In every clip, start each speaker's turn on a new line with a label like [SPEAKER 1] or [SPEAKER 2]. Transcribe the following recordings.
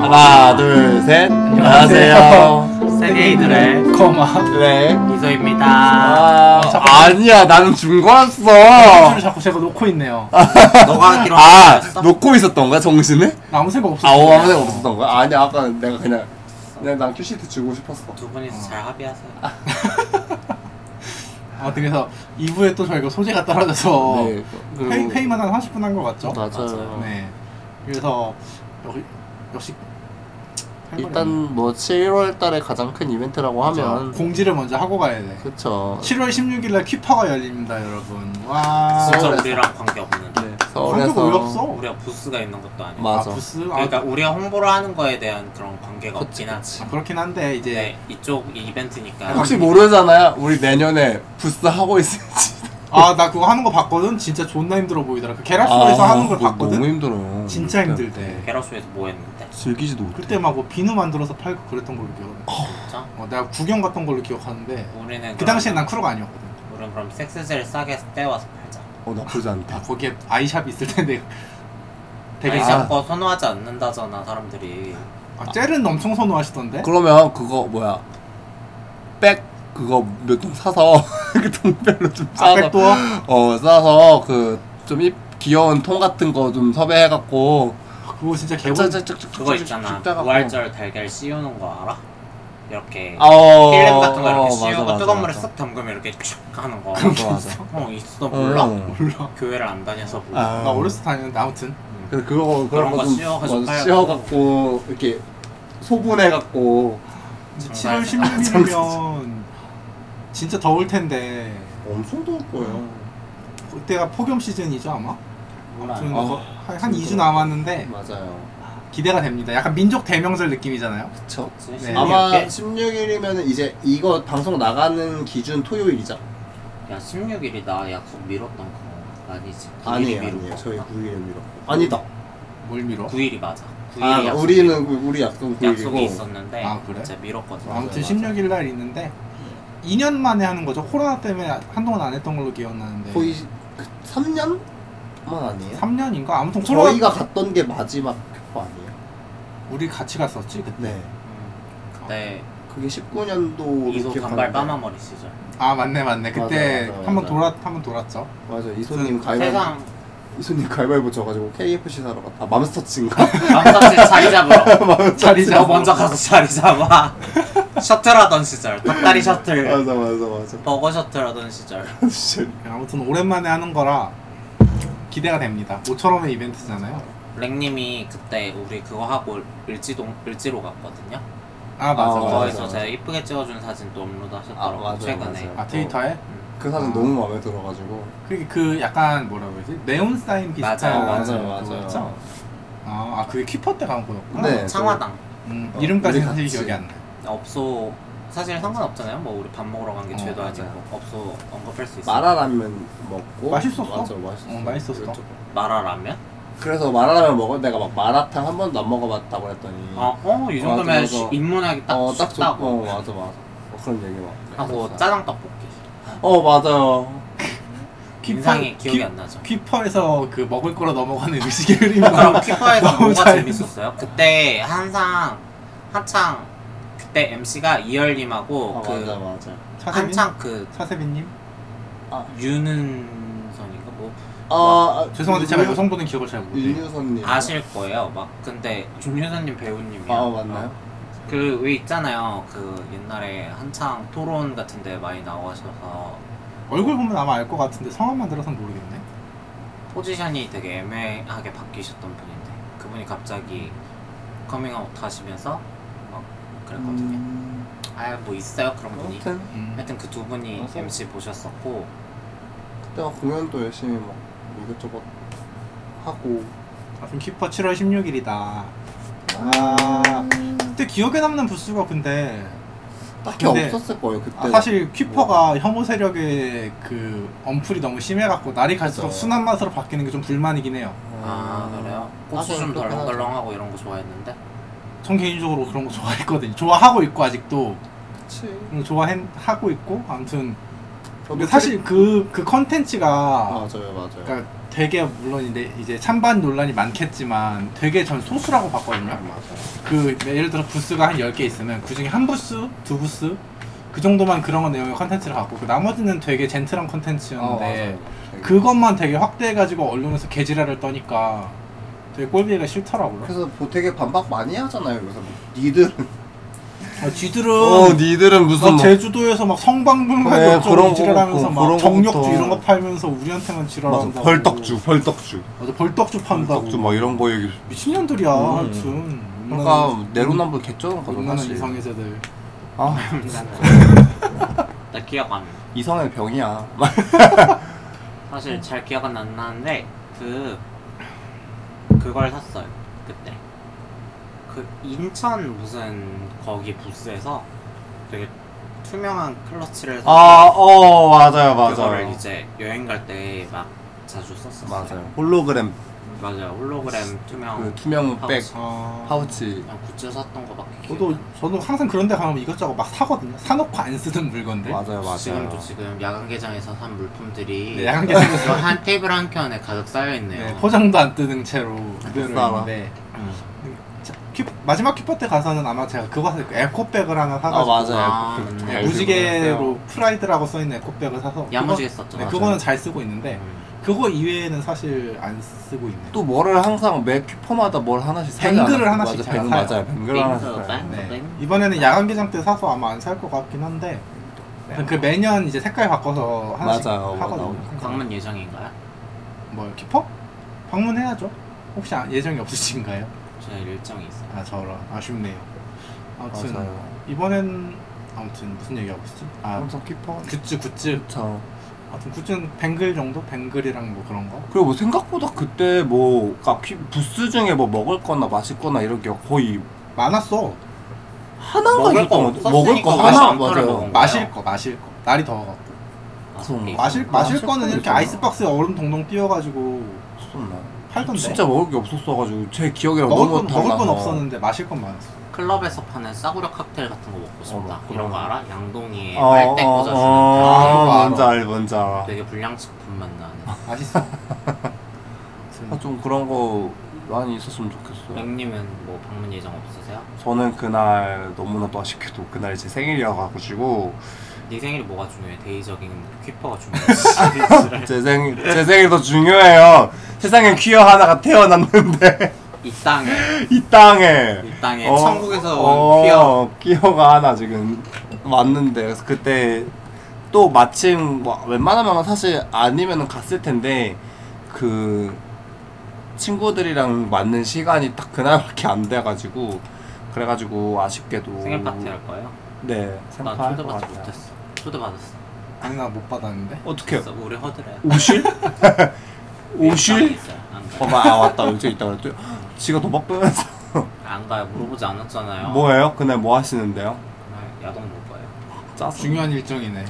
[SPEAKER 1] 하나, 둘, 셋. 안녕하세요.
[SPEAKER 2] 세계이들의
[SPEAKER 3] 거마
[SPEAKER 1] 네.
[SPEAKER 2] 미소입니다.
[SPEAKER 1] 아, 아니야, 나는 중고였어.
[SPEAKER 3] 줄을 자꾸 제가 놓고 있네요.
[SPEAKER 2] 너가 하기로
[SPEAKER 1] 아,
[SPEAKER 2] 했어?
[SPEAKER 1] 놓고 있었던 거야, 정신을?
[SPEAKER 3] 아무 생각
[SPEAKER 1] 아,
[SPEAKER 3] 없었어요.
[SPEAKER 1] 어, 아무 생각 없었던 거야? 아니, 아까 내가 그냥, 그냥 난 큐시트 주고 싶었어.
[SPEAKER 2] 두 분이서 잘 합의하세요.
[SPEAKER 3] 아무튼 그래서 2부에 또 저희가 소재가 떨어져서
[SPEAKER 1] 네. 그리고-
[SPEAKER 3] 회의, 회의만 한 30분 한 것 같죠?
[SPEAKER 1] 맞아요.
[SPEAKER 3] 네. 그래서 여기 역시
[SPEAKER 1] 일단 뭐 7월 달에 가장 큰 이벤트라고
[SPEAKER 3] 하면
[SPEAKER 1] 하면
[SPEAKER 3] 공지를 먼저 하고 가야 돼.
[SPEAKER 1] 그쵸
[SPEAKER 3] 7월 16일 날 키퍼가 열립니다, 여러분. 와.
[SPEAKER 2] 진짜
[SPEAKER 1] 서울에서.
[SPEAKER 2] 우리랑 관계없는.
[SPEAKER 1] 네,
[SPEAKER 3] 그런 왜 없어?
[SPEAKER 1] 서울에서
[SPEAKER 2] 우리가 부스가 있는 것도 아니고.
[SPEAKER 1] 맞아.
[SPEAKER 3] 아, 부스. 아,
[SPEAKER 2] 그러니까 우리가 홍보를 하는 거에 대한 그런 관계가
[SPEAKER 1] 그치, 아,
[SPEAKER 2] 없긴 하지.
[SPEAKER 3] 아, 그렇긴 한데 이제
[SPEAKER 2] 네, 이쪽 이벤트니까.
[SPEAKER 1] 혹시 모르잖아요 우리 내년에 부스 하고 있을지
[SPEAKER 3] 아, 나 그거 하는 거 봤거든. 진짜 존나 힘들어 보이더라. 그 계란소에서 하는 걸
[SPEAKER 1] 아, 그거
[SPEAKER 3] 봤거든.
[SPEAKER 1] 너무 힘들어요
[SPEAKER 3] 진짜
[SPEAKER 1] 그때
[SPEAKER 3] 힘들대.
[SPEAKER 2] 게라수에서 뭐 했는데?
[SPEAKER 1] 즐기지도 못해
[SPEAKER 3] 그때 막 뭐 비누 만들어서 팔고 그랬던 걸로 기억하는데.
[SPEAKER 2] 진짜?
[SPEAKER 3] 어, 내가 구경 갔던 걸로 기억하는데
[SPEAKER 2] 우리는
[SPEAKER 3] 그 당시엔 난 크루가 아니었거든.
[SPEAKER 2] 그럼- 우리는 그럼 섹스젤 싸게 떼와서 팔자.
[SPEAKER 1] 어 나쁘지 않다
[SPEAKER 3] 아, 거기에 아이샵이 있을 텐데
[SPEAKER 2] 되게
[SPEAKER 3] 되게
[SPEAKER 1] 아이샵?
[SPEAKER 3] 아,
[SPEAKER 2] 잡고 선호하지 않는다잖아 사람들이.
[SPEAKER 3] 아, 젤은 엄청 선호하시던데.
[SPEAKER 1] 그러면 그거 뭐야 백 그거 몇 통 사서 그 통별로 좀
[SPEAKER 3] 아,
[SPEAKER 1] 싸서
[SPEAKER 3] 백도어.
[SPEAKER 1] 어 싸서 그좀 귀여운 통 같은 거 좀 섭외해갖고
[SPEAKER 3] 그거 진짜 개운.
[SPEAKER 1] 짝짝짝짝
[SPEAKER 2] 그거 있잖아. 뭐 부활절 달걀 씌우는 거 알아? 이렇게
[SPEAKER 1] 어
[SPEAKER 2] 필름 같은 거 이렇게
[SPEAKER 1] 어,
[SPEAKER 2] 씌우고
[SPEAKER 1] 맞아,
[SPEAKER 2] 뜨거운
[SPEAKER 1] 맞아,
[SPEAKER 2] 물에
[SPEAKER 1] 맞아.
[SPEAKER 2] 쓱 담그면 이렇게 쭉 하는 거.
[SPEAKER 1] 그런 게 있어?
[SPEAKER 2] 어 있어 몰라. 뭐
[SPEAKER 1] 어.
[SPEAKER 3] 몰라.
[SPEAKER 2] 교회를 안 다녀서 몰라.
[SPEAKER 1] 아.
[SPEAKER 3] 나 어렸을 때 다녔는데 아무튼
[SPEAKER 1] 그래서 그거
[SPEAKER 2] 그런
[SPEAKER 1] 그런
[SPEAKER 2] 거
[SPEAKER 1] 거 좀
[SPEAKER 2] 씌워가지고 팔아요.
[SPEAKER 1] 씌워갖고 이렇게 소분해갖고
[SPEAKER 2] 정말
[SPEAKER 1] 어,
[SPEAKER 3] 7월 16일이면 진짜 더울 텐데
[SPEAKER 1] 엄청 더울 거예요.
[SPEAKER 3] 그때가 폭염 시즌이죠 아마.
[SPEAKER 2] 몰라.
[SPEAKER 3] 좀
[SPEAKER 1] 아, 어.
[SPEAKER 3] 거- 한, 한 2주
[SPEAKER 1] 힘들어.
[SPEAKER 3] 남았는데
[SPEAKER 1] 맞아요.
[SPEAKER 3] 기대가 됩니다. 약간 민족 대명절 느낌이잖아요.
[SPEAKER 1] 그쵸.
[SPEAKER 3] 네.
[SPEAKER 1] 아마 16일이면 이제 이거 방송 나가는 기준 토요일이죠?
[SPEAKER 2] 야 16일이 나 약속 미뤘던 거 아니지? 9일이
[SPEAKER 1] 아니에요,
[SPEAKER 2] 미뤘구나.
[SPEAKER 1] 아니에요. 저희 9일에 미뤘고. 아니다.
[SPEAKER 3] 뭘 밀어?
[SPEAKER 2] 9일이 맞아. 9일이
[SPEAKER 1] 아,
[SPEAKER 2] 약속이,
[SPEAKER 1] 우리는 그- 우리 약속
[SPEAKER 2] 약속이
[SPEAKER 1] 9일이고.
[SPEAKER 2] 있었는데
[SPEAKER 3] 아, 그래?
[SPEAKER 2] 제가 미뤘거든.
[SPEAKER 1] 맞아요,
[SPEAKER 3] 아무튼
[SPEAKER 1] 맞아요.
[SPEAKER 3] 16일 날 있는데 2년 만에 하는 거죠. 코로나 때문에 한동안 안 했던 걸로 기억나는데.
[SPEAKER 1] 거의 그 3년만 아니에요?
[SPEAKER 3] 3년인가? 아무튼 코로나
[SPEAKER 1] 저희가 갔던 게 마지막 표 아니에요?
[SPEAKER 3] 우리 같이 갔었지 그때.
[SPEAKER 1] 네.
[SPEAKER 2] 음, 그때
[SPEAKER 1] 그게 19년도
[SPEAKER 2] 이소 단발 까마머리 시절.
[SPEAKER 3] 아 맞네 맞네. 그때
[SPEAKER 1] 맞아, 맞아,
[SPEAKER 3] 한번
[SPEAKER 1] 맞아.
[SPEAKER 3] 돌아 한번 돌았죠.
[SPEAKER 1] 맞아. 이소님 가위바위보.
[SPEAKER 2] 세상
[SPEAKER 1] 이소님 가위바위보 져가지고 KFC 사러 갔다. 맘스터치인가?
[SPEAKER 2] 맘사치 자리 잡으러.
[SPEAKER 3] 자리
[SPEAKER 2] 너
[SPEAKER 3] 잡아.
[SPEAKER 2] 먼저 가서 자리 잡아. 셔틀 하던 시절. 닭다리 셔틀.
[SPEAKER 1] 맞아 맞아 맞아.
[SPEAKER 2] 버거 셔틀 하던 시절.
[SPEAKER 1] 진짜
[SPEAKER 3] 아무튼 오랜만에 하는 거라 기대가 됩니다. 5천 원의 이벤트잖아요.
[SPEAKER 2] 랭님이 그때 우리 그거 하고 을지동 을지로 갔거든요.
[SPEAKER 3] 아 맞아.
[SPEAKER 1] 아,
[SPEAKER 3] 맞아.
[SPEAKER 1] 맞아.
[SPEAKER 2] 거기서 제가 이쁘게 찍어준 사진 또 업로드하셨더라고
[SPEAKER 1] 아, 맞아요,
[SPEAKER 2] 최근에.
[SPEAKER 1] 맞아요.
[SPEAKER 3] 아 트위터에
[SPEAKER 1] 그 사진 너무 마음에 들어가지고. 어,
[SPEAKER 3] 그게 그 약간 뭐라고 해야지 네온 사인 비슷한
[SPEAKER 2] 맞아요,
[SPEAKER 1] 네.
[SPEAKER 2] 맞아요,
[SPEAKER 3] 그거였죠? 아, 아 그게 키퍼 때 간 거였구나.
[SPEAKER 1] 네.
[SPEAKER 2] 창화당
[SPEAKER 3] 음,
[SPEAKER 1] 어,
[SPEAKER 3] 이름까지
[SPEAKER 1] 우리
[SPEAKER 3] 사실
[SPEAKER 1] 같이.
[SPEAKER 3] 기억이 안 나.
[SPEAKER 2] 업소 사실 상관없잖아요. 뭐 우리 밥 먹으러 간 게
[SPEAKER 3] 어,
[SPEAKER 2] 죄도
[SPEAKER 1] 맞아요.
[SPEAKER 2] 아니고 업소 언급할 수 있어.
[SPEAKER 1] 마라라면 먹고.
[SPEAKER 3] 맛있었어.
[SPEAKER 1] 맞아 맛있었어.
[SPEAKER 3] 어, 맛있었어.
[SPEAKER 1] 그랬죠.
[SPEAKER 2] 마라라면?
[SPEAKER 1] 그래서 마라라면 먹어. 내가 막 마라탕 한 번도 안 먹어봤다고 그랬더니.
[SPEAKER 2] 어, 어, 이 정도면
[SPEAKER 1] 맞아, 맞아.
[SPEAKER 2] 입문하기 딱
[SPEAKER 1] 어, 딱 좋고.
[SPEAKER 2] 좋다고. 아, 뭐,
[SPEAKER 1] 어, 맞아 맞아. 어, 그런 얘기 막.
[SPEAKER 2] 하고
[SPEAKER 1] 했었어요.
[SPEAKER 2] 짜장 떡볶이.
[SPEAKER 1] 어 맞아요.
[SPEAKER 3] 키퍼-
[SPEAKER 2] 인상이 기억이
[SPEAKER 3] 키-
[SPEAKER 2] 안 나죠.
[SPEAKER 3] 키퍼에서 그 먹을 거로 넘어가는 음식의 흐름이
[SPEAKER 2] 그럼 키퍼에서
[SPEAKER 3] 너무
[SPEAKER 2] 뭐가
[SPEAKER 3] 잘-
[SPEAKER 2] 재밌었어요? 그때 항상 한창 그때 MC가 이열님하고
[SPEAKER 1] 어,
[SPEAKER 2] 그
[SPEAKER 1] 맞아 맞아.
[SPEAKER 3] 차세빈?
[SPEAKER 2] 한창 그
[SPEAKER 3] 차세빈님?
[SPEAKER 2] 유는선인가 뭐
[SPEAKER 1] 아 아,
[SPEAKER 3] 죄송한데 제가
[SPEAKER 1] 윤유-
[SPEAKER 3] 여성분은 기억을 잘 모르겠어요.
[SPEAKER 1] 윤유선님.
[SPEAKER 2] 아실 거예요. 막 근데 준유선님 배우님이요.
[SPEAKER 1] 아 맞나요?
[SPEAKER 2] 그 왜 있잖아요. 그 옛날에 한창 토론 같은데 많이 나오셔서
[SPEAKER 3] 얼굴 보면 아마 알 것 같은데 성함만 들어서는 모르겠네.
[SPEAKER 2] 포지션이 되게 애매하게 바뀌셨던 분인데 그분이 갑자기 커밍아웃 하시면서 막 그랬거든요.
[SPEAKER 1] 음,
[SPEAKER 2] 아 뭐 있어요 그런 분이.
[SPEAKER 1] 아무튼
[SPEAKER 3] 음.
[SPEAKER 2] 하여튼 그 두 분이
[SPEAKER 1] 맞아요. 네.
[SPEAKER 2] MC 보셨었고
[SPEAKER 1] 그때 막 공연도 열심히 막 이것저것 하고.
[SPEAKER 3] 아무튼 키퍼 7월 16일이다.
[SPEAKER 1] 아.
[SPEAKER 3] 아 그때 기억에 남는 부스가 근데
[SPEAKER 1] 딱히
[SPEAKER 3] 근데-
[SPEAKER 1] 없었을 거예요 그때. 뭐.
[SPEAKER 3] 아, 사실 키퍼가 혐오 세력의 그 언풀이 너무 심해갖고 날이 갈수록
[SPEAKER 1] 맞아요.
[SPEAKER 3] 순한 맛으로 바뀌는 게 좀 불만이긴 해요.
[SPEAKER 2] 아 그래요?
[SPEAKER 1] 아,
[SPEAKER 2] 고추 좀
[SPEAKER 1] 그렇구나. 네.
[SPEAKER 2] 덜렁덜렁하고 이런 거 좋아했는데
[SPEAKER 3] 전 개인적으로 그런 거 좋아했거든요. 좋아하고 있고 아직도
[SPEAKER 1] 그치.
[SPEAKER 3] 좋아하고 있고 아무튼 근데 사실 그, 그 컨텐츠가
[SPEAKER 1] 맞아요, 맞아요.
[SPEAKER 3] 그러니까 되게 물론 이제, 이제 찬반 논란이 많겠지만 되게 전 소수라고 봤거든요.
[SPEAKER 1] 맞아요.
[SPEAKER 3] 그 예를 들어 부스가 한 10개 있으면 그 중에 한 부스, 두 부스 그 정도만 그런 내용의 컨텐츠를 갖고 그 나머지는 되게 젠틀한 컨텐츠였는데
[SPEAKER 1] 어, 맞아요.
[SPEAKER 3] 그것만 되게 확대해가지고 언론에서 개지랄을 떠니까 되게 꼴보기가 싫더라고요.
[SPEAKER 4] 그래서 보택에 반박 많이 하잖아요. 그래서 뭐 니들
[SPEAKER 3] 아, 쥐들은
[SPEAKER 1] 어, 니들은 무슨
[SPEAKER 3] 막
[SPEAKER 1] 막
[SPEAKER 3] 제주도에서 막 성방문과
[SPEAKER 1] 네, 그런
[SPEAKER 3] 네,
[SPEAKER 1] 거
[SPEAKER 3] 지랄하면서
[SPEAKER 1] 먹고,
[SPEAKER 3] 막
[SPEAKER 1] 그런
[SPEAKER 3] 정력주
[SPEAKER 1] 것도.
[SPEAKER 3] 이런 거 팔면서 우리한테만
[SPEAKER 1] 맞아,
[SPEAKER 3] 지랄한다고
[SPEAKER 1] 벌떡주, 벌떡주,
[SPEAKER 3] 맞아 벌떡주 판다고
[SPEAKER 1] 벌떡주 막 이런 거 얘기.
[SPEAKER 3] 미친년들이야
[SPEAKER 1] 음.
[SPEAKER 3] 하여튼
[SPEAKER 1] 그러니까 내로남불 개쩌는 거죠
[SPEAKER 3] 나는
[SPEAKER 1] 사실.
[SPEAKER 3] 이상의 새들
[SPEAKER 1] 아
[SPEAKER 2] 나 기억 안 나.
[SPEAKER 1] 이상의 병이야.
[SPEAKER 2] 사실 잘 기억은 안 나는데 그 그걸 샀어요 그때 그 인천 무슨 거기 부스에서 되게 투명한 클러치를
[SPEAKER 1] 아,
[SPEAKER 2] 사서
[SPEAKER 1] 어 맞아요,
[SPEAKER 2] 그거를
[SPEAKER 1] 맞아요.
[SPEAKER 2] 이제 여행 갈 때 막 자주 썼었어요
[SPEAKER 1] 맞아요. 홀로그램
[SPEAKER 2] 맞아요 홀로그램 투명
[SPEAKER 1] 그 투명 백
[SPEAKER 2] 파우치.
[SPEAKER 3] 아...
[SPEAKER 1] 파우치.
[SPEAKER 2] 그냥 굿즈 샀던 거밖에 기억
[SPEAKER 3] 저도 저도 항상 그런 데 가면 이것저것 막 사거든요 사놓고 안 쓰는 물건들
[SPEAKER 1] 맞아요,
[SPEAKER 2] 지금도
[SPEAKER 1] 맞아요.
[SPEAKER 2] 지금 야간 개장에서 산 물품들이
[SPEAKER 3] 네, 야간 개장에서
[SPEAKER 2] 그거 한 테이블 한 켠에 가득 쌓여 있네요.
[SPEAKER 3] 네, 포장도 안 뜯은 채로 그대로
[SPEAKER 1] 싸라.
[SPEAKER 3] 있는데
[SPEAKER 2] 음.
[SPEAKER 3] 자, 큐- 마지막 큐퍼 때 가서는 아마 제가 그거 샀을 거예요 에코백을 하나
[SPEAKER 1] 아
[SPEAKER 3] 사가지고
[SPEAKER 2] 아,
[SPEAKER 1] 맞아요.
[SPEAKER 2] 음.
[SPEAKER 3] 네,
[SPEAKER 1] 잘 들고
[SPEAKER 3] 무지개로
[SPEAKER 1] 있어요.
[SPEAKER 3] 프라이드라고 써있는 에코백을 사서 그거-
[SPEAKER 2] 야무지게 썼죠.
[SPEAKER 3] 네,
[SPEAKER 1] 맞아요.
[SPEAKER 3] 그거는 잘 쓰고 있는데
[SPEAKER 2] 음.
[SPEAKER 3] 그거 이외에는 사실 안 쓰고 있네요.
[SPEAKER 1] 또 뭐를 항상 매 큐퍼마다 뭘 하나씩 사요.
[SPEAKER 3] 뱅글을 하나씩
[SPEAKER 1] 맞아,
[SPEAKER 3] 제가
[SPEAKER 1] 뱅글
[SPEAKER 3] 사요.
[SPEAKER 1] 맞아요. 뱅글 하나씩
[SPEAKER 2] 뱅글,
[SPEAKER 1] 사요.
[SPEAKER 2] 뱅글.
[SPEAKER 3] 네. 이번에는 야간 개장 때 사서 아마 안 살 것 같긴 한데 그냥 그 매년 이제 색깔 바꿔서 하나씩
[SPEAKER 1] 네. 맞아요. 뭐
[SPEAKER 3] 하거든요. 그러니까
[SPEAKER 1] 나오니까.
[SPEAKER 2] 방문 예정인가요?
[SPEAKER 3] 뭐 키퍼? 방문해야죠. 혹시 아- 예정이 없으신가요?
[SPEAKER 2] 저는 일정이 있어요.
[SPEAKER 3] 아 저런 아쉽네요. 아무튼
[SPEAKER 1] 맞아요.
[SPEAKER 3] 이번엔 아무튼 무슨 얘기하고 있었지? 아
[SPEAKER 1] 항상 큐퍼.
[SPEAKER 3] 굿즈 굿즈.
[SPEAKER 1] 그쵸.
[SPEAKER 3] 아무튼 굿즈는 뱅글 정도? 뱅글이랑 뭐 그런 거?
[SPEAKER 1] 그리고 뭐 생각보다 그때 뭐 그러니까 퀴- 부스 중에 뭐 먹을 거나 마실 거나 이런 게 거의
[SPEAKER 3] 많았어.
[SPEAKER 1] 하나가
[SPEAKER 2] 먹을 거
[SPEAKER 1] 있었던 것 같아요. 먹을
[SPEAKER 2] 없었으니까
[SPEAKER 1] 거
[SPEAKER 2] 그래서
[SPEAKER 1] 하나
[SPEAKER 2] 안 팔아
[SPEAKER 1] 맞아요.
[SPEAKER 2] 먹은
[SPEAKER 3] 마실 거 마실 거. 날이 더워갖고.
[SPEAKER 2] 아,
[SPEAKER 1] 그래서
[SPEAKER 2] 오케이.
[SPEAKER 3] 마실 마실
[SPEAKER 1] 마실
[SPEAKER 3] 거는
[SPEAKER 1] 거는
[SPEAKER 3] 이렇게
[SPEAKER 1] 있잖아.
[SPEAKER 3] 아이스박스에 얼음 동동 띄워가지고
[SPEAKER 1] 없었나?
[SPEAKER 3] 팔던데.
[SPEAKER 1] 진짜 먹을 게 없었어가지고 제 기억이랑
[SPEAKER 3] 먹을
[SPEAKER 1] 너무
[SPEAKER 3] 건 먹을 건
[SPEAKER 1] 달라서.
[SPEAKER 3] 없었는데 마실 건 많았어.
[SPEAKER 2] 클럽에서 파는 싸구려 칵테일 같은 거 먹고 싶다.
[SPEAKER 1] 어,
[SPEAKER 2] 이런 거
[SPEAKER 1] 그럼.
[SPEAKER 2] 알아? 양동이에
[SPEAKER 1] 어,
[SPEAKER 2] 빨대
[SPEAKER 1] 어,
[SPEAKER 2] 꽂아주는
[SPEAKER 1] 어,
[SPEAKER 2] 그런
[SPEAKER 1] 뭔지 알아, 뭔지 알아.
[SPEAKER 2] 거. 되게 불량식품 맛 나는.
[SPEAKER 3] 맛있어.
[SPEAKER 1] 아,
[SPEAKER 3] 아무튼
[SPEAKER 1] 좀 그런 거 많이 있었으면 좋겠어요.
[SPEAKER 2] 영님은 뭐 방문 예정 없으세요?
[SPEAKER 1] 저는 그날 너무나도 아쉽게도 그날 제 생일이어가지고
[SPEAKER 2] 네 생일이 뭐가 중요해? 데이적인 퀴퍼가 중요해.
[SPEAKER 1] 제 생일 제 생일 더 중요해요. 세상에 퀴어 하나가 태어났는데
[SPEAKER 2] 이 땅에
[SPEAKER 1] 이 땅에
[SPEAKER 2] 이 땅에
[SPEAKER 1] 어,
[SPEAKER 2] 천국에서
[SPEAKER 1] 어,
[SPEAKER 2] 온 퀴어
[SPEAKER 1] 퀴어가 하나 지금 왔는데 그래서 그때 또 마침 뭐 웬만하면 사실 아니면 갔을 텐데 그 친구들이랑 맞는 시간이 딱 그날밖에 안 돼가지고 그래가지고 아쉽게도
[SPEAKER 2] 생일 파티 할 거예요?
[SPEAKER 1] 네
[SPEAKER 2] 나
[SPEAKER 1] 생파할 것
[SPEAKER 2] 초대받지
[SPEAKER 1] 같아요.
[SPEAKER 2] 못했어. 초대받았어.
[SPEAKER 3] 아니 나 못 받았는데.
[SPEAKER 1] 어떻게
[SPEAKER 2] 그래서 우리 허드레.
[SPEAKER 1] 오실
[SPEAKER 2] 일정이
[SPEAKER 1] 오실
[SPEAKER 2] 있어요. 안 가요.
[SPEAKER 1] 어마 아 왔다 일정 있다 그랬죠 지가 도박 빼면서
[SPEAKER 2] 안 가요. 물어보지 않았잖아요.
[SPEAKER 1] 뭐예요 그날 뭐 하시는데요
[SPEAKER 2] 그날 야동 볼 거예요.
[SPEAKER 1] 짜서
[SPEAKER 3] 중요한 일정이네.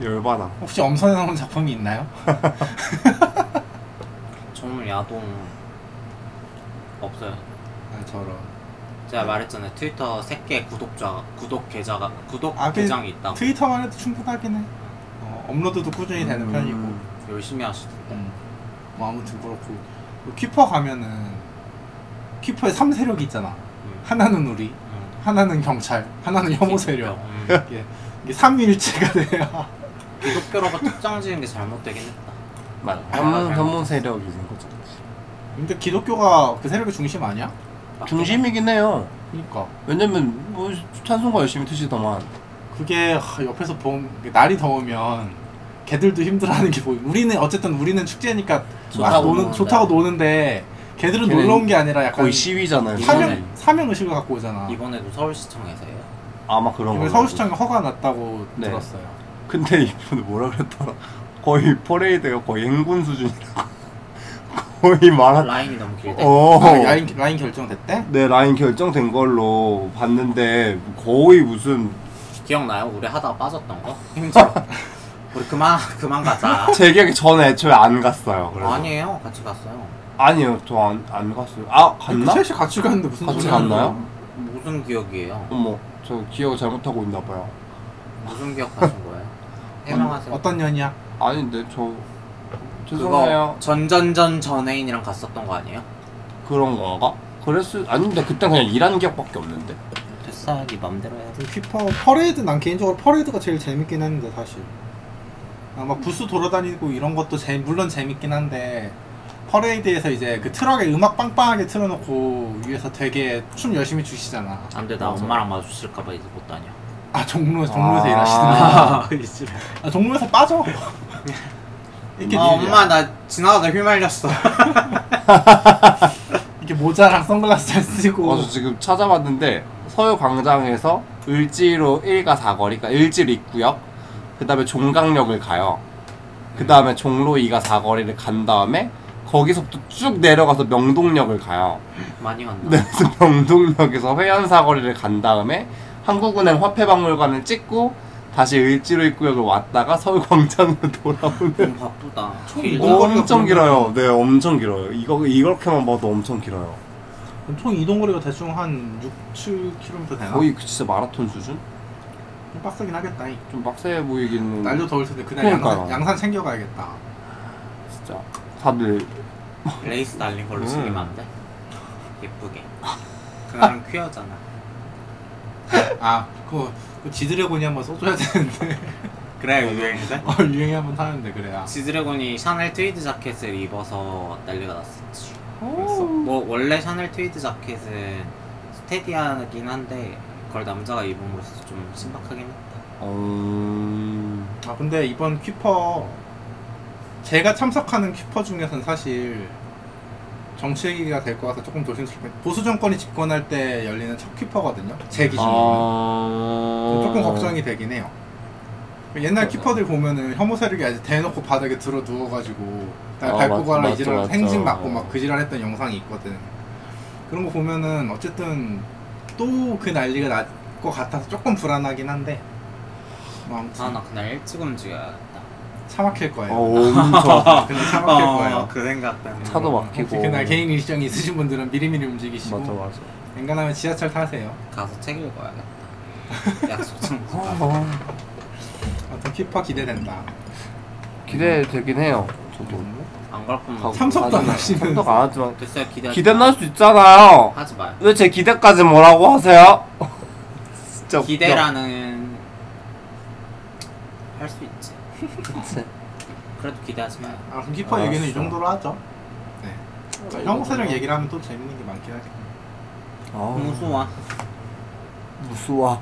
[SPEAKER 1] 열받아
[SPEAKER 3] 혹시 엄선에 나온 작품이 있나요?
[SPEAKER 2] 저는 야동 없어요.
[SPEAKER 3] 아 저런.
[SPEAKER 2] 제가 말했잖아요. 트위터 3개 구독자 구독 계좌가 구독
[SPEAKER 3] 아, 그-
[SPEAKER 2] 계정이 있다고.
[SPEAKER 3] 트위터만 해도 충분하긴 해. 어, 업로드도 꾸준히 되는
[SPEAKER 1] 음.
[SPEAKER 3] 편이고.
[SPEAKER 2] 열심히 하시던데.
[SPEAKER 3] 음. 뭐 아무튼 그렇고. 그 퀴퍼 가면은 퀴퍼에 3세력이 있잖아.
[SPEAKER 2] 음.
[SPEAKER 3] 하나는 우리,
[SPEAKER 2] 음.
[SPEAKER 3] 하나는 경찰, 하나는 혐오 세력.
[SPEAKER 2] 음.
[SPEAKER 3] 이게 삼위일체가 돼야.
[SPEAKER 2] 기독교라고 특정 지은 게 잘못되긴 했다.
[SPEAKER 1] 맞아
[SPEAKER 2] 아,
[SPEAKER 1] 현문 현문 세력이 있는 거죠
[SPEAKER 3] 근데 기독교가 그 세력의 중심 아니야?
[SPEAKER 1] 중심이긴 해요
[SPEAKER 3] 그러니까
[SPEAKER 1] 왜냐면 뭐 찬송가 열심히 트시더만
[SPEAKER 3] 그게 하, 옆에서 보면 이게 날이 더우면 걔들도 힘들어하는 게 보이. 우리는 어쨌든 우리는 축제니까 막
[SPEAKER 1] 좋다고
[SPEAKER 3] 노는
[SPEAKER 2] 노는데.
[SPEAKER 3] 좋다고 노는데 걔들은
[SPEAKER 1] 걔는
[SPEAKER 3] 놀러 온 게 아니라 약간
[SPEAKER 1] 거의 시위잖아요
[SPEAKER 3] 사명
[SPEAKER 2] 이거는.
[SPEAKER 3] 사명 의식을 갖고 오잖아.
[SPEAKER 2] 이번에도 서울시청에서예요.
[SPEAKER 1] 아마 그런
[SPEAKER 3] 이걸
[SPEAKER 1] 거
[SPEAKER 3] 서울시청에 허가 났다고
[SPEAKER 1] 네.
[SPEAKER 3] 들었어요.
[SPEAKER 1] 근데 이분 뭐라 그랬더라 거의 포레이드가 거의 행군 수준이라고 거의 말하
[SPEAKER 2] 라인이 너무 길대.
[SPEAKER 1] 아, 어
[SPEAKER 3] 아, 라인 라인 결정됐대?
[SPEAKER 1] 네 라인 결정된 걸로 봤는데 거의 무슨
[SPEAKER 2] 기억나요? 우리 하다가 빠졌던 거? 힘들어. 우리 그만 그만 가자.
[SPEAKER 1] 제 기억에 전에 애초에 안 갔어요. 그래서.
[SPEAKER 2] 아니에요. 같이 갔어요.
[SPEAKER 1] 아니요, 저 안 안 갔어요. 아 갔나?
[SPEAKER 3] 셋이 그 같이 갔는데 무슨
[SPEAKER 1] 같이
[SPEAKER 3] 소리야.
[SPEAKER 1] 갔나요?
[SPEAKER 2] 무슨 기억이에요?
[SPEAKER 1] 어머, 저 기억 잘못하고 있나 봐요.
[SPEAKER 2] 무슨 기억 하신 거예요? 해명하세요.
[SPEAKER 3] 어떤 년이야?
[SPEAKER 1] 아닌데 저
[SPEAKER 2] 그거
[SPEAKER 1] 죄송해요
[SPEAKER 2] 전전전 전애인이랑 갔었던 거 아니에요?
[SPEAKER 1] 그런 건가? 그랬을 아닌데 그때 그냥 일하는 기억밖에 없는데
[SPEAKER 2] 됐어, 네 맘대로 해야
[SPEAKER 3] 그 휘퍼 퍼레이드 난 개인적으로 퍼레이드가 제일 재밌긴 했는데 사실 아막 부스 돌아다니고 이런 것도 재 물론 재밌긴 한데 퍼레이드에서 이제 그 트럭에 음악 빵빵하게 틀어놓고 위에서 되게 춤 열심히 추시잖아
[SPEAKER 2] 안돼, 나
[SPEAKER 1] 맞아.
[SPEAKER 2] 엄마랑 마주칠까봐 이제 못 다녀.
[SPEAKER 3] 아 종로에서 종로에서
[SPEAKER 1] 아.
[SPEAKER 3] 일하시는구나
[SPEAKER 2] 이 집에.
[SPEAKER 3] 아 종로에서 빠져 이렇게
[SPEAKER 2] 아,
[SPEAKER 3] 일이야.
[SPEAKER 2] 엄마 나 지나가다 휘말렸어.
[SPEAKER 3] 이렇게 모자랑 선글라스 잘 쓰고
[SPEAKER 1] 어, 저 지금 찾아봤는데 서울 광장에서 을지로 1가 4거리, 그러니까 을지로 입구역, 그 다음에 종강역을 가요. 그 다음에 종로 2가 4거리를 간 다음에 거기서부터 쭉 내려가서 명동역을 가요.
[SPEAKER 2] 많이 왔나?
[SPEAKER 1] 네, 그래서 명동역에서 회원사거리를 간 다음에 한국은행 화폐박물관을 찍고 다시 을지로 입구역을 왔다가 서울 광장으로 돌아오는
[SPEAKER 2] 너무 음, 바쁘다.
[SPEAKER 3] 총 이동
[SPEAKER 2] 뭐?
[SPEAKER 3] 거리가
[SPEAKER 1] 엄청
[SPEAKER 3] 그런가?
[SPEAKER 1] 길어요. 네, 엄청 길어요. 이거 이렇게만 봐도 엄청 길어요.
[SPEAKER 3] 총 이동거리가 대충 한 6, 7km 되나?
[SPEAKER 1] 거의 그 진짜 마라톤 수준?
[SPEAKER 3] 좀 빡세긴 하겠다 이.
[SPEAKER 1] 좀 빡세 보이기는.
[SPEAKER 3] 날도 더울 텐데 그날
[SPEAKER 1] 음. 그러니까요.
[SPEAKER 3] 양산, 양산 챙겨가야겠다
[SPEAKER 1] 진짜 다들
[SPEAKER 2] 레이스 달린 걸로
[SPEAKER 1] 음.
[SPEAKER 2] 즐기면 안 돼? 예쁘게. 그날은 퀴어잖아.
[SPEAKER 3] 아, 그거, 그 지드래곤이 한번 써줘야 되는데.
[SPEAKER 2] 그래, 유행인데?
[SPEAKER 3] 어, 유행에 한번 타는데, 그래야.
[SPEAKER 2] 지드래곤이 샤넬 트위드 자켓을 입어서 난리가 났었지.
[SPEAKER 3] 그랬어?
[SPEAKER 2] 뭐 원래 샤넬 트위드 자켓은 스테디하긴 한데 그걸 남자가 입음으로써 좀 신박하긴 했다.
[SPEAKER 1] 음...
[SPEAKER 3] 아, 근데 이번 퀴퍼, 제가 참석하는 퀴퍼 중에선 사실 정치 얘기가 될 것 같아서 조금 조심스럽게. 보수 정권이 집권할 때 열리는 첫 퀴퍼거든요. 제 기준으로는.
[SPEAKER 1] 아...
[SPEAKER 3] 조금 걱정이 되긴 해요.
[SPEAKER 1] 어.
[SPEAKER 3] 옛날 키퍼들 보면은 혐오 세력이 아주 대놓고 바닥에 들어 누워가지고 날
[SPEAKER 1] 아,
[SPEAKER 3] 밟고
[SPEAKER 1] 맞-
[SPEAKER 3] 가라 이
[SPEAKER 1] 맞죠,
[SPEAKER 3] 지랄
[SPEAKER 1] 맞죠. 어.
[SPEAKER 3] 행진 맞고 막 그지랄했던 영상이 있거든. 그런 거 보면은 어쨌든 또 그 난리가 날 것 같아서 조금 불안하긴 한데 뭐 아무튼
[SPEAKER 2] 아나 그날 일찍 움직여야겠다.
[SPEAKER 3] 차 막힐 거예요.
[SPEAKER 1] 아, 엄청
[SPEAKER 3] 그냥 차 막힐
[SPEAKER 1] 어.
[SPEAKER 3] 거예요.
[SPEAKER 2] 그 생각 때문에.
[SPEAKER 1] 차도
[SPEAKER 3] 혹시
[SPEAKER 1] 막히고
[SPEAKER 3] 그날 개인 일정이 있으신 분들은 미리미리 움직이시고
[SPEAKER 1] 맞아 맞아
[SPEAKER 3] 엔간하면 지하철 타세요.
[SPEAKER 2] 가서 책 읽어야겠다. 약속 좀.
[SPEAKER 1] 어, 어,
[SPEAKER 3] 아무튼 키퍼 기대된다.
[SPEAKER 1] 기대되긴 해요 저도
[SPEAKER 2] 안갈 거면
[SPEAKER 1] 가고
[SPEAKER 3] 참석도 안
[SPEAKER 1] 가지만-
[SPEAKER 3] 하시면서.
[SPEAKER 1] 참석 안 하지만
[SPEAKER 2] 됐어요 기대.
[SPEAKER 1] 기대는 할 수 있잖아요
[SPEAKER 2] 하지 마요.
[SPEAKER 1] 왜 제 기대까지 뭐라고 하세요? 진짜 웃겨.
[SPEAKER 2] 기대라는 할 수 있지. 그래도 기대하지 마요.
[SPEAKER 3] 아, 그럼 키퍼 얘기는 이
[SPEAKER 1] 알았어.
[SPEAKER 3] 정도로 하죠. 네. 혐오 세력 얘기를 하면 또 재밌는 게 많긴 하죠.
[SPEAKER 1] 아,
[SPEAKER 2] 무수와
[SPEAKER 1] 무수와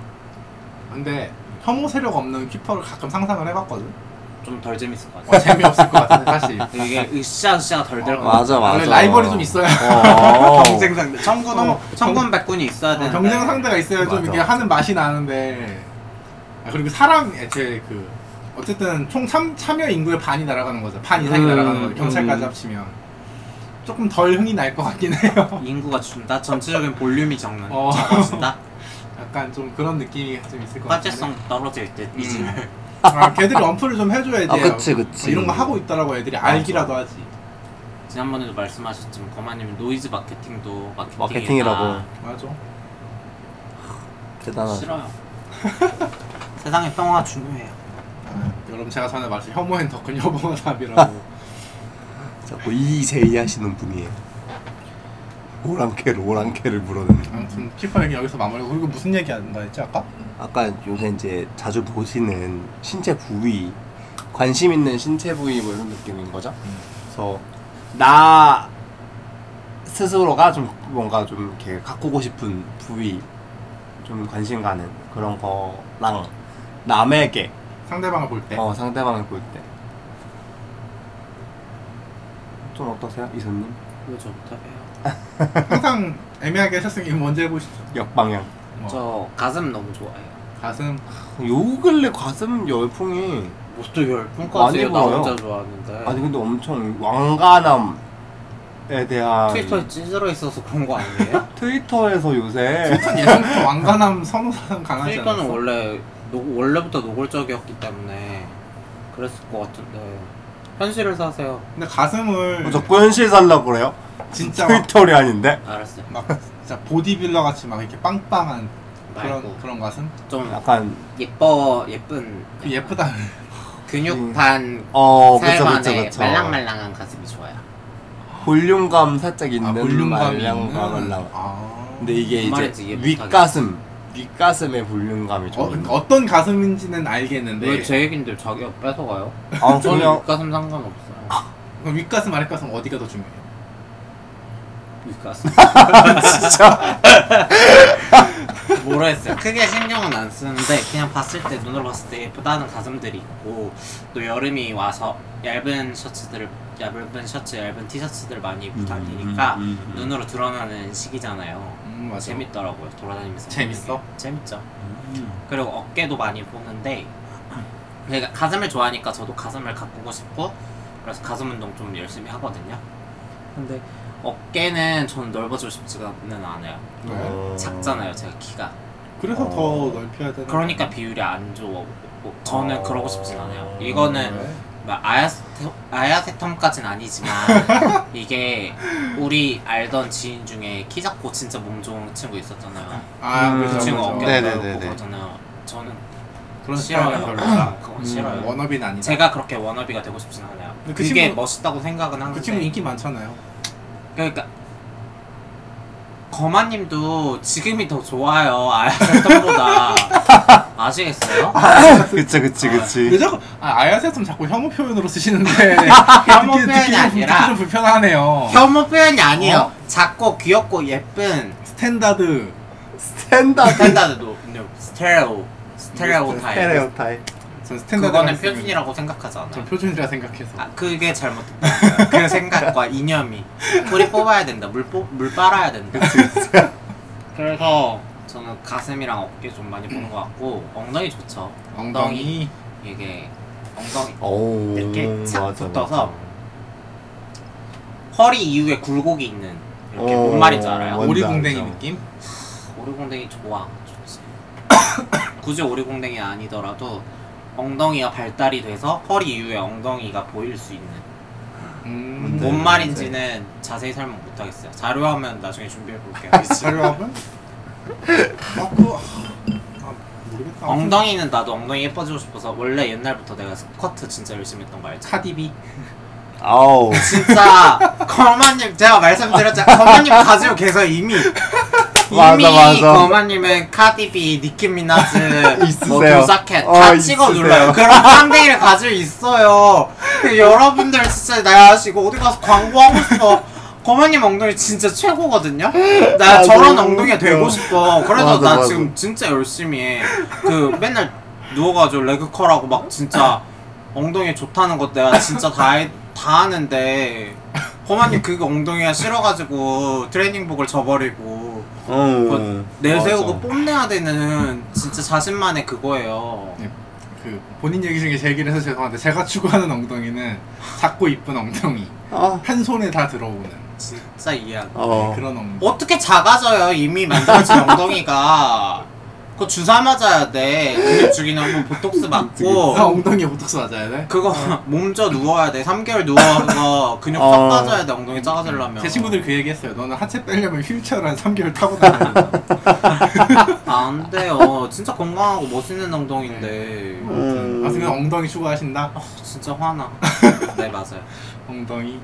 [SPEAKER 3] 근데 혐오 세력 없는 키퍼를 가끔 상상을 해봤거든.
[SPEAKER 2] 좀 덜 재밌을 것 같아.
[SPEAKER 3] 어, 재미없을 것 같은데 사실.
[SPEAKER 2] 이게 으쌰으쌰 덜 될 것 같아.
[SPEAKER 1] 어. 맞아 맞아
[SPEAKER 3] 원래 라이벌이 좀 있어야
[SPEAKER 1] 어.
[SPEAKER 2] 경쟁 상대 청군
[SPEAKER 3] 어,
[SPEAKER 2] 청군 백군이 있어야
[SPEAKER 3] 어,
[SPEAKER 2] 되는데
[SPEAKER 3] 경쟁 상대가 있어야 좀
[SPEAKER 1] 맞아.
[SPEAKER 3] 이렇게 하는 맛이 나는데. 아, 그리고 사람 애초에 그 어쨌든 총 참, 참여 인구의 반이 날아가는 거죠. 반 이상이
[SPEAKER 1] 음,
[SPEAKER 3] 날아가는
[SPEAKER 1] 음.
[SPEAKER 3] 거죠. 경찰까지 합치면 조금 덜 흥이 날 것 같긴 해요.
[SPEAKER 2] 인구가 준다 전체적인 볼륨이 적는
[SPEAKER 3] 어.
[SPEAKER 2] 적어진다
[SPEAKER 3] 약간 좀 그런 느낌이 좀 있을 것 같아요.
[SPEAKER 2] 화제성 떨어질 때 이제
[SPEAKER 3] 아, 걔들이 언플을 좀 해줘야지.
[SPEAKER 1] 아, 그치, 그치.
[SPEAKER 3] 뭐 이런 거 하고 있다라고 애들이 알기라도 하지.
[SPEAKER 2] 지난번에도 말씀하셨지만 거마님 노이즈 마케팅도 마케팅이다.
[SPEAKER 1] 마케팅이라고.
[SPEAKER 3] 맞아.
[SPEAKER 1] 대단하죠
[SPEAKER 2] 싫어요 세상에 평화가 중요해요
[SPEAKER 3] 여러분 제가 전에 말씀 혐오엔 더큰 여보가 답이라고.
[SPEAKER 1] 자꾸 이 제이 하시는 분이에요 오랑캐를 오랑캐를 물어내는
[SPEAKER 3] 아무튼 키퍼 얘기 여기서 마무리하고 그리고 무슨 얘기 한다 했지 아까?
[SPEAKER 1] 아까 요새 이제 자주 보시는 신체 부위 관심 있는 신체 부위 뭐 이런 느낌인 거죠.
[SPEAKER 2] 음.
[SPEAKER 1] 그래서 나 스스로가 좀 뭔가 좀 이렇게 가꾸고 싶은 부위 좀 관심 가는 그런 거랑 남에게
[SPEAKER 3] 상대방을 볼
[SPEAKER 2] 네.
[SPEAKER 3] 때.
[SPEAKER 1] 어, 상대방을 볼 때. 좀 어떠세요, 이선님?
[SPEAKER 2] 왜 저부터 해요?
[SPEAKER 3] 항상 애매하게 하셨으니 이거 먼저 해보시죠.
[SPEAKER 1] 역방향.
[SPEAKER 3] 뭐,
[SPEAKER 2] 저 가슴 너무 좋아해요
[SPEAKER 3] 가슴
[SPEAKER 1] 요 근래 가슴 열풍이
[SPEAKER 2] 뭐또
[SPEAKER 1] 많이
[SPEAKER 2] 열풍까지 나
[SPEAKER 1] 불어요.
[SPEAKER 2] 혼자 좋아하는데
[SPEAKER 1] 아니 근데 엄청 왕가남에 대한
[SPEAKER 2] 트위터에 찌들어 있어서 그런 거 아니에요?
[SPEAKER 1] 트위터에서 요새
[SPEAKER 3] 전 예전부터 왕관함 선호사는 강하지
[SPEAKER 2] 트위터는
[SPEAKER 3] 않았어?
[SPEAKER 2] 원래 노, 원래부터 노골적이었기 때문에 그랬을 것 같은데 현실을 사세요
[SPEAKER 3] 근데 가슴을
[SPEAKER 1] 자꾸 현실 뭐 살라 그래요?
[SPEAKER 3] 진짜 막,
[SPEAKER 1] 트위터리 아닌데?
[SPEAKER 2] 알았어요
[SPEAKER 3] 막 진짜 보디빌러 같이 막 이렇게 빵빵한
[SPEAKER 2] 말고
[SPEAKER 1] 아.
[SPEAKER 3] 그런 그런 가슴?
[SPEAKER 2] 좀
[SPEAKER 1] 약간
[SPEAKER 2] 예뻐 예쁜
[SPEAKER 3] 그 예쁘다.
[SPEAKER 2] 근육 반
[SPEAKER 1] 네. 어 그쵸 그쵸
[SPEAKER 2] 살만의
[SPEAKER 1] 그쵸
[SPEAKER 2] 말랑말랑한 가슴이 좋아요.
[SPEAKER 1] 볼륨감 살짝 있는
[SPEAKER 3] 아, 볼륨감이
[SPEAKER 1] 말랑과
[SPEAKER 3] 있는?
[SPEAKER 1] 말랑
[SPEAKER 3] 아.
[SPEAKER 1] 근데 이게
[SPEAKER 2] 뭔
[SPEAKER 1] 이제
[SPEAKER 2] 말인지 이해 못하겠어.
[SPEAKER 1] 윗가슴 윗가슴의 볼륨감이
[SPEAKER 3] 어,
[SPEAKER 1] 좋은
[SPEAKER 3] 그러니까 어떤 가슴인지는 알겠는데
[SPEAKER 2] 왜 제 얘긴데 자기가 뺏어가요?
[SPEAKER 1] 아
[SPEAKER 2] 저는
[SPEAKER 1] 전혀
[SPEAKER 2] 윗가슴 상관없어요.
[SPEAKER 3] 그럼 윗가슴 아랫가슴 어디가 더 중요해요?
[SPEAKER 2] 윗가슴. 진짜. 뭐라 했어요? 크게 신경은 안 쓰는데 그냥 봤을 때 눈으로 봤을 때 예쁘다는 가슴들이 있고 또 여름이 와서 얇은 셔츠들을 얇은 셔츠 얇은 티셔츠들 많이 입고 다니니까
[SPEAKER 1] 음, 음, 음.
[SPEAKER 2] 눈으로 드러나는 시기잖아요.
[SPEAKER 3] 음 맞아
[SPEAKER 2] 재밌더라고요 돌아다니면서
[SPEAKER 3] 재밌어?
[SPEAKER 2] 보는 게. 재밌죠
[SPEAKER 1] 음.
[SPEAKER 2] 그리고 어깨도 많이 보는데 그러니까 가슴을 좋아하니까 저도 가슴을 가꾸고 싶고 그래서 가슴 운동 좀 열심히 하거든요 근데 어깨는 저는 넓어지고 싶지는 않아요
[SPEAKER 3] 왜?
[SPEAKER 1] 어.
[SPEAKER 2] 작잖아요 제가 키가
[SPEAKER 3] 그래서
[SPEAKER 1] 어.
[SPEAKER 3] 더 넓혀야 되는
[SPEAKER 2] 그러니까 비율이 안 좋고 저는
[SPEAKER 1] 어. 음.
[SPEAKER 2] 그러고 싶진 않아요
[SPEAKER 3] 거야.
[SPEAKER 2] 이거는
[SPEAKER 3] 왜?
[SPEAKER 2] 막 아야세톰, 아야세톰까진 아니지만 이게 우리 알던 지인 중에 키 작고 진짜 몸 좋은 친구 있었잖아요
[SPEAKER 3] 아
[SPEAKER 1] 음,
[SPEAKER 3] 그렇죠
[SPEAKER 2] 그 친구
[SPEAKER 3] 그렇죠.
[SPEAKER 2] 어깨
[SPEAKER 1] 네,
[SPEAKER 2] 넓고
[SPEAKER 1] 네네네.
[SPEAKER 2] 그거잖아요 저는
[SPEAKER 3] 그런
[SPEAKER 2] 싫어요.
[SPEAKER 3] 스타일은 그러니까. 별로다 음,
[SPEAKER 2] 그건 싫어요.
[SPEAKER 3] 워너비는 아니다
[SPEAKER 2] 음, 제가 그렇게 워너비가 되고 싶진 않아요.
[SPEAKER 3] 근데 그
[SPEAKER 2] 그게
[SPEAKER 3] 친구-
[SPEAKER 2] 멋있다고 생각은 하는데.
[SPEAKER 3] 그 친구 인기 많잖아요
[SPEAKER 2] 그러니까 거마님도 지금이 더 좋아요. 아야스톰보다 아시겠어요?
[SPEAKER 1] 그치 그치
[SPEAKER 3] 왜
[SPEAKER 1] 그치
[SPEAKER 3] 자꾸 아, 아야세톰 자꾸 혐오 표현으로 쓰시는데
[SPEAKER 2] 혐오
[SPEAKER 3] 듣기- 듣기
[SPEAKER 2] 표현이
[SPEAKER 3] 좀-
[SPEAKER 2] 아니라
[SPEAKER 3] 듣기 좀 불편하네요
[SPEAKER 2] 혐오 표현이 아니에요.
[SPEAKER 3] 어?
[SPEAKER 2] 작고 귀엽고 예쁜
[SPEAKER 3] 스탠다드 아, 네.
[SPEAKER 1] 스탠다드
[SPEAKER 2] 스탠다드 스테레오 스테레오 타입.
[SPEAKER 1] 스테레오 타입
[SPEAKER 3] 전 스탠다드
[SPEAKER 2] 그거는 표준이라고 생각하지
[SPEAKER 3] 전
[SPEAKER 2] 않아요.
[SPEAKER 3] 표준이라 생각해서
[SPEAKER 2] 아, 그게 잘못됐다. 그 생각과 이념이 뿌리 뽑아야 된다. 물, 뽑, 물 빨아야 된다. 그래서 저는 가슴이랑 어깨 좀 많이 보는 것 같고 엉덩이 좋죠.
[SPEAKER 3] 엉덩이
[SPEAKER 2] 이게 엉덩이
[SPEAKER 1] 오
[SPEAKER 2] 이렇게 착
[SPEAKER 1] 맞아,
[SPEAKER 2] 붙어서
[SPEAKER 1] 맞아.
[SPEAKER 2] 어, 허리 이후에 굴곡이 있는 이렇게
[SPEAKER 1] 어,
[SPEAKER 2] 뭔 말인지 알아요?
[SPEAKER 1] 뭔지
[SPEAKER 3] 오리공댕이
[SPEAKER 1] 알죠.
[SPEAKER 3] 느낌?
[SPEAKER 2] 오리공댕이 좋아. 좋지. 굳이 오리공댕이 아니더라도 엉덩이가 발달이 돼서 허리 이후에 엉덩이가 보일 수 있는
[SPEAKER 3] 음...
[SPEAKER 1] 네,
[SPEAKER 2] 뭔 말인지는 자세히 설명 못하겠어요. 자료하면 나중에 준비해 볼게요.
[SPEAKER 3] 자료함은? 나도 아, 모르겠다
[SPEAKER 2] 엉덩이는 나도 엉덩이 예뻐지고 싶어서 원래 옛날부터 내가 스쿼트 진짜 열심히 했던 거 알지?
[SPEAKER 1] 아,
[SPEAKER 3] 카디비
[SPEAKER 2] 어.
[SPEAKER 1] 아우
[SPEAKER 2] 진짜 거마님 제가 말씀드렸잖아요. 거마님 가지고 계속 이미
[SPEAKER 1] 맞아,
[SPEAKER 2] 이미
[SPEAKER 1] 맞아.
[SPEAKER 2] 거마님은 카디비, 니키미나즈, 뭐
[SPEAKER 1] 있으세요.
[SPEAKER 2] 도사켓
[SPEAKER 1] 어,
[SPEAKER 2] 다 찍어
[SPEAKER 1] 있으세요.
[SPEAKER 2] 눌러요. 그런 상대를 가지고 있어요. 근데 여러분들 진짜 나 아시고 어디 가서 광고하고 싶어. 거마님 엉덩이 진짜 최고거든요. 나
[SPEAKER 1] 아,
[SPEAKER 2] 저런
[SPEAKER 1] 너무
[SPEAKER 2] 엉덩이가
[SPEAKER 1] 웃겨.
[SPEAKER 2] 되고 싶어. 그래서
[SPEAKER 1] 맞아,
[SPEAKER 2] 나
[SPEAKER 1] 맞아.
[SPEAKER 2] 지금 진짜 열심히 해. 그 맨날 누워가지고 레그컬하고 막 진짜 엉덩이 좋다는 것 내가 진짜 다, 해- 다 하는데 거마님 그거 엉덩이가 싫어가지고 트레이닝복을 져버리고
[SPEAKER 1] 어
[SPEAKER 2] 내세우고 뽐내야 되는 진짜 자신만의 그거예요
[SPEAKER 3] 그 본인 얘기 중에 제 얘기를 해서 죄송한데 제가 추구하는 엉덩이는 작고 이쁜 엉덩이
[SPEAKER 1] 아,
[SPEAKER 3] 한 손에 다 들어오는
[SPEAKER 2] 진짜 이해하고
[SPEAKER 1] 어
[SPEAKER 3] 그런 엉덩이
[SPEAKER 2] 어떻게 작아져요 이미 만들어진 엉덩이가 그거 주사 맞아야 돼 근육 죽이는 건 보톡스 맞고
[SPEAKER 3] 아, 엉덩이에 보톡스 맞아야 돼?
[SPEAKER 2] 그거 몸져 누워야 돼 3개월 누워서 근육
[SPEAKER 1] 어.
[SPEAKER 2] 싹 빠져야 돼 엉덩이 작아지려면
[SPEAKER 3] 제 친구들 그 얘기 했어요 너는 하체 빼려면 휠체어를 한 3개월 타고 다녀야 아, 된다
[SPEAKER 2] 아, 안 돼요 진짜 건강하고 멋있는 엉덩이인데
[SPEAKER 1] 음.
[SPEAKER 3] 아 지금 엉덩이 추구하신다?
[SPEAKER 2] 어. 진짜 화나. 네 맞아요.
[SPEAKER 3] 엉덩이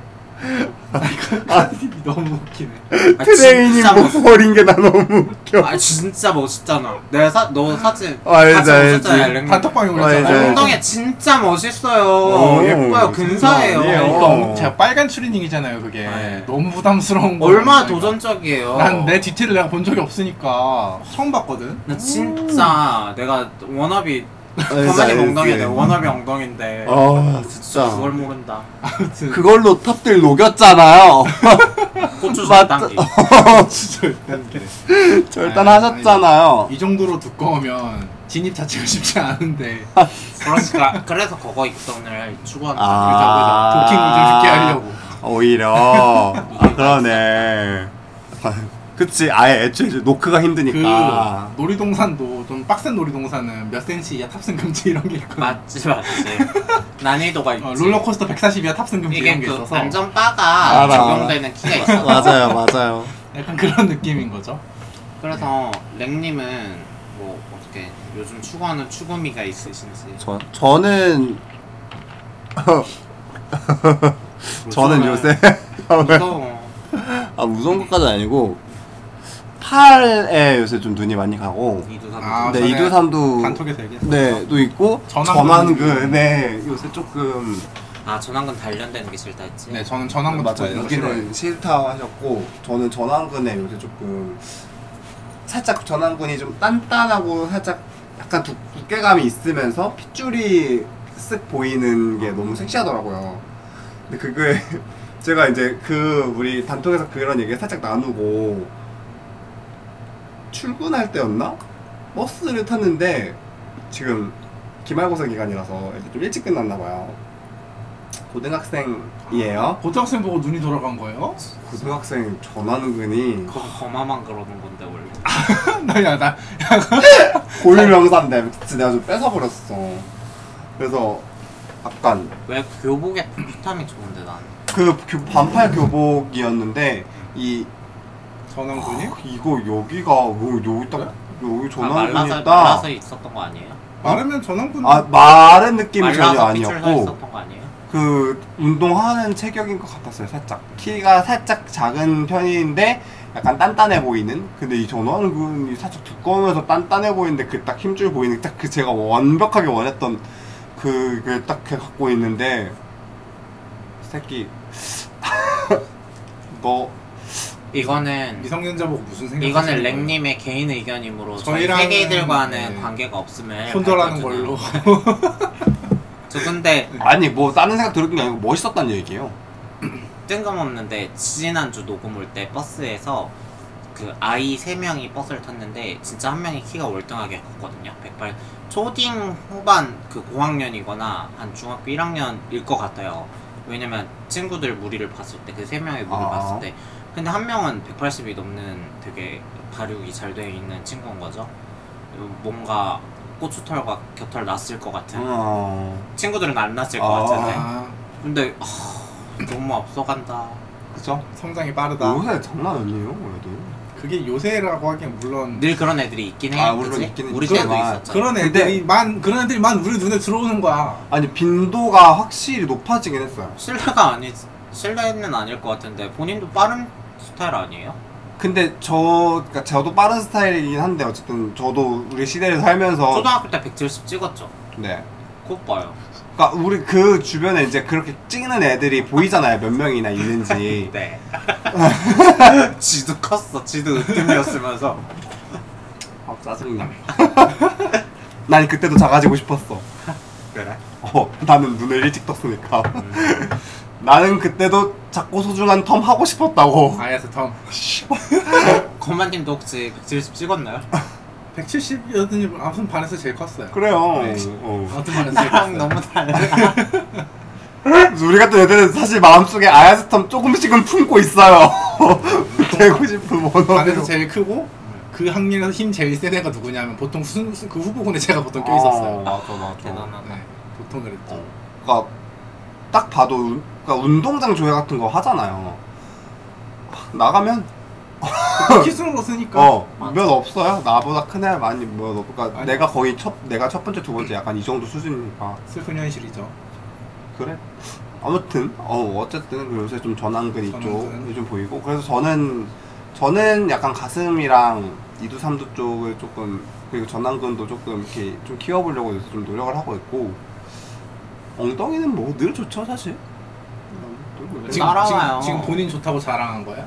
[SPEAKER 3] 아 이거 카디비 너무 웃기네
[SPEAKER 2] 아,
[SPEAKER 1] 트레이닝 뭐
[SPEAKER 2] 진짜 멋.
[SPEAKER 1] 못 버린 게 나 너무 웃겨
[SPEAKER 2] 아 진짜 멋있잖아. 내가 사, 너 사진
[SPEAKER 1] 아, 알지,
[SPEAKER 2] 같이
[SPEAKER 1] 알지.
[SPEAKER 2] 오셨잖아 엘렌.
[SPEAKER 3] 단톡방에
[SPEAKER 1] 아, 알지, 알지.
[SPEAKER 3] 올렸잖아요
[SPEAKER 2] 어, 엉덩이 진짜 멋있어요.
[SPEAKER 1] 오,
[SPEAKER 2] 예뻐요. 근사해요.
[SPEAKER 1] 아니에요.
[SPEAKER 3] 그러니까
[SPEAKER 1] 어.
[SPEAKER 3] 엉- 제가 빨간 추리닝이잖아요 그게
[SPEAKER 2] 네.
[SPEAKER 3] 너무 부담스러운 거예요,
[SPEAKER 2] 얼마나
[SPEAKER 3] 엉덩이가.
[SPEAKER 2] 도전적이에요.
[SPEAKER 3] 난 내 디테일을 내가 본 적이 없으니까 처음 봤거든.
[SPEAKER 2] 나 진짜 내가 원업이
[SPEAKER 1] 아, 알지,
[SPEAKER 2] 가만히
[SPEAKER 1] 알지.
[SPEAKER 2] 엉덩이야. 내가 원업이 엉덩인데.
[SPEAKER 1] 아 진짜
[SPEAKER 2] 그걸 모른다.
[SPEAKER 3] 아무튼
[SPEAKER 1] 그걸로 탑들 녹였잖아요
[SPEAKER 2] 고추
[SPEAKER 1] 맞다.
[SPEAKER 2] 절단기.
[SPEAKER 3] 진짜 웃긴데.
[SPEAKER 1] 절단
[SPEAKER 3] 아,
[SPEAKER 1] 하셨잖아요
[SPEAKER 3] 이 정도로 두꺼우면 진입 자체가 쉽지 않은데
[SPEAKER 2] 그러니까 그래서 거거 입성을 추구한다.
[SPEAKER 1] 아.
[SPEAKER 3] 도킹을 좀 쉽게 하려고.
[SPEAKER 1] 오히려 아, 그러네 아, 그치 아예 애초에 이제 노크가
[SPEAKER 3] 그
[SPEAKER 2] 그러니까.
[SPEAKER 1] 힘드니까
[SPEAKER 3] 놀이동산도 좀 빡센 놀이동산은 몇 센치 이하 탑승 금지 이런 게 있거든.
[SPEAKER 2] 맞지 맞지. 난이도가 있지.
[SPEAKER 3] 어, 롤러코스터 140 이하 탑승 금지
[SPEAKER 2] 이게
[SPEAKER 3] 이런 게
[SPEAKER 2] 그
[SPEAKER 3] 있어서
[SPEAKER 2] 안전바가
[SPEAKER 1] 알아,
[SPEAKER 2] 적용되는 키가 있어.
[SPEAKER 1] 맞아요 맞아요
[SPEAKER 3] 약간 그런 느낌인 거죠.
[SPEAKER 2] 그래서
[SPEAKER 1] 네.
[SPEAKER 2] 랭님은 뭐 어떻게 요즘 추구하는 추구미가 있으신지.
[SPEAKER 1] 저, 저는 저는 요새
[SPEAKER 2] 무서워.
[SPEAKER 1] 아 무서운 것까지는 아니고 팔에 요새 좀 눈이 많이 가고
[SPEAKER 2] 이두산.
[SPEAKER 3] 아,
[SPEAKER 1] 네
[SPEAKER 3] 전에
[SPEAKER 1] 이두산도
[SPEAKER 3] 단톡에서 얘기했어.
[SPEAKER 1] 네도 있고
[SPEAKER 3] 전완근.
[SPEAKER 1] 전완근 네 요새 조금
[SPEAKER 2] 아 전환근 단련되는 게 싫다 했지.
[SPEAKER 3] 네, 저는 전환
[SPEAKER 1] 맞아요
[SPEAKER 2] 네.
[SPEAKER 1] 여기는 싫다 하셨고 저는 전완근에 요새 조금 살짝 전완근이 좀 단단하고 살짝 약간 두, 두께감이 있으면서 핏줄이 쓱 보이는 게 너무 섹시하더라고요 근데 그게 제가 이제 그 우리 단톡에서 그런 얘기 살짝 나누고 출근할 때였나 버스를 탔는데 지금 기말고사 기간이라서 이제 좀 일찍 끝났나 봐요 고등학생이에요
[SPEAKER 3] 고등학생 보고 눈이 돌아간 거예요?
[SPEAKER 1] 고등학생 전환근이
[SPEAKER 2] 그거 거마만 그러는 건데 원래.
[SPEAKER 3] 나야 나
[SPEAKER 1] 고유명사인데 그치, 내가 좀 뺏어버렸어 그래서 약간
[SPEAKER 2] 왜 교복에 비타민 좋은데 아, 나는.
[SPEAKER 1] 그 교- 반팔 교복이었는데 이
[SPEAKER 3] 전환 근이
[SPEAKER 1] 아, 이거 여기가 뭐 여기 딱 여기
[SPEAKER 2] 아, 말라서
[SPEAKER 1] 전환근이 딱
[SPEAKER 2] 말라서 있었던 거 아니에요?
[SPEAKER 3] 마르면 전환 근.
[SPEAKER 1] 아, 마른 느낌이 전혀
[SPEAKER 2] 말라서 핏줄 서
[SPEAKER 1] 아니었고
[SPEAKER 2] 있었던 거 아니에요?
[SPEAKER 1] 그 운동하는 체격인 것 같았어요 살짝 키가 살짝 작은 편인데 약간 단단해 보이는 근데 이 전원근이 살짝 두꺼우면서 단단해 보이는데 그 딱 힘줄 보이는 딱 그 제가 완벽하게 원했던 그게 딱 이렇게 갖고 있는데 새끼 너
[SPEAKER 2] 이거는
[SPEAKER 3] 미성년자 보고 무슨 생각?
[SPEAKER 2] 이거는 랭님의 개인 의견이므로 저희
[SPEAKER 3] 저희랑은-
[SPEAKER 2] 세계인들과는
[SPEAKER 3] 네.
[SPEAKER 2] 관계가 없음을
[SPEAKER 3] 손절하는
[SPEAKER 2] 밝혀주는.
[SPEAKER 3] 걸로.
[SPEAKER 2] 저 근데
[SPEAKER 1] 아니 뭐 다른 생각 들은 게 아니고 멋있었단 얘기예요
[SPEAKER 2] 뜬금없는데 지난주 녹음 올 때 버스에서 그 아이 세명이 버스를 탔는데 진짜 한 명이 키가 월등하게 컸거든요 108 초딩 후반 그 고학년이거나 한 중학교 1학년일 것 같아요 왜냐면 친구들 무리를 봤을 때 그 세명의 무리를
[SPEAKER 1] 아.
[SPEAKER 2] 봤을 때 근데 한 명은 180이 넘는 되게 발육이 잘 돼 있는 친구인 거죠 뭔가 고추털과 곁털 났을 것 같은
[SPEAKER 1] 어
[SPEAKER 2] 친구들은 안 났을
[SPEAKER 1] 아.
[SPEAKER 2] 것 같은데
[SPEAKER 3] 아
[SPEAKER 2] 근데 아, 너무 앞서간다
[SPEAKER 1] 그죠?
[SPEAKER 3] 성장이 빠르다.
[SPEAKER 2] 뭐?
[SPEAKER 1] 요새 장난 아니에요 그래도
[SPEAKER 3] 그게 요새라고 하기엔 물론
[SPEAKER 2] 늘 그런 애들이 있긴 해.
[SPEAKER 1] 아, 물론
[SPEAKER 2] 그치?
[SPEAKER 1] 있기는
[SPEAKER 2] 우리
[SPEAKER 1] 있지만
[SPEAKER 2] 때도 있었잖아.
[SPEAKER 3] 그런
[SPEAKER 1] 근데-
[SPEAKER 3] 애들만 그런 애들만 우리 눈에 들어오는 거야.
[SPEAKER 1] 아니 빈도가 확실히 높아지긴 했어요
[SPEAKER 2] 신뢰가 아니 신뢰는 아닐 것 같은데 본인도 빠른 스타일 아니에요?
[SPEAKER 1] 근데 저 그러니까 저도 빠른 스타일이긴 한데 어쨌든 저도 우리 시대를 살면서
[SPEAKER 2] 초등학교 때 170 찍었죠.
[SPEAKER 1] 네.
[SPEAKER 2] 곧 봐요.
[SPEAKER 1] 그러니까 우리 그 주변에 이제 그렇게 찍는 애들이 보이잖아요. 몇 명이나 있는지.
[SPEAKER 2] 네. 지도 컸어. 지도 으뜸이었으면서.
[SPEAKER 1] 아 짜증나. 난 그때도 작아지고 싶었어.
[SPEAKER 2] 그래.
[SPEAKER 1] 어, 나는 눈을 일찍 떴으니까.
[SPEAKER 3] 음.
[SPEAKER 1] 나는 그때도 작고 소중한 텀 하고 싶었다고.
[SPEAKER 3] 아야서 덤.
[SPEAKER 2] 건만님도 혹시 170 찍었나요?
[SPEAKER 3] 170 여든이 아무튼 반에서 제일 컸어요.
[SPEAKER 1] 그래요.
[SPEAKER 3] 네.
[SPEAKER 1] 어.
[SPEAKER 3] 아무튼 반에서 제일
[SPEAKER 2] 나랑
[SPEAKER 3] 컸어요.
[SPEAKER 2] 너무 달라.
[SPEAKER 1] 우리 같은 애들은 사실 마음속에 아야스 텀 조금씩은 품고 있어요. 되고 싶은
[SPEAKER 3] 반에서
[SPEAKER 1] 원어대로.
[SPEAKER 3] 아, 제일 크고 그 학년에서 힘 제일 센 애가 누구냐면 보통 수, 수, 그 후보군에 제가 보통 껴 있었어요.
[SPEAKER 1] 아, 맞아 맞아.
[SPEAKER 2] 대단하다.
[SPEAKER 3] 네, 보통 그랬죠.
[SPEAKER 1] 어. 그러니까 딱 봐도 운- 그러니까 운동장 조회 같은 거 하잖아요. 나가면
[SPEAKER 3] 키스로 쓰니까
[SPEAKER 1] 어몇 없어요. 나보다 큰 애 많이 몇 없. 그러니까
[SPEAKER 3] 그러니까 아니.
[SPEAKER 1] 내가 거의 첫 내가 첫 번째 두 번째 약간 이 정도 수준이니까
[SPEAKER 3] 슬픈 현실이죠.
[SPEAKER 1] 그래. 아무튼 어 어쨌든 그 요새 좀 전완근이
[SPEAKER 3] 전완근.
[SPEAKER 1] 쪽이 좀 보이고 그래서 저는 저는 약간 가슴이랑 이두삼두 쪽을 조금 그리고 전완근도 조금 이렇게 좀 키워보려고 요새 좀 노력을 하고 있고 엉덩이는 뭐 늘 좋죠 사실.
[SPEAKER 3] 지금,
[SPEAKER 2] 따라와요.
[SPEAKER 3] 지금 지금 본인 좋다고 자랑한 거야?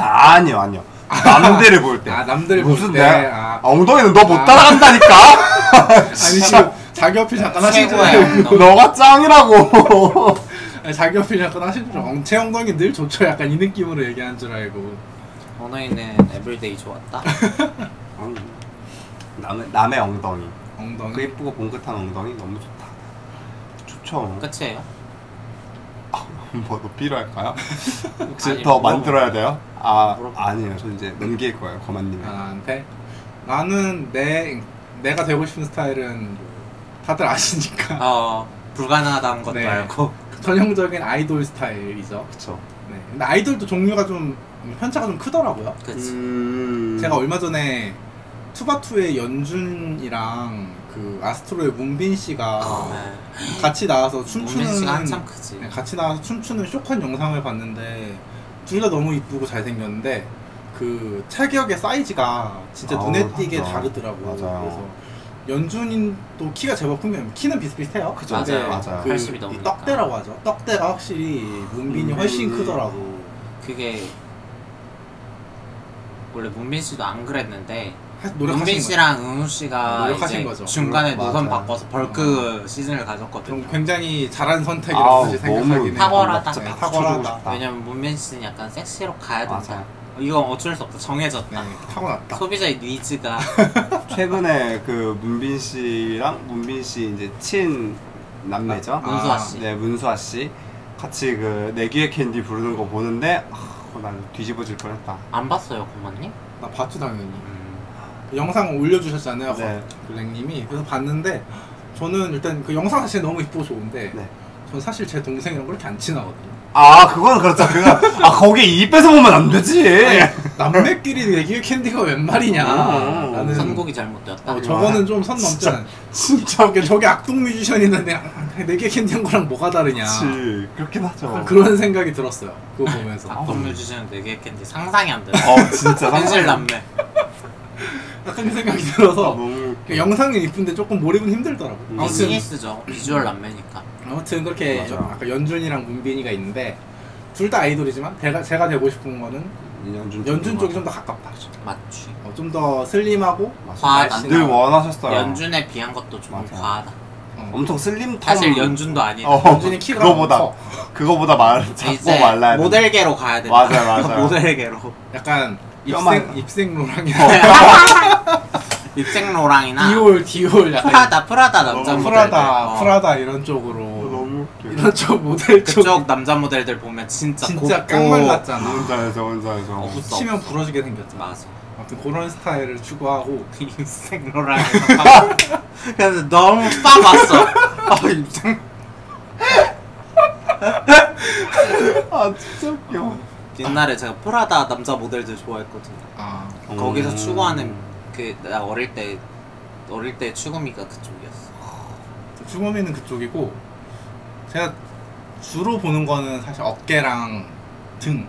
[SPEAKER 1] 아, 아니요 아니요 남들을 볼 때
[SPEAKER 3] 아 남들
[SPEAKER 1] 무슨
[SPEAKER 3] 볼 때.
[SPEAKER 1] 내가
[SPEAKER 3] 아,
[SPEAKER 1] 엉덩이는 너 못
[SPEAKER 3] 아.
[SPEAKER 1] 따라간다니까
[SPEAKER 3] 아니 지금 자기 어필 잠깐 하시죠.
[SPEAKER 2] 최고야.
[SPEAKER 1] 너가 짱이라고
[SPEAKER 3] 아니, 네, 자기 어필 잠깐 하시죠. 엉체 엉덩이 늘 좋죠. 약간 이 느낌으로 얘기한 줄 알고.
[SPEAKER 2] 언어인은 에브리데이 좋았다.
[SPEAKER 1] 남의, 남의 엉덩이 그
[SPEAKER 3] 엉덩이.
[SPEAKER 1] 예쁘고 봉긋한 엉덩이 너무 좋다 좋죠
[SPEAKER 2] 끝이에요.
[SPEAKER 1] 뭐 더 필요할까요? 혹시
[SPEAKER 2] 아니,
[SPEAKER 1] 더
[SPEAKER 2] 물어봐.
[SPEAKER 1] 만들어야 돼요? 아
[SPEAKER 2] 물어봐.
[SPEAKER 1] 아니에요 저 이제 넘길 거예요 거만님
[SPEAKER 2] 아,
[SPEAKER 3] 나한테 나는 내 내가 되고 싶은 스타일은 다들 아시니까
[SPEAKER 2] 어 불가능하다는 것도
[SPEAKER 3] 네.
[SPEAKER 2] 알고.
[SPEAKER 3] 전형적인 아이돌 스타일이죠.
[SPEAKER 1] 그쵸
[SPEAKER 3] 네. 근데 아이돌도 종류가 좀 편차가 좀 크더라고요.
[SPEAKER 2] 그치.
[SPEAKER 1] 음...
[SPEAKER 3] 제가 얼마 전에 투바투의 연준이랑 그 아스트로의 문빈 씨가
[SPEAKER 2] 네.
[SPEAKER 3] 같이 나와서
[SPEAKER 2] 문민
[SPEAKER 3] 춤추는
[SPEAKER 2] 씨가 한참 크지.
[SPEAKER 3] 네, 같이 나와서 춤추는 쇼컷 영상을 봤는데 둘 다 너무 이쁘고 잘생겼는데 그 체격의 사이즈가 진짜
[SPEAKER 1] 아,
[SPEAKER 3] 눈에 띄게
[SPEAKER 1] 맞아.
[SPEAKER 3] 다르더라고.
[SPEAKER 1] 맞아요.
[SPEAKER 3] 그래서 연준인도 키가 제법 크면 키는 비슷비슷해요.
[SPEAKER 1] 그죠.
[SPEAKER 3] 근데
[SPEAKER 1] 맞아요, 맞아요.
[SPEAKER 3] 그
[SPEAKER 2] 80이
[SPEAKER 3] 이
[SPEAKER 2] 넘으니까.
[SPEAKER 3] 떡대라고 하죠. 떡대가 확실히 문빈이 훨씬 크더라고.
[SPEAKER 2] 그게 원래 문민 씨도 안 그랬는데
[SPEAKER 3] 하-
[SPEAKER 2] 문민
[SPEAKER 3] 노력하신 거예요. 아,
[SPEAKER 2] 씨랑 은우 씨가
[SPEAKER 3] 노력하신
[SPEAKER 2] 이제
[SPEAKER 3] 거죠. 음.
[SPEAKER 2] 중간에
[SPEAKER 4] 노력,
[SPEAKER 2] 노선
[SPEAKER 4] 맞아요.
[SPEAKER 2] 바꿔서 벌크 시즌을 가져갔거든요.
[SPEAKER 3] 그럼 굉장히 잘한
[SPEAKER 1] 아우,
[SPEAKER 3] 선택이라고 사실
[SPEAKER 1] 너무
[SPEAKER 3] 생각하긴 해요.
[SPEAKER 2] 탁월하다.
[SPEAKER 3] 네,
[SPEAKER 1] 박수 주고
[SPEAKER 3] 탁월하다.
[SPEAKER 1] 싶다.
[SPEAKER 2] 왜냐면 문민 씨는 약간 섹시로 가야 된다.
[SPEAKER 1] 맞아요.
[SPEAKER 2] 이건 어쩔 수 없다. 정해졌다.
[SPEAKER 3] 네, 타고났다.
[SPEAKER 2] 소비자의 니즈가
[SPEAKER 1] 최근에 그 문빈 씨랑 문빈 씨 이제 친 남매죠.
[SPEAKER 3] 아,
[SPEAKER 2] 문수아 씨.
[SPEAKER 1] 네 문수아 씨 같이 그 내기의 캔디 부르는 거 보는데 아, 그거 난 뒤집어질 뻔했다.
[SPEAKER 2] 안 봤어요, 고모님?
[SPEAKER 3] 나 봤죠 당연히.
[SPEAKER 2] 음.
[SPEAKER 3] 그 영상 올려주셨잖아요.
[SPEAKER 1] 네.
[SPEAKER 3] 블랙님이 그래서 봤는데 저는 일단 그 영상 사실 너무 이쁘고 좋은데
[SPEAKER 1] 네.
[SPEAKER 3] 저는 사실 제 동생이랑 그렇게 안 친하거든요.
[SPEAKER 1] 아 그건 그렇죠. 그건 아 거기 입 뺏어 보면 안 되지.
[SPEAKER 3] 남매끼리 내기의 캔디가 웬 말이냐.
[SPEAKER 1] 음.
[SPEAKER 3] 나는
[SPEAKER 2] 선곡이 잘못되었다.
[SPEAKER 3] 네. 어, 저거는 좀 선
[SPEAKER 1] 진짜.
[SPEAKER 3] 넘잖아.
[SPEAKER 1] 진짜
[SPEAKER 3] 저게 저게 악동 뮤지션인데 아, 내기의 캔디 한 거랑 뭐가 다르냐.
[SPEAKER 1] 그렇지. 그렇긴 하죠.
[SPEAKER 3] 그런 생각이 들었어요. 그거 보면서.
[SPEAKER 1] 아.
[SPEAKER 2] 악동물 주제는 되게 했겠는데 상상이 안 돼.
[SPEAKER 1] 어 진짜
[SPEAKER 2] 현실 남매.
[SPEAKER 3] 약간 그 생각이
[SPEAKER 1] 아,
[SPEAKER 3] 들어서
[SPEAKER 1] 너무
[SPEAKER 3] 그 영상은 이쁜데 조금 몰입은 힘들더라고.
[SPEAKER 1] 음.
[SPEAKER 3] 아무튼
[SPEAKER 2] 어, 비즈니스죠. 비주얼 남매니까.
[SPEAKER 3] 아무튼 그렇게
[SPEAKER 1] 맞아.
[SPEAKER 3] 여- 아까 연준이랑 문빈이가 있는데 둘 다 아이돌이지만 제가 제가 되고 싶은 거는
[SPEAKER 1] 연준
[SPEAKER 3] 연준 쪽이 좀 더 가깝다. 어,
[SPEAKER 2] 맞지.
[SPEAKER 3] 좀 더 슬림하고
[SPEAKER 2] 과하다.
[SPEAKER 1] 아, 늘 원하셨어요.
[SPEAKER 2] 연준에 비한 것도 좀
[SPEAKER 1] 맞아.
[SPEAKER 2] 과하다.
[SPEAKER 1] 엄청 슬림 텀.
[SPEAKER 2] 사실 연준도 아니다.
[SPEAKER 1] 어,
[SPEAKER 3] 어, 연준이 키가
[SPEAKER 1] 그거보다
[SPEAKER 3] 커.
[SPEAKER 1] 그거보다 말 작고
[SPEAKER 2] 이제
[SPEAKER 1] 말라야 돼.
[SPEAKER 2] 모델계로 가야 된다.
[SPEAKER 1] 맞아요, 맞아요.
[SPEAKER 2] 모델계로.
[SPEAKER 3] 어. 약간
[SPEAKER 1] 뼈만-
[SPEAKER 3] 입생 입생로랑
[SPEAKER 2] 입생로랑이나 네.
[SPEAKER 3] 디올 디올 약간
[SPEAKER 2] 프라다 프라다
[SPEAKER 1] 너무
[SPEAKER 2] 남자 모델들.
[SPEAKER 3] 프라다
[SPEAKER 2] 어.
[SPEAKER 3] 프라다 이런 쪽으로
[SPEAKER 1] 어, 너무 웃겨.
[SPEAKER 3] 이런 쪽 모델 쪽
[SPEAKER 2] 그쪽 남자 모델들 보면 진짜
[SPEAKER 3] 진짜
[SPEAKER 2] 곱고-
[SPEAKER 3] 깡말랐잖아.
[SPEAKER 1] 혼자 해서 혼자 해서.
[SPEAKER 2] 어, 없어,
[SPEAKER 3] 치면
[SPEAKER 2] 없어.
[SPEAKER 3] 부러지게 생겼잖아.
[SPEAKER 2] 맞아.
[SPEAKER 3] 아무튼 그런 스타일을 추구하고
[SPEAKER 2] 그 입생로랑에서 그래서 너무 빠봤어. 아 입생
[SPEAKER 1] 아 진짜 웃겨.
[SPEAKER 2] 옛날에 제가 프라다 남자 모델들 좋아했거든요.
[SPEAKER 3] 아
[SPEAKER 2] 거기서
[SPEAKER 1] 음.
[SPEAKER 2] 추구하는 그 나 어릴 때 어릴 때 추구미가 그쪽이었어.
[SPEAKER 3] 주범이는 그쪽이고 제가 주로 보는 거는 사실 어깨랑 등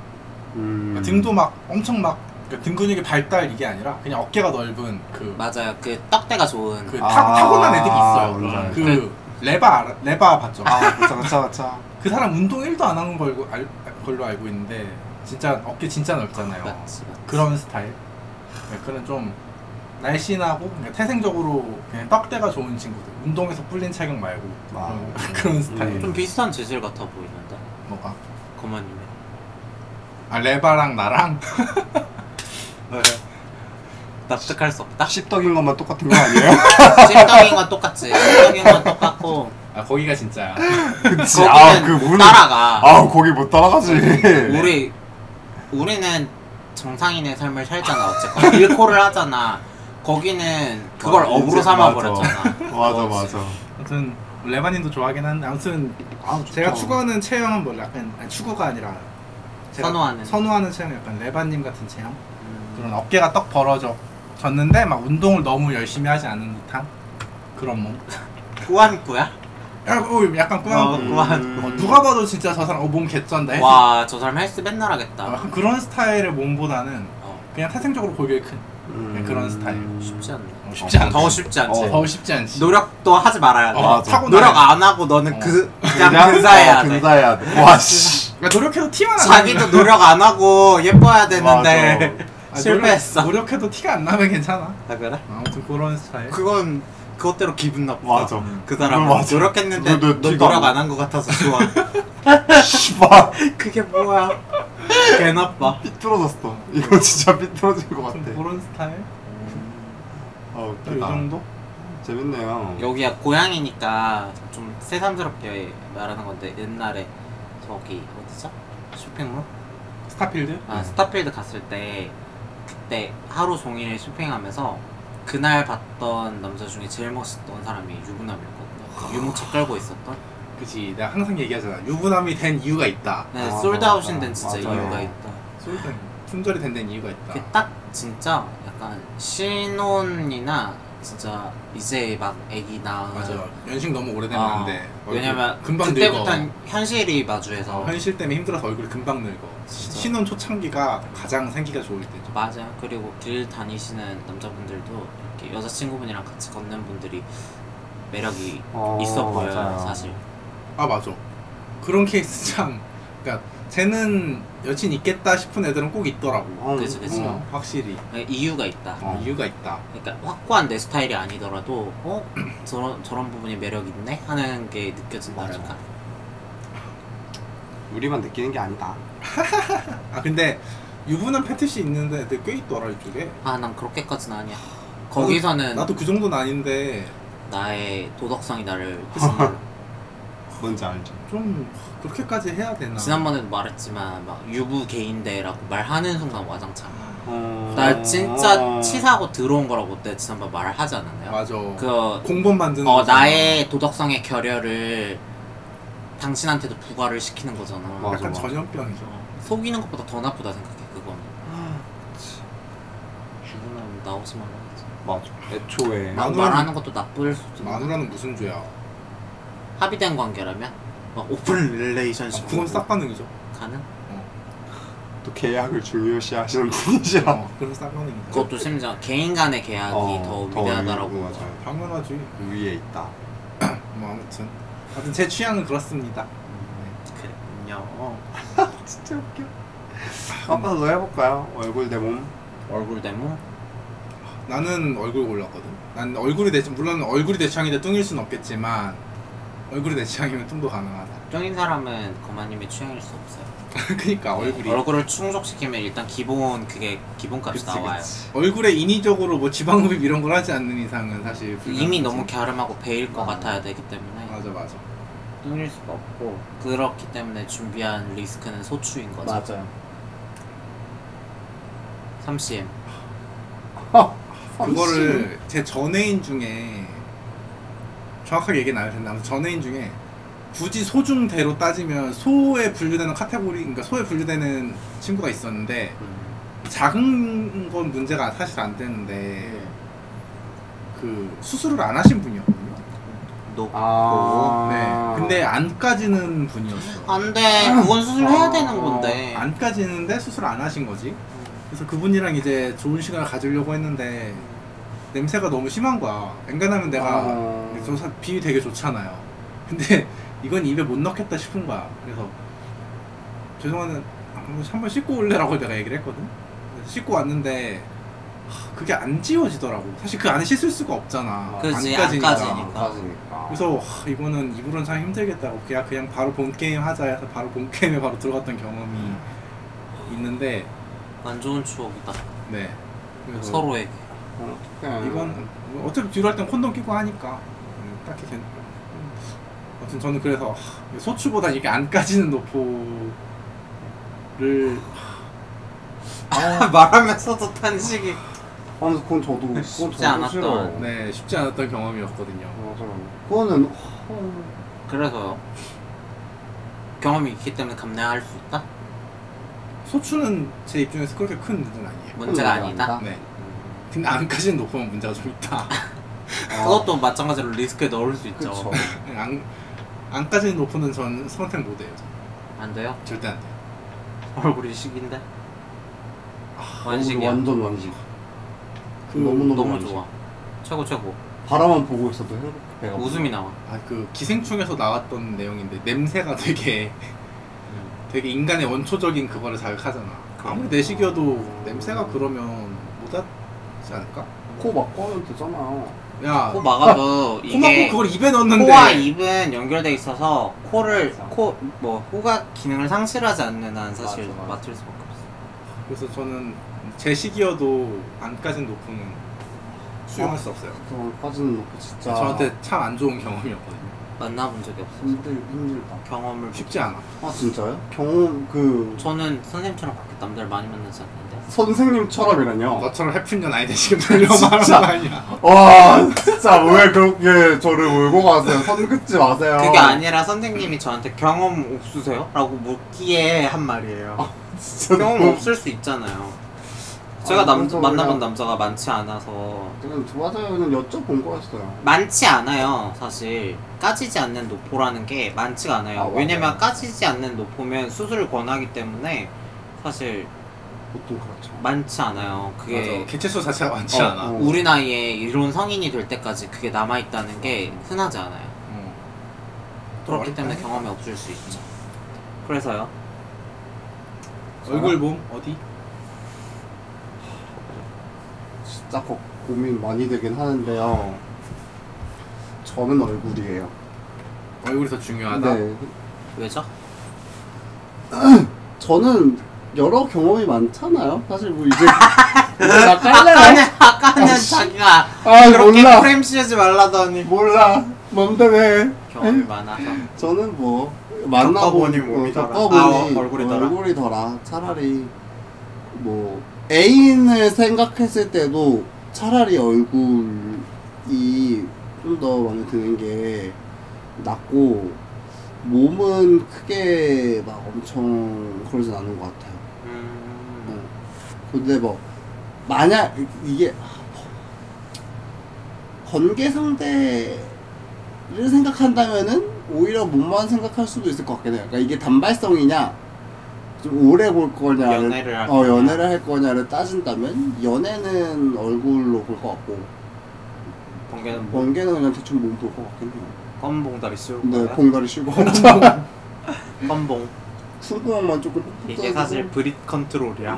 [SPEAKER 1] 음.
[SPEAKER 3] 그러니까 등도 막 엄청 막 그러니까 등 근육의 발달 이게 아니라 그냥 어깨가 넓은 그
[SPEAKER 2] 맞아요. 그 떡대가 좋은
[SPEAKER 3] 그
[SPEAKER 2] 그,
[SPEAKER 3] 타,
[SPEAKER 1] 아,
[SPEAKER 3] 타고난 애들이
[SPEAKER 1] 뭔지
[SPEAKER 3] 있어요.
[SPEAKER 1] 알죠.
[SPEAKER 3] 그 레바 알아- 레바 봤죠.
[SPEAKER 1] 아 그쵸 그쵸 그쵸.
[SPEAKER 3] 그 사람 운동 1도 안 하는 걸고 알, 걸로 알고 있는데 진짜 어깨 진짜 넓잖아요.
[SPEAKER 2] 맞지, 맞지.
[SPEAKER 3] 그런 스타일. 네, 그런 좀 날씬하고 그냥 태생적으로 그냥 떡대가 좋은 친구들. 운동에서 뿔린 체격 말고
[SPEAKER 1] 아.
[SPEAKER 3] 그런, 그런
[SPEAKER 1] 음.
[SPEAKER 3] 스타일.
[SPEAKER 2] 좀 비슷한 재질 같아 보이는데.
[SPEAKER 3] 뭐가?
[SPEAKER 2] 거만님이.
[SPEAKER 3] 아 레바랑 나랑
[SPEAKER 1] 네.
[SPEAKER 2] 납득할 수 없다.
[SPEAKER 1] 씹덕인 것만 똑같은 거 아니에요?
[SPEAKER 2] 찜떡인 건 똑같지. 찜떡인 건 똑같고.
[SPEAKER 3] 아 거기가 진짜야.
[SPEAKER 1] 그치. 아, 그
[SPEAKER 2] 거기는
[SPEAKER 1] 우는-
[SPEAKER 2] 따라가.
[SPEAKER 1] 아 네. 거기 못 따라가지.
[SPEAKER 2] 우리 우리는 정상인의 삶을 살잖아 어쨌거나 일코를 하잖아 거기는 그걸
[SPEAKER 1] 아,
[SPEAKER 2] 업으로
[SPEAKER 1] 이제
[SPEAKER 2] 삼아
[SPEAKER 1] 맞아.
[SPEAKER 2] 버렸잖아
[SPEAKER 1] 맞아 맞아.
[SPEAKER 3] 아무튼 레바님도 좋아하긴 하는데 아무튼
[SPEAKER 1] 아,
[SPEAKER 3] 제가 추구하는 체형은 뭐 약간 아니, 추구가 아니라 제가
[SPEAKER 2] 선호하는. 음.
[SPEAKER 3] 선호하는 체형 약간 레바님 같은 체형 그런 어깨가 떡 벌어져 졌는데 막 운동을 너무 열심히 하지 않은 듯한 그런 몸
[SPEAKER 2] 꾸안꾸야?
[SPEAKER 3] 약간, 어, 약간 꾸안
[SPEAKER 2] 어,
[SPEAKER 3] 어,
[SPEAKER 2] 꾸안
[SPEAKER 3] 누가 봐도 진짜 저 사람 어몸 개쩐다 해서 와.
[SPEAKER 2] 와저 사람 헬스 맨날 하겠다
[SPEAKER 1] 아.
[SPEAKER 3] 약간 그런 스타일의 몸보다는
[SPEAKER 2] 어,
[SPEAKER 3] 그냥 태생적으로 골격이 큰 그런 스타일.
[SPEAKER 2] 네,
[SPEAKER 1] 음.
[SPEAKER 2] 쉽지 않네
[SPEAKER 3] 어, 쉽지 어. 않아
[SPEAKER 2] 더 쉽지 않지
[SPEAKER 3] 더 쉽지 않지
[SPEAKER 2] 네. 노력도 하지 말아야 돼
[SPEAKER 3] 어,
[SPEAKER 1] 맞아. 어,
[SPEAKER 3] 타고
[SPEAKER 2] 노력 안 하고 너는
[SPEAKER 3] 어.
[SPEAKER 2] 그 그냥 근사해야 돼
[SPEAKER 1] 근사해야 돼. 와 씨.
[SPEAKER 3] 그러니까 노력해도 티만 안
[SPEAKER 2] 자기도 노력 안 하고 예뻐야 되는데
[SPEAKER 1] 맞아.
[SPEAKER 3] 아,
[SPEAKER 2] 실패했어
[SPEAKER 3] 노력, 노력해도 티가 안 나면 괜찮아
[SPEAKER 2] 아 그래?
[SPEAKER 3] 아무튼 그런 스타일
[SPEAKER 2] 그건 그것대로 기분 나쁘다
[SPEAKER 1] 맞아.
[SPEAKER 2] 그 사람
[SPEAKER 1] 맞아.
[SPEAKER 2] 노력했는데
[SPEAKER 1] 그거 내
[SPEAKER 2] 너
[SPEAKER 1] 티가
[SPEAKER 2] 노력
[SPEAKER 1] 안
[SPEAKER 2] 안 한 것 같아서 좋아
[SPEAKER 1] 씨발
[SPEAKER 2] 그게 뭐야 개 나빠
[SPEAKER 1] 삐뚤어졌어. 이거 진짜 삐뚤어진 것 같아.
[SPEAKER 3] 아무튼 그런 스타일
[SPEAKER 1] 아
[SPEAKER 3] 이
[SPEAKER 1] 웃기다.
[SPEAKER 3] 정도?
[SPEAKER 1] 재밌네요.
[SPEAKER 2] 여기가 고향이니까 좀 새삼스럽게 말하는 건데 옛날에 저기 어디죠? 쇼핑몰?
[SPEAKER 3] 스타필드?
[SPEAKER 2] 아 스타필드 갔을 때 그때 하루 종일 쇼핑하면서 그날 봤던 남자 중에 제일 멋있던 사람이 유부남이었거든요 유모차 끌고 있었던
[SPEAKER 3] 아, 그치 내가 항상 얘기하잖아 유부남이 된 이유가 있다
[SPEAKER 2] 네
[SPEAKER 1] 아,
[SPEAKER 2] 솔드아웃인
[SPEAKER 1] 맞다.
[SPEAKER 2] 데는 진짜
[SPEAKER 1] 맞아요.
[SPEAKER 2] 이유가 있다
[SPEAKER 3] 솔직히 품절이 된 데는 이유가 있다.
[SPEAKER 2] 그딱 진짜 약간 신혼이나 진짜 이제 막 애기 낳은
[SPEAKER 3] 맞아. 연식 너무 오래된
[SPEAKER 2] 아,
[SPEAKER 3] 건데. 얼굴
[SPEAKER 2] 왜냐면
[SPEAKER 3] 금방
[SPEAKER 2] 그때부터
[SPEAKER 3] 늙어.
[SPEAKER 2] 현실이 마주해서
[SPEAKER 3] 현실 때문에 힘들어서 얼굴이 금방 늙어.
[SPEAKER 2] 진짜.
[SPEAKER 3] 신혼 초창기가 가장 생기가 좋을 때죠.
[SPEAKER 2] 맞아 그리고 길 다니시는 남자분들도 이렇게 여자친구분이랑 같이 걷는 분들이 매력이
[SPEAKER 1] 어,
[SPEAKER 2] 있어 보여요
[SPEAKER 1] 맞아요.
[SPEAKER 2] 사실
[SPEAKER 3] 아 맞아. 그런 케이스 참. 그러니까 쟤는 여친 있겠다 싶은 애들은 꼭 있더라고.
[SPEAKER 1] 어,
[SPEAKER 2] 그치 그치
[SPEAKER 3] 어, 확실히
[SPEAKER 2] 네, 이유가 있다
[SPEAKER 3] 어, 이유가 있다.
[SPEAKER 2] 그러니까 확고한 내 스타일이 아니더라도 어? 저런, 저런 부분이 매력 있네? 하는 게 느껴진다랄까
[SPEAKER 1] 우리만 느끼는 게 아니다.
[SPEAKER 3] 아 근데 유부남 패티시 있는 애들 꽤 있더라 이쪽에.
[SPEAKER 2] 아 난 그렇게까지는 아니야 거기서는
[SPEAKER 3] 나도 그 정도는 아닌데
[SPEAKER 2] 나의 도덕성이 나를 지금
[SPEAKER 1] 뭔지 알죠?
[SPEAKER 3] 좀 그렇게까지 해야 되나?
[SPEAKER 2] 지난번에도 말했지만 막 유부 개인대라고 말하는 순간 와장창
[SPEAKER 3] 아.
[SPEAKER 1] 어...
[SPEAKER 2] 나 진짜 치사하고 들어온 거라고 때 지난번 말을 하지 않았나요?
[SPEAKER 3] 맞아.
[SPEAKER 2] 그
[SPEAKER 3] 공범 만드는.
[SPEAKER 2] 어,
[SPEAKER 3] 거잖아.
[SPEAKER 2] 나의 도덕성의 결여를 당신한테도 부과를 시키는 거잖아
[SPEAKER 1] 맞아.
[SPEAKER 3] 약간 전염병이죠.
[SPEAKER 2] 속이는 것보다 더 나쁘다 생각해 그거는 유부남 나오지 말아야지
[SPEAKER 1] 맞아. 애초에
[SPEAKER 2] 막
[SPEAKER 3] 마누라는-
[SPEAKER 2] 말하는 것도 나쁠 수도 있고
[SPEAKER 3] 마누라는 무슨 죄야? 아,
[SPEAKER 2] 합의된 관계라면 막 오픈 릴레이션십
[SPEAKER 3] 아, 그건 싹 가능이죠.
[SPEAKER 2] 가능?
[SPEAKER 1] 또 계약을 중요시하시는 분이시라.
[SPEAKER 3] 어, 그건 싹 가능이죠.
[SPEAKER 2] 그것도 심지어 개인 간의 계약이
[SPEAKER 1] 어,
[SPEAKER 2] 더 위대하다라고
[SPEAKER 1] 위- 맞아요.
[SPEAKER 3] 당연하지.
[SPEAKER 1] 위에 있다.
[SPEAKER 3] 뭐 아무튼. 아무튼 제 취향은 그렇습니다.
[SPEAKER 2] 그랬군요
[SPEAKER 1] 진짜 웃겨. 아빠도 해볼까요? 얼굴 대 몸.
[SPEAKER 2] 얼굴 대모?
[SPEAKER 3] 나는 얼굴 골랐거든. 난 얼굴이 내 물론 얼굴이 내 취향인데 뚱일 순 없겠지만 얼굴이 내 취향이면 뚱도 가능하다.
[SPEAKER 2] 쫑인 사람은 거마님의 취향일 수 없어요
[SPEAKER 3] 그러니까
[SPEAKER 2] 네,
[SPEAKER 3] 얼굴이
[SPEAKER 2] 얼굴을 충족시키면 일단 기본 그게 기본값이 나와요
[SPEAKER 3] 얼굴에 인위적으로 뭐 지방 흡입 이런 걸 하지 않는 이상은 사실
[SPEAKER 2] 그 이미
[SPEAKER 3] 불가능하지.
[SPEAKER 2] 너무 갸름하고 배일 것
[SPEAKER 3] 아.
[SPEAKER 2] 같아야 되기 때문에
[SPEAKER 3] 맞아 맞아.
[SPEAKER 2] 뚫릴 수가 없고 그렇기 때문에 준비한 리스크는 소추인 거죠 3CM
[SPEAKER 1] 아, 어,
[SPEAKER 3] 그거를 제 전애인 중에 정확하게 얘기는 안 해도 된다. 아무튼 전애인 중에 굳이 소중대로 따지면 소에 분류되는 카테고리, 그러니까 소에 분류되는 친구가 있었는데 작은 건 문제가 사실 안 되는데 그 수술을 안 하신 분이었거든요.
[SPEAKER 2] 높고
[SPEAKER 1] 아.
[SPEAKER 3] 네. 근데 안까지는 분이었어. 요
[SPEAKER 2] 안돼 그건 수술해야 되는 건데
[SPEAKER 3] 안까지는데 수술 안 하신 거지. 그래서 그분이랑 이제 좋은 시간을 가지려고 했는데 냄새가 너무 심한 거야. 앵간하면 내가
[SPEAKER 1] 아.
[SPEAKER 3] 저 사- 비위 되게 좋잖아요. 근데 이건 입에 못 넣겠다 싶은 거야. 그래서 죄송한데 한번- 한번 씻고 올래라고 내가 얘기를 했거든. 그래서 씻고 왔는데 하, 그게 안 지워지더라고. 사실 그 안에 씻을 수가 없잖아.
[SPEAKER 2] 그지,
[SPEAKER 3] 안까지니까.
[SPEAKER 2] 안까지니까.
[SPEAKER 1] 아, 빠지니까.
[SPEAKER 3] 그래서 하, 이거는 입으로는 참 힘들겠다고 그냥 그냥 바로 본 게임 하자 해서 바로 본 게임에 바로 들어갔던 경험이 있는데
[SPEAKER 2] 안 좋은 추억이다
[SPEAKER 3] 네. 그래서
[SPEAKER 2] 서로에게
[SPEAKER 1] 어, 그냥
[SPEAKER 3] 이건 뭐 어차피 뒤로 할 땐 콘돔 끼고 하니까 음, 딱히 괜. 음, 아무튼 저는 그래서 하, 소추보다 이게 안까지는 노포를
[SPEAKER 2] 말하면서도 탄식이
[SPEAKER 1] 아무튼 그건 저도 그건
[SPEAKER 2] 쉽지
[SPEAKER 1] 저도
[SPEAKER 2] 않았던.
[SPEAKER 1] 싫어요. 네.
[SPEAKER 3] 네 쉽지 않았던 경험이었거든요.
[SPEAKER 1] 맞아. 그거는 어,
[SPEAKER 2] 그래서요 경험이 있기 때문에 감내할 수 있다?
[SPEAKER 3] 소추는 제 입장에서 그렇게 큰 문제는 아니에요.
[SPEAKER 2] 문제가
[SPEAKER 1] 그건
[SPEAKER 2] 아니다?
[SPEAKER 3] 네. 근데 안까지는 높으면 문제가 좀 있다.
[SPEAKER 2] 아, 그것도 마찬가지로 리스크에 넣을 수 있죠
[SPEAKER 1] 그쵸.
[SPEAKER 3] 안 안까지는 높으면 전 선택 못해요.
[SPEAKER 2] 안 돼요?
[SPEAKER 3] 절대 안 돼요.
[SPEAKER 2] 얼굴이 식인데? 원식이야
[SPEAKER 1] 완전 원식.
[SPEAKER 3] 그
[SPEAKER 1] 너무너무
[SPEAKER 2] 너무
[SPEAKER 1] 원식.
[SPEAKER 2] 좋아 최고 최고
[SPEAKER 1] 바라만 보고 있어도 행복해. 네. 배가
[SPEAKER 2] 웃음이 나와
[SPEAKER 3] 아그 기생충에서 나왔던 내용인데 냄새가 되게
[SPEAKER 2] 음.
[SPEAKER 3] 되게 인간의 원초적인 그거를 자극하잖아. 아무리 내식이어도 냄새가 그러면 못하지 않을까?
[SPEAKER 1] 코막 꺼면 되잖아.
[SPEAKER 3] 야,
[SPEAKER 2] 코 막아도
[SPEAKER 3] 코막고
[SPEAKER 2] 이게
[SPEAKER 3] 그걸 입에 넣는데
[SPEAKER 2] 코와 입은 연결돼 있어서 코를 코 뭐 호각 기능을 상실하지 않는 한 사실
[SPEAKER 1] 맞아, 맞아.
[SPEAKER 2] 맡을 수밖에 없어
[SPEAKER 3] 그래서 저는 제식이어도 안까진 높은 수용할 수 없어요.
[SPEAKER 1] 그거 빠지는 놓고
[SPEAKER 3] 아.
[SPEAKER 1] 진짜
[SPEAKER 3] 저한테 참 안 좋은 경험이었거든요.
[SPEAKER 2] 만나본 적이 없어
[SPEAKER 1] 힘들 힘들다.
[SPEAKER 2] 경험을
[SPEAKER 3] 쉽지 않아.
[SPEAKER 1] 아 진짜요? 경험 그
[SPEAKER 2] 저는 선생님처럼 그렇게 남들 많이 만나지 않는데
[SPEAKER 1] 선생님처럼이라뇨.
[SPEAKER 3] 너처럼 해픈년 아이 되시길 빌려 말하는 거
[SPEAKER 1] 진짜.
[SPEAKER 3] 어. 아니야.
[SPEAKER 1] 와 진짜 왜 그렇게 저를 몰고 가세요? 선 긋지 마세요.
[SPEAKER 2] 그게 아니라 선생님이 저한테 경험 없으세요? 라고 묻기에 한 말이에요.
[SPEAKER 1] 아, 진짜
[SPEAKER 2] 경험
[SPEAKER 1] 너무-
[SPEAKER 2] 없을 수 있잖아요. 제가
[SPEAKER 1] 아,
[SPEAKER 2] 남,
[SPEAKER 1] 그래서 그냥-
[SPEAKER 2] 만나본 남자가 많지 않아서
[SPEAKER 1] 그냥 좋아서는 여쭤본 거였어요.
[SPEAKER 2] 많지 않아요 사실 까지지 않는 노포라는 게 많지가 않아요
[SPEAKER 1] 아, 맞아요.
[SPEAKER 2] 왜냐면 까지지 않는 노포면 수술을 권하기 때문에 사실
[SPEAKER 1] 보통 그렇죠.
[SPEAKER 2] 많지 않아요 그게
[SPEAKER 3] 맞아. 개체수 자체가 많지
[SPEAKER 2] 어,
[SPEAKER 3] 않아.
[SPEAKER 1] 어.
[SPEAKER 2] 우리 나이에 이런 성인이 될 때까지 그게 남아있다는 게 흔하지 않아요
[SPEAKER 3] 어.
[SPEAKER 2] 그렇기
[SPEAKER 3] 어렵다.
[SPEAKER 2] 때문에 경험이 없을 수 있죠 그래서요 아,
[SPEAKER 3] 얼굴 몸 어디?
[SPEAKER 1] 진짜 고, 고민 많이 되긴 하는데요. 저는 얼굴이에요.
[SPEAKER 3] 얼굴이 더
[SPEAKER 2] 아,
[SPEAKER 3] 중요하다.
[SPEAKER 1] 네.
[SPEAKER 2] 왜죠?
[SPEAKER 1] 저는 여러 경험이 많잖아요. 사실 뭐 이제 이제 나 깔래요.
[SPEAKER 2] 아까는
[SPEAKER 1] 아, 씨.
[SPEAKER 2] 자기가
[SPEAKER 1] 아
[SPEAKER 2] 그렇게
[SPEAKER 1] 몰라. 음.
[SPEAKER 2] 프레임 씌우지 말라더니
[SPEAKER 1] 몰라. 맘대로 해.
[SPEAKER 2] 경험이 많아서 음.
[SPEAKER 1] 저는 뭐 만나고
[SPEAKER 2] 겪어보니 몸이 더라.
[SPEAKER 1] 겪어보니
[SPEAKER 2] 아, 어, 얼굴이 더라.
[SPEAKER 1] 얼굴이 더라. 차라리 뭐 애인을 생각했을 때도 차라리 얼굴이 좀 더 마음에 드는 게 낫고 몸은 크게 막 엄청 그러진 않은 것 같아요.
[SPEAKER 2] 음...
[SPEAKER 1] 음. 근데 뭐 만약 이게 관계 상대를 생각한다면은 오히려 몸만 생각할 수도 있을 것 같긴 해요. 그러니까 이게 단발성이냐 좀 오래 볼 거냐를
[SPEAKER 2] 연애를 할
[SPEAKER 1] 어
[SPEAKER 2] 거냐.
[SPEAKER 1] 연애를 할 거냐를 따진다면 연애는 얼굴로 볼 것 같고
[SPEAKER 2] 번개는 뭐
[SPEAKER 1] 번개는 그냥 대충 몸 볼 것 같긴 해요.
[SPEAKER 2] 검은 봉다리 씌울
[SPEAKER 1] 근데
[SPEAKER 2] 거예요?
[SPEAKER 1] 봉다리 쉬고 혼자
[SPEAKER 2] 검은 봉
[SPEAKER 1] 콧구멍만 조금 푹푹
[SPEAKER 2] 이게
[SPEAKER 1] 떠주고.
[SPEAKER 2] 사실 브릿 컨트롤이야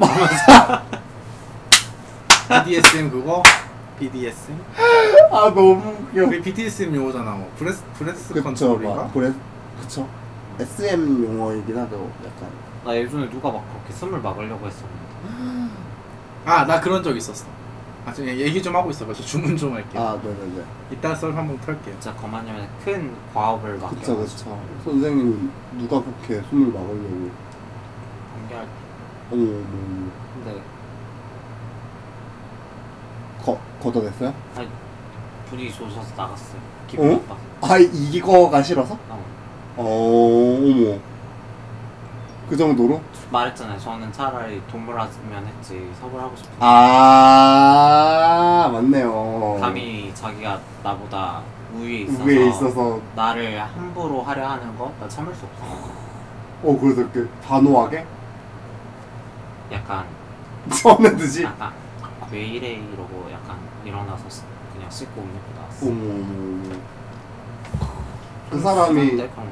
[SPEAKER 3] BDSM 그거? BDSM?
[SPEAKER 1] 아 너무 웃겨.
[SPEAKER 3] 우리 BDSM 용어잖아. 뭐 브레스 브레스
[SPEAKER 1] 그쵸,
[SPEAKER 3] 컨트롤인가?
[SPEAKER 1] 막 그래, 그쵸. SM 용어이긴 하죠, 약간.
[SPEAKER 2] 나 예전에 누가 막 그렇게 숨을 막으려고 했었는데
[SPEAKER 3] 아 나 그런 적 있었어. 아 지금 얘기 좀 하고 있어. 그래서 주문 좀 할게. 요
[SPEAKER 1] 아, 네네네.
[SPEAKER 3] 이따 썰 한번 털게요.
[SPEAKER 2] 진짜 거만이면 큰 과업을
[SPEAKER 1] 아, 그쵸,
[SPEAKER 2] 맡겨
[SPEAKER 1] 그쵸. 선생님, 누가 그렇게 숨을 막으려고.
[SPEAKER 2] 공개할 때
[SPEAKER 1] 어머, 어머,
[SPEAKER 2] 근데
[SPEAKER 1] 어머. 거, 걷어냈어요?
[SPEAKER 2] 분위기 좋으셔서 나갔어요 기분
[SPEAKER 1] 어?
[SPEAKER 2] 나빠서
[SPEAKER 1] 아, 이거가 싫어서?
[SPEAKER 2] 어.
[SPEAKER 1] 어, 어머. 그 정도로?
[SPEAKER 2] 말했잖아요 저는 차라리 동물 하면 했지 섭을 하고 싶은데
[SPEAKER 1] 아, 맞네요.
[SPEAKER 2] 감히 자기가 나보다 우위에 있어서
[SPEAKER 1] 위에 있어서,
[SPEAKER 2] 나를 함부로 하려 하는 거 나 참을 수 없어
[SPEAKER 1] 어, 그래서 이렇게 단호하게?
[SPEAKER 2] 약간
[SPEAKER 1] 저는 듯이?
[SPEAKER 2] 약간 왜 이래 이러고 약간 일어나서 씻- 그냥 씻고 옷 입고 나왔어
[SPEAKER 1] 어머, 어머, 어머. 그 사람이
[SPEAKER 2] 그런 거.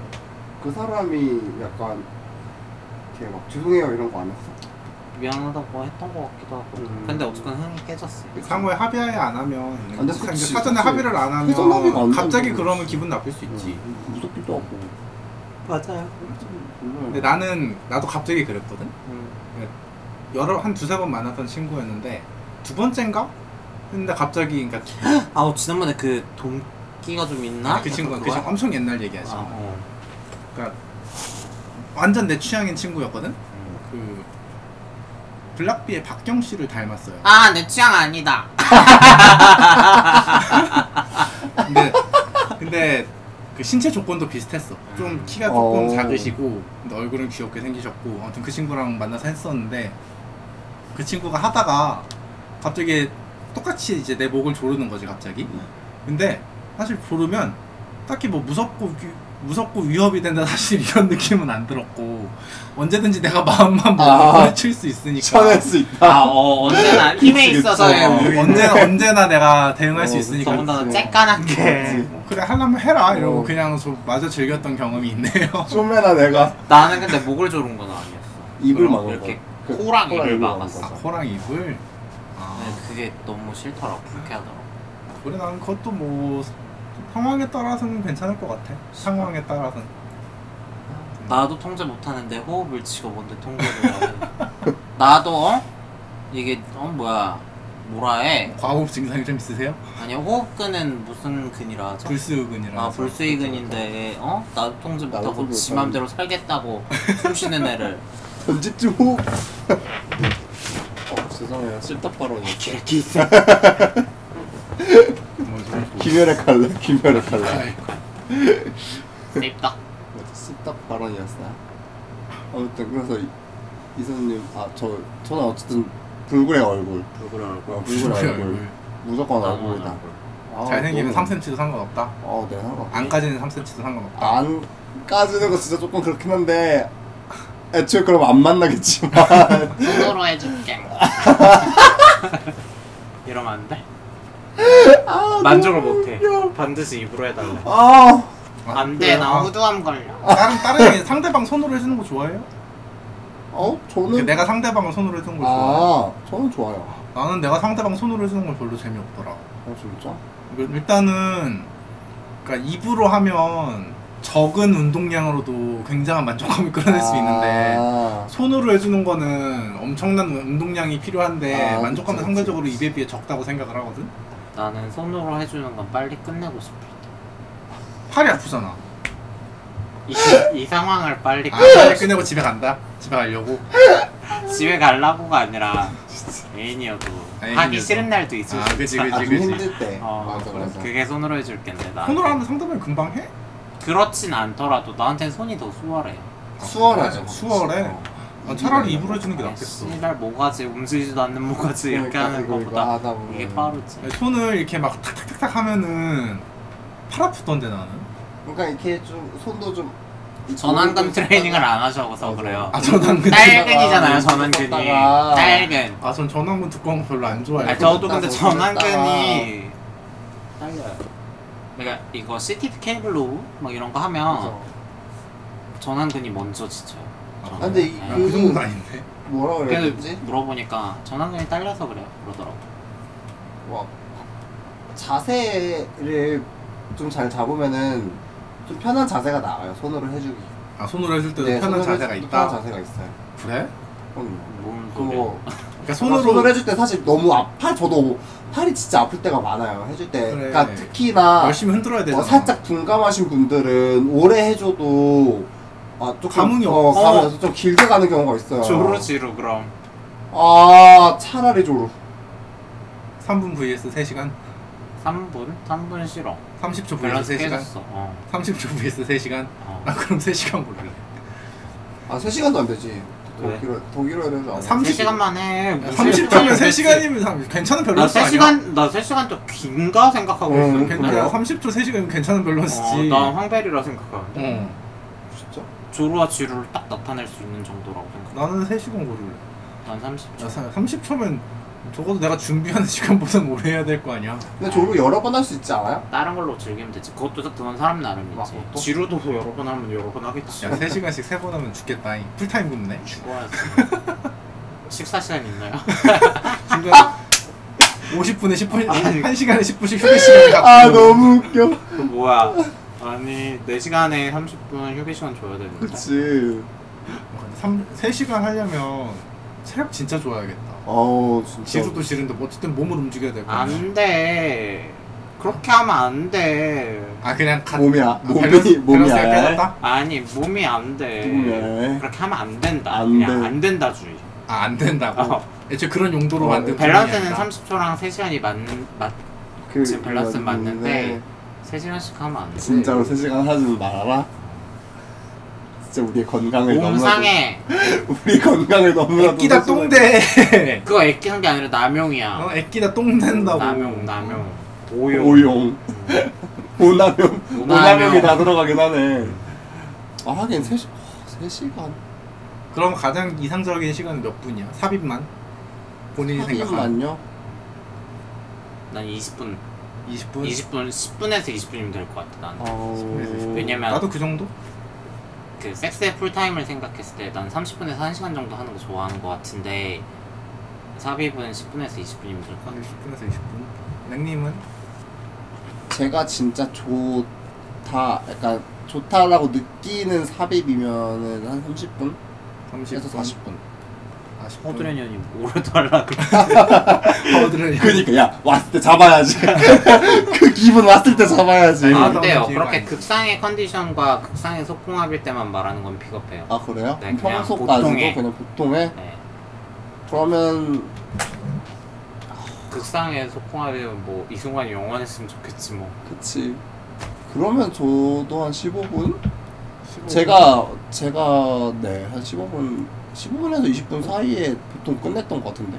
[SPEAKER 1] 그 사람이 약간 이렇게 막 죄송해요 이런 거 안 했어.
[SPEAKER 2] 미안하다고 했던 것 같기도 하고
[SPEAKER 1] 음.
[SPEAKER 2] 근데 어쨌건 흥이 깨졌어요
[SPEAKER 3] 그 상호에 합의하에 안 하면
[SPEAKER 1] 아, 근데
[SPEAKER 3] 사-
[SPEAKER 1] 그치,
[SPEAKER 3] 사전에
[SPEAKER 1] 그치.
[SPEAKER 3] 합의를 안
[SPEAKER 1] 사전 합의가 안
[SPEAKER 3] 하면 갑자기
[SPEAKER 1] 되면
[SPEAKER 3] 그러면 기분 나쁠 수 있지.
[SPEAKER 1] 음, 무섭기도 하고.
[SPEAKER 2] 맞아요
[SPEAKER 3] 근데 나는 나도 갑자기 그랬거든.
[SPEAKER 2] 음.
[SPEAKER 3] 여러 한 두세 번 만났던 친구였는데 두 번째인가? 근데 갑자기 그러니까
[SPEAKER 2] 아우 지난번에 그 동기가 좀 있나? 어.
[SPEAKER 3] 그 친구가 그
[SPEAKER 1] 아,
[SPEAKER 2] 그거야?
[SPEAKER 3] 친구 엄청 옛날 얘기하지.
[SPEAKER 2] 아, 어.
[SPEAKER 3] 그러니까 완전 내 취향인 친구였거든.
[SPEAKER 2] 음.
[SPEAKER 3] 그 블락비의 박경 씨를 닮았어요.
[SPEAKER 2] 아, 내 취향 아니다
[SPEAKER 3] 근데 근데 그 신체 조건도 비슷했어. 좀 키가 조금
[SPEAKER 1] 어.
[SPEAKER 3] 작으시고 근데 얼굴은 귀엽게 생기셨고 아무튼 그 친구랑 만나서 했었는데 그 친구가 하다가 갑자기 똑같이 이제 내 목을 조르는 거지 갑자기. 근데 사실 조르면 딱히 뭐 무섭고 위- 무섭고 위협이 된다 사실 이런 느낌은 안 들었고 언제든지 내가 마음만
[SPEAKER 1] 아.
[SPEAKER 3] 먹으면 칠수 있으니까 네,
[SPEAKER 1] 쳐낼 수
[SPEAKER 2] 아,
[SPEAKER 1] 있다.
[SPEAKER 2] 어, 언제나 힘에
[SPEAKER 1] 그치,
[SPEAKER 2] 있어서
[SPEAKER 1] 그치.
[SPEAKER 2] 의
[SPEAKER 1] 어.
[SPEAKER 3] 언제나 언제나 내가 대응할 수
[SPEAKER 1] 어,
[SPEAKER 3] 있으니까
[SPEAKER 2] 더군다나
[SPEAKER 1] 그치.
[SPEAKER 2] 쬐깐한 게
[SPEAKER 3] 네.
[SPEAKER 1] 그치.
[SPEAKER 3] 그래 하려면 해라 이러고
[SPEAKER 1] 어.
[SPEAKER 3] 그냥 좀 마저 즐겼던 경험이 있네요.
[SPEAKER 1] 좀해나 내가
[SPEAKER 2] 나는 근데 목을 조른 건 아니었어
[SPEAKER 1] 입을
[SPEAKER 2] 그럼
[SPEAKER 1] 막은 거.
[SPEAKER 2] 이렇게
[SPEAKER 1] 그
[SPEAKER 2] 코랑 입을
[SPEAKER 1] 입을
[SPEAKER 2] 막았어.
[SPEAKER 1] 막은
[SPEAKER 3] 아,
[SPEAKER 1] 거죠.
[SPEAKER 3] 코랑 입을. 아,
[SPEAKER 2] 근데 그게 너무 싫더라고 불쾌하더라고
[SPEAKER 3] 그래 난 그것도 뭐 상황에 따라서는 괜찮을 것 같아. 상황에 따라서는.
[SPEAKER 2] 나도 통제 못하는데 호흡을 치고 뭔데 통제를 해 나도 어? 이게 어 뭐야 뭐라 해
[SPEAKER 3] 과호흡 증상이 좀 있으세요?
[SPEAKER 2] 아니 호흡근은 무슨 근이라 하죠?
[SPEAKER 3] 불수근이라.
[SPEAKER 2] 아 불수의근인데 어? 나도 통제
[SPEAKER 1] 나도
[SPEAKER 2] 못하고
[SPEAKER 1] 통제
[SPEAKER 2] 지
[SPEAKER 1] 못하고.
[SPEAKER 2] 맘대로 살겠다고 숨 쉬는 애를
[SPEAKER 1] 전집주 호흡. 어,
[SPEAKER 5] 죄송해요. 쓸딱 발언이었어요.
[SPEAKER 1] 이렇게 있어.
[SPEAKER 3] 뭐지?
[SPEAKER 1] 김열의 칼라, 김열의 칼라.
[SPEAKER 2] 냅다.
[SPEAKER 1] 씹딱 발언이었어요. 아무튼 그래서 이- 이선님 아저 저는 어쨌든 불굴의 얼굴,
[SPEAKER 5] 누구랑
[SPEAKER 1] 어, 불굴의 얼굴, 무조건 얼굴이다. 아,
[SPEAKER 3] 잘생기면
[SPEAKER 1] 너무-
[SPEAKER 3] 3cm도 상관없다.
[SPEAKER 1] 어, 네 상관.
[SPEAKER 3] 안 까지는 3cm도 상관없다.
[SPEAKER 1] 안 까지는 거 진짜 조금 그렇긴 한데 애초에 그럼 안 만나겠지만
[SPEAKER 2] 눈으로 해줄게. 이러면 안 돼?
[SPEAKER 3] 아,
[SPEAKER 2] 만족을 못해. 반드시 입으로 해달래.
[SPEAKER 1] 아
[SPEAKER 2] 안 돼, 나
[SPEAKER 3] 아,
[SPEAKER 2] 후두암 걸려.
[SPEAKER 3] 다른 다른 얘기, 상대방 손으로 해주는 거 좋아해요?
[SPEAKER 1] 어?
[SPEAKER 3] 그
[SPEAKER 1] 저는
[SPEAKER 3] 내가 상대방을 손으로 해주는 걸 좋아해.
[SPEAKER 1] 아 저는 좋아요.
[SPEAKER 3] 나는 내가 상대방 손으로 해주는 걸 별로 재미없더라.
[SPEAKER 1] 어 진짜?
[SPEAKER 3] 일단은 그러니까 입으로 하면 적은 운동량으로도 굉장한 만족감을 끌어낼 수 있는데
[SPEAKER 1] 아,
[SPEAKER 3] 손으로 해주는 거는 엄청난 운동량이 필요한데
[SPEAKER 1] 아,
[SPEAKER 3] 만족감은
[SPEAKER 1] 그치,
[SPEAKER 3] 상대적으로
[SPEAKER 1] 그치,
[SPEAKER 3] 입에 비해 적다고 생각을 하거든.
[SPEAKER 2] 나는 손으로 해주는 건 빨리 끝내고 싶어.
[SPEAKER 3] 팔이 아프잖아.
[SPEAKER 2] 이, 이 상황을
[SPEAKER 1] 예.
[SPEAKER 2] 빨리
[SPEAKER 3] 아, 빨리
[SPEAKER 2] 끝내고
[SPEAKER 3] 끝내고 집에 간다. 집에 가려고.
[SPEAKER 1] 아,
[SPEAKER 2] 싶어. 집에 가려고가 아니라 애인이어도
[SPEAKER 3] 애인이어도.
[SPEAKER 2] 하기 싫은 날도 있을
[SPEAKER 3] 아,
[SPEAKER 2] 수
[SPEAKER 3] 그치,
[SPEAKER 2] 있잖아.
[SPEAKER 1] 아주
[SPEAKER 3] 그치, 그치.
[SPEAKER 1] 힘들 때.
[SPEAKER 2] 어,
[SPEAKER 1] 맞아 맞아.
[SPEAKER 2] 그게 손으로 해줄 겐데
[SPEAKER 1] 네.
[SPEAKER 2] 나
[SPEAKER 3] 손으로 하면 상대방이 금방 해?
[SPEAKER 2] 그렇진 않더라도 나한테 손이 더 수월해.
[SPEAKER 1] 수월하죠.
[SPEAKER 3] 수월해.
[SPEAKER 1] 어.
[SPEAKER 3] 아, 차라리 입으로 해주는 게 낫겠어.
[SPEAKER 1] 아,
[SPEAKER 2] 씨발 모가지 움직이지도 않는 모가지 이렇게
[SPEAKER 1] 그러니까 아,
[SPEAKER 2] 하는
[SPEAKER 1] 이거 이거
[SPEAKER 2] 것보다
[SPEAKER 1] 하다 보면.
[SPEAKER 2] 이게 빠르지.
[SPEAKER 1] 네.
[SPEAKER 3] 손을 이렇게 막 탁탁탁탁 하면은 팔 아프던데 나는.
[SPEAKER 1] 그러니까 이렇게 좀 손도 좀
[SPEAKER 2] 전완근 트레이닝을 안 하셔서
[SPEAKER 1] 아, 맞아.
[SPEAKER 2] 그래요.
[SPEAKER 3] 아 저는 그
[SPEAKER 2] 딸근이잖아요 전완근이.
[SPEAKER 1] 쳤다가.
[SPEAKER 2] 딸근.
[SPEAKER 3] 아전 전완근 두꺼운 거 별로 안 좋아해.
[SPEAKER 2] 아 저도 근데
[SPEAKER 1] 쳤다가
[SPEAKER 2] 전완근이 딸려요. 그러니까 이거 CTP 케이블로 막 이런 거 하면 전완근이 먼저 지쳐요. 네.
[SPEAKER 3] 아,
[SPEAKER 1] 근데 이-
[SPEAKER 3] 아,
[SPEAKER 1] 그-
[SPEAKER 3] 그 정도는 아닌데.
[SPEAKER 1] 뭐라 그래야
[SPEAKER 2] 그래서
[SPEAKER 1] 되지?
[SPEAKER 2] 물어보니까 전완근이 딸려서 그래요. 그러더라고.
[SPEAKER 1] 와 자세를 좀 잘 잡으면은 좀 편한 자세가 나와요. 손으로 해주기.
[SPEAKER 3] 아 손으로 해줄 때도
[SPEAKER 1] 네,
[SPEAKER 3] 편한
[SPEAKER 1] 손으로
[SPEAKER 3] 자세가
[SPEAKER 1] 해줄 때도
[SPEAKER 3] 있다.
[SPEAKER 1] 편한 자세가 있어요.
[SPEAKER 3] 그래?
[SPEAKER 1] 그럼요.
[SPEAKER 2] 뭔
[SPEAKER 1] 그거
[SPEAKER 3] 그러니까
[SPEAKER 1] 손으로,
[SPEAKER 3] 손으로
[SPEAKER 1] 손으로 해줄 때 사실 너무 아파. 저도 팔이 진짜 아플 때가 많아요. 해줄 때.
[SPEAKER 3] 그래.
[SPEAKER 1] 그러니까 특히나
[SPEAKER 3] 열심히 흔들어야 되잖아.
[SPEAKER 1] 어, 살짝 둔감하신 분들은 오래 해줘도 아, 조금,
[SPEAKER 3] 감흥이
[SPEAKER 1] 어,
[SPEAKER 3] 없-
[SPEAKER 1] 감이 없어서 좀 길게 가는 경우가 있어요.
[SPEAKER 2] 조르지로 그럼.
[SPEAKER 1] 아 차라리 조르.
[SPEAKER 3] 3분 vs 3시간,
[SPEAKER 2] 3분? 3분 싫어.
[SPEAKER 3] 30초
[SPEAKER 2] 밸런스
[SPEAKER 3] vs 그 3시간,
[SPEAKER 2] 깨졌어. 어.
[SPEAKER 3] 30초 vs 3시간.
[SPEAKER 2] 어.
[SPEAKER 3] 나 그럼 3시간 고를래.
[SPEAKER 1] 아 3시간도 안 되지.
[SPEAKER 2] 왜?
[SPEAKER 1] 독일어 독일어 해줘. 안 돼.
[SPEAKER 3] 30
[SPEAKER 2] 3시간만 해.
[SPEAKER 3] 30초면 3시간이면 괜찮은
[SPEAKER 2] 나
[SPEAKER 3] 밸런스 아니야?
[SPEAKER 2] 3시간, 나 3시간 또 긴가 생각하고
[SPEAKER 1] 응,
[SPEAKER 2] 있어.
[SPEAKER 3] 그러니까 30초 3시간이면 괜찮은
[SPEAKER 2] 어,
[SPEAKER 3] 밸런스지.
[SPEAKER 2] 난 황벨이라 생각하는데.
[SPEAKER 3] 어,
[SPEAKER 1] 진짜?
[SPEAKER 2] 조루와 지루를 딱 나타낼 수 있는 정도라고 생각해.
[SPEAKER 3] 나는 3시간 고를래.
[SPEAKER 2] 난
[SPEAKER 3] 나
[SPEAKER 2] 30초.
[SPEAKER 3] 30초면 적어도 내가 준비하는 시간보다는 오래 해야 될 거 아니야.
[SPEAKER 1] 근데 조르 여러 번 할 수 있지 않아요?
[SPEAKER 2] 다른 걸로 즐기면 되지. 그것도 딱 그건 사람
[SPEAKER 1] 아,
[SPEAKER 2] 나름이지.
[SPEAKER 1] 그것도?
[SPEAKER 2] 지루도 여러 번 하면 여러 번 하겠지.
[SPEAKER 3] 야, 3시간씩 3번 하면 죽겠다. 잉. 풀타임 근무네.
[SPEAKER 2] 죽어야지. 식사 시간 있나요?
[SPEAKER 3] 중간 50분에 10분,
[SPEAKER 2] 아니.
[SPEAKER 3] 1시간에 10분씩 휴게 시간을 갖고.
[SPEAKER 1] 아 너무 웃겨.
[SPEAKER 2] 그 뭐야? 아니 4시간에 30분 휴게 시간 줘야 되는데.
[SPEAKER 1] 그치.
[SPEAKER 3] 3시간 하려면 체력 진짜 좋아야겠다.
[SPEAKER 1] 어우 진짜.
[SPEAKER 3] 지루도 지른데 뭐 어쨌든 몸을 움직여야 될거 아니야.
[SPEAKER 2] 안 돼. 그렇게 하면 안 돼.
[SPEAKER 3] 아 그냥 가,
[SPEAKER 1] 몸이 아- 몸이- 몸이
[SPEAKER 3] 밸런스가
[SPEAKER 1] 아예?
[SPEAKER 3] 깨졌다?
[SPEAKER 2] 아니, 몸이 안 돼.
[SPEAKER 1] 몸이.
[SPEAKER 2] 그렇게 하면 안 된다.
[SPEAKER 1] 안
[SPEAKER 2] 그냥
[SPEAKER 1] 돼.
[SPEAKER 2] 안 된다 주의.
[SPEAKER 3] 아안 된다고.
[SPEAKER 2] 어.
[SPEAKER 3] 애초에 그런 용도로
[SPEAKER 1] 어,
[SPEAKER 3] 만든
[SPEAKER 2] 밸런스는
[SPEAKER 3] 분량이 아니다.
[SPEAKER 2] 30초랑 3시간이 맞는 맞
[SPEAKER 1] 그-
[SPEAKER 2] 지금 밸런스 맞는데
[SPEAKER 1] 네.
[SPEAKER 2] 3시간씩 하면 안 돼.
[SPEAKER 1] 진짜로 3시간 하지는 말아라. 진짜 우리의 건강을
[SPEAKER 2] 몸
[SPEAKER 1] 너무나도
[SPEAKER 2] 상해.
[SPEAKER 1] 우리 건강을 너무나도
[SPEAKER 3] 애끼다
[SPEAKER 1] 소중하게-
[SPEAKER 3] 똥대.
[SPEAKER 2] 그거 애끼는 게 아니라 남용이야.
[SPEAKER 3] 어, 애끼다 똥 된다고.
[SPEAKER 2] 남용, 남용. 오용.
[SPEAKER 1] 오용 오남용
[SPEAKER 2] 오남용.
[SPEAKER 1] 오남용이 다 들어가긴 하네. 아 하긴 3시 3시간
[SPEAKER 3] 그럼 가장 이상적인 시간은 몇 분이야? 삽입만? 본인이 생각한
[SPEAKER 1] 하긴만요.
[SPEAKER 2] 난 20분,
[SPEAKER 3] 20분.
[SPEAKER 2] 20분, 10분에서 20분이면 될 것 같아.
[SPEAKER 1] 어.
[SPEAKER 2] 난.
[SPEAKER 1] 아우.
[SPEAKER 2] 왜냐면
[SPEAKER 3] 나도 그 정도?
[SPEAKER 2] 그 섹스의 풀타임을 생각했을 때 난 30분에서 1시간 정도 하는 거 좋아하는 것 같은데 삽입은 10분에서 20분이면 될 것 같아.
[SPEAKER 3] 10분에서 20분. 냉님은
[SPEAKER 1] 제가 진짜 좋다 약간 좋다라고 느끼는 삽입이면은 한 30분?
[SPEAKER 3] 30분.
[SPEAKER 1] 30에서 40분.
[SPEAKER 3] 아, 10분.
[SPEAKER 2] 호드레년이 뭐를 달라 그래?
[SPEAKER 3] 허드렛.
[SPEAKER 1] 그니까 그러니까 야 왔을 때 잡아야지. 그 기분 왔을 때 잡아야지.
[SPEAKER 2] 아,
[SPEAKER 1] 아,
[SPEAKER 2] 안 돼요.
[SPEAKER 3] 나오는
[SPEAKER 2] 그렇게
[SPEAKER 3] 기회가
[SPEAKER 2] 극상의 컨디션과 극상의 속궁합일 때만 말하는 건 픽업해요.
[SPEAKER 1] 아, 그래요?
[SPEAKER 2] 네, 그냥
[SPEAKER 1] 평소까지도
[SPEAKER 2] 보통에.
[SPEAKER 1] 그냥 보통에
[SPEAKER 2] 네.
[SPEAKER 1] 그러면
[SPEAKER 2] 극상에 소통하려면 뭐 이승환이 영원했으면 좋겠지 뭐.
[SPEAKER 1] 그치. 그러면 저도 한 15분? 제가 제가 네한 15분 15분에서 20분 사이에 보통 끝냈던 것 같은데.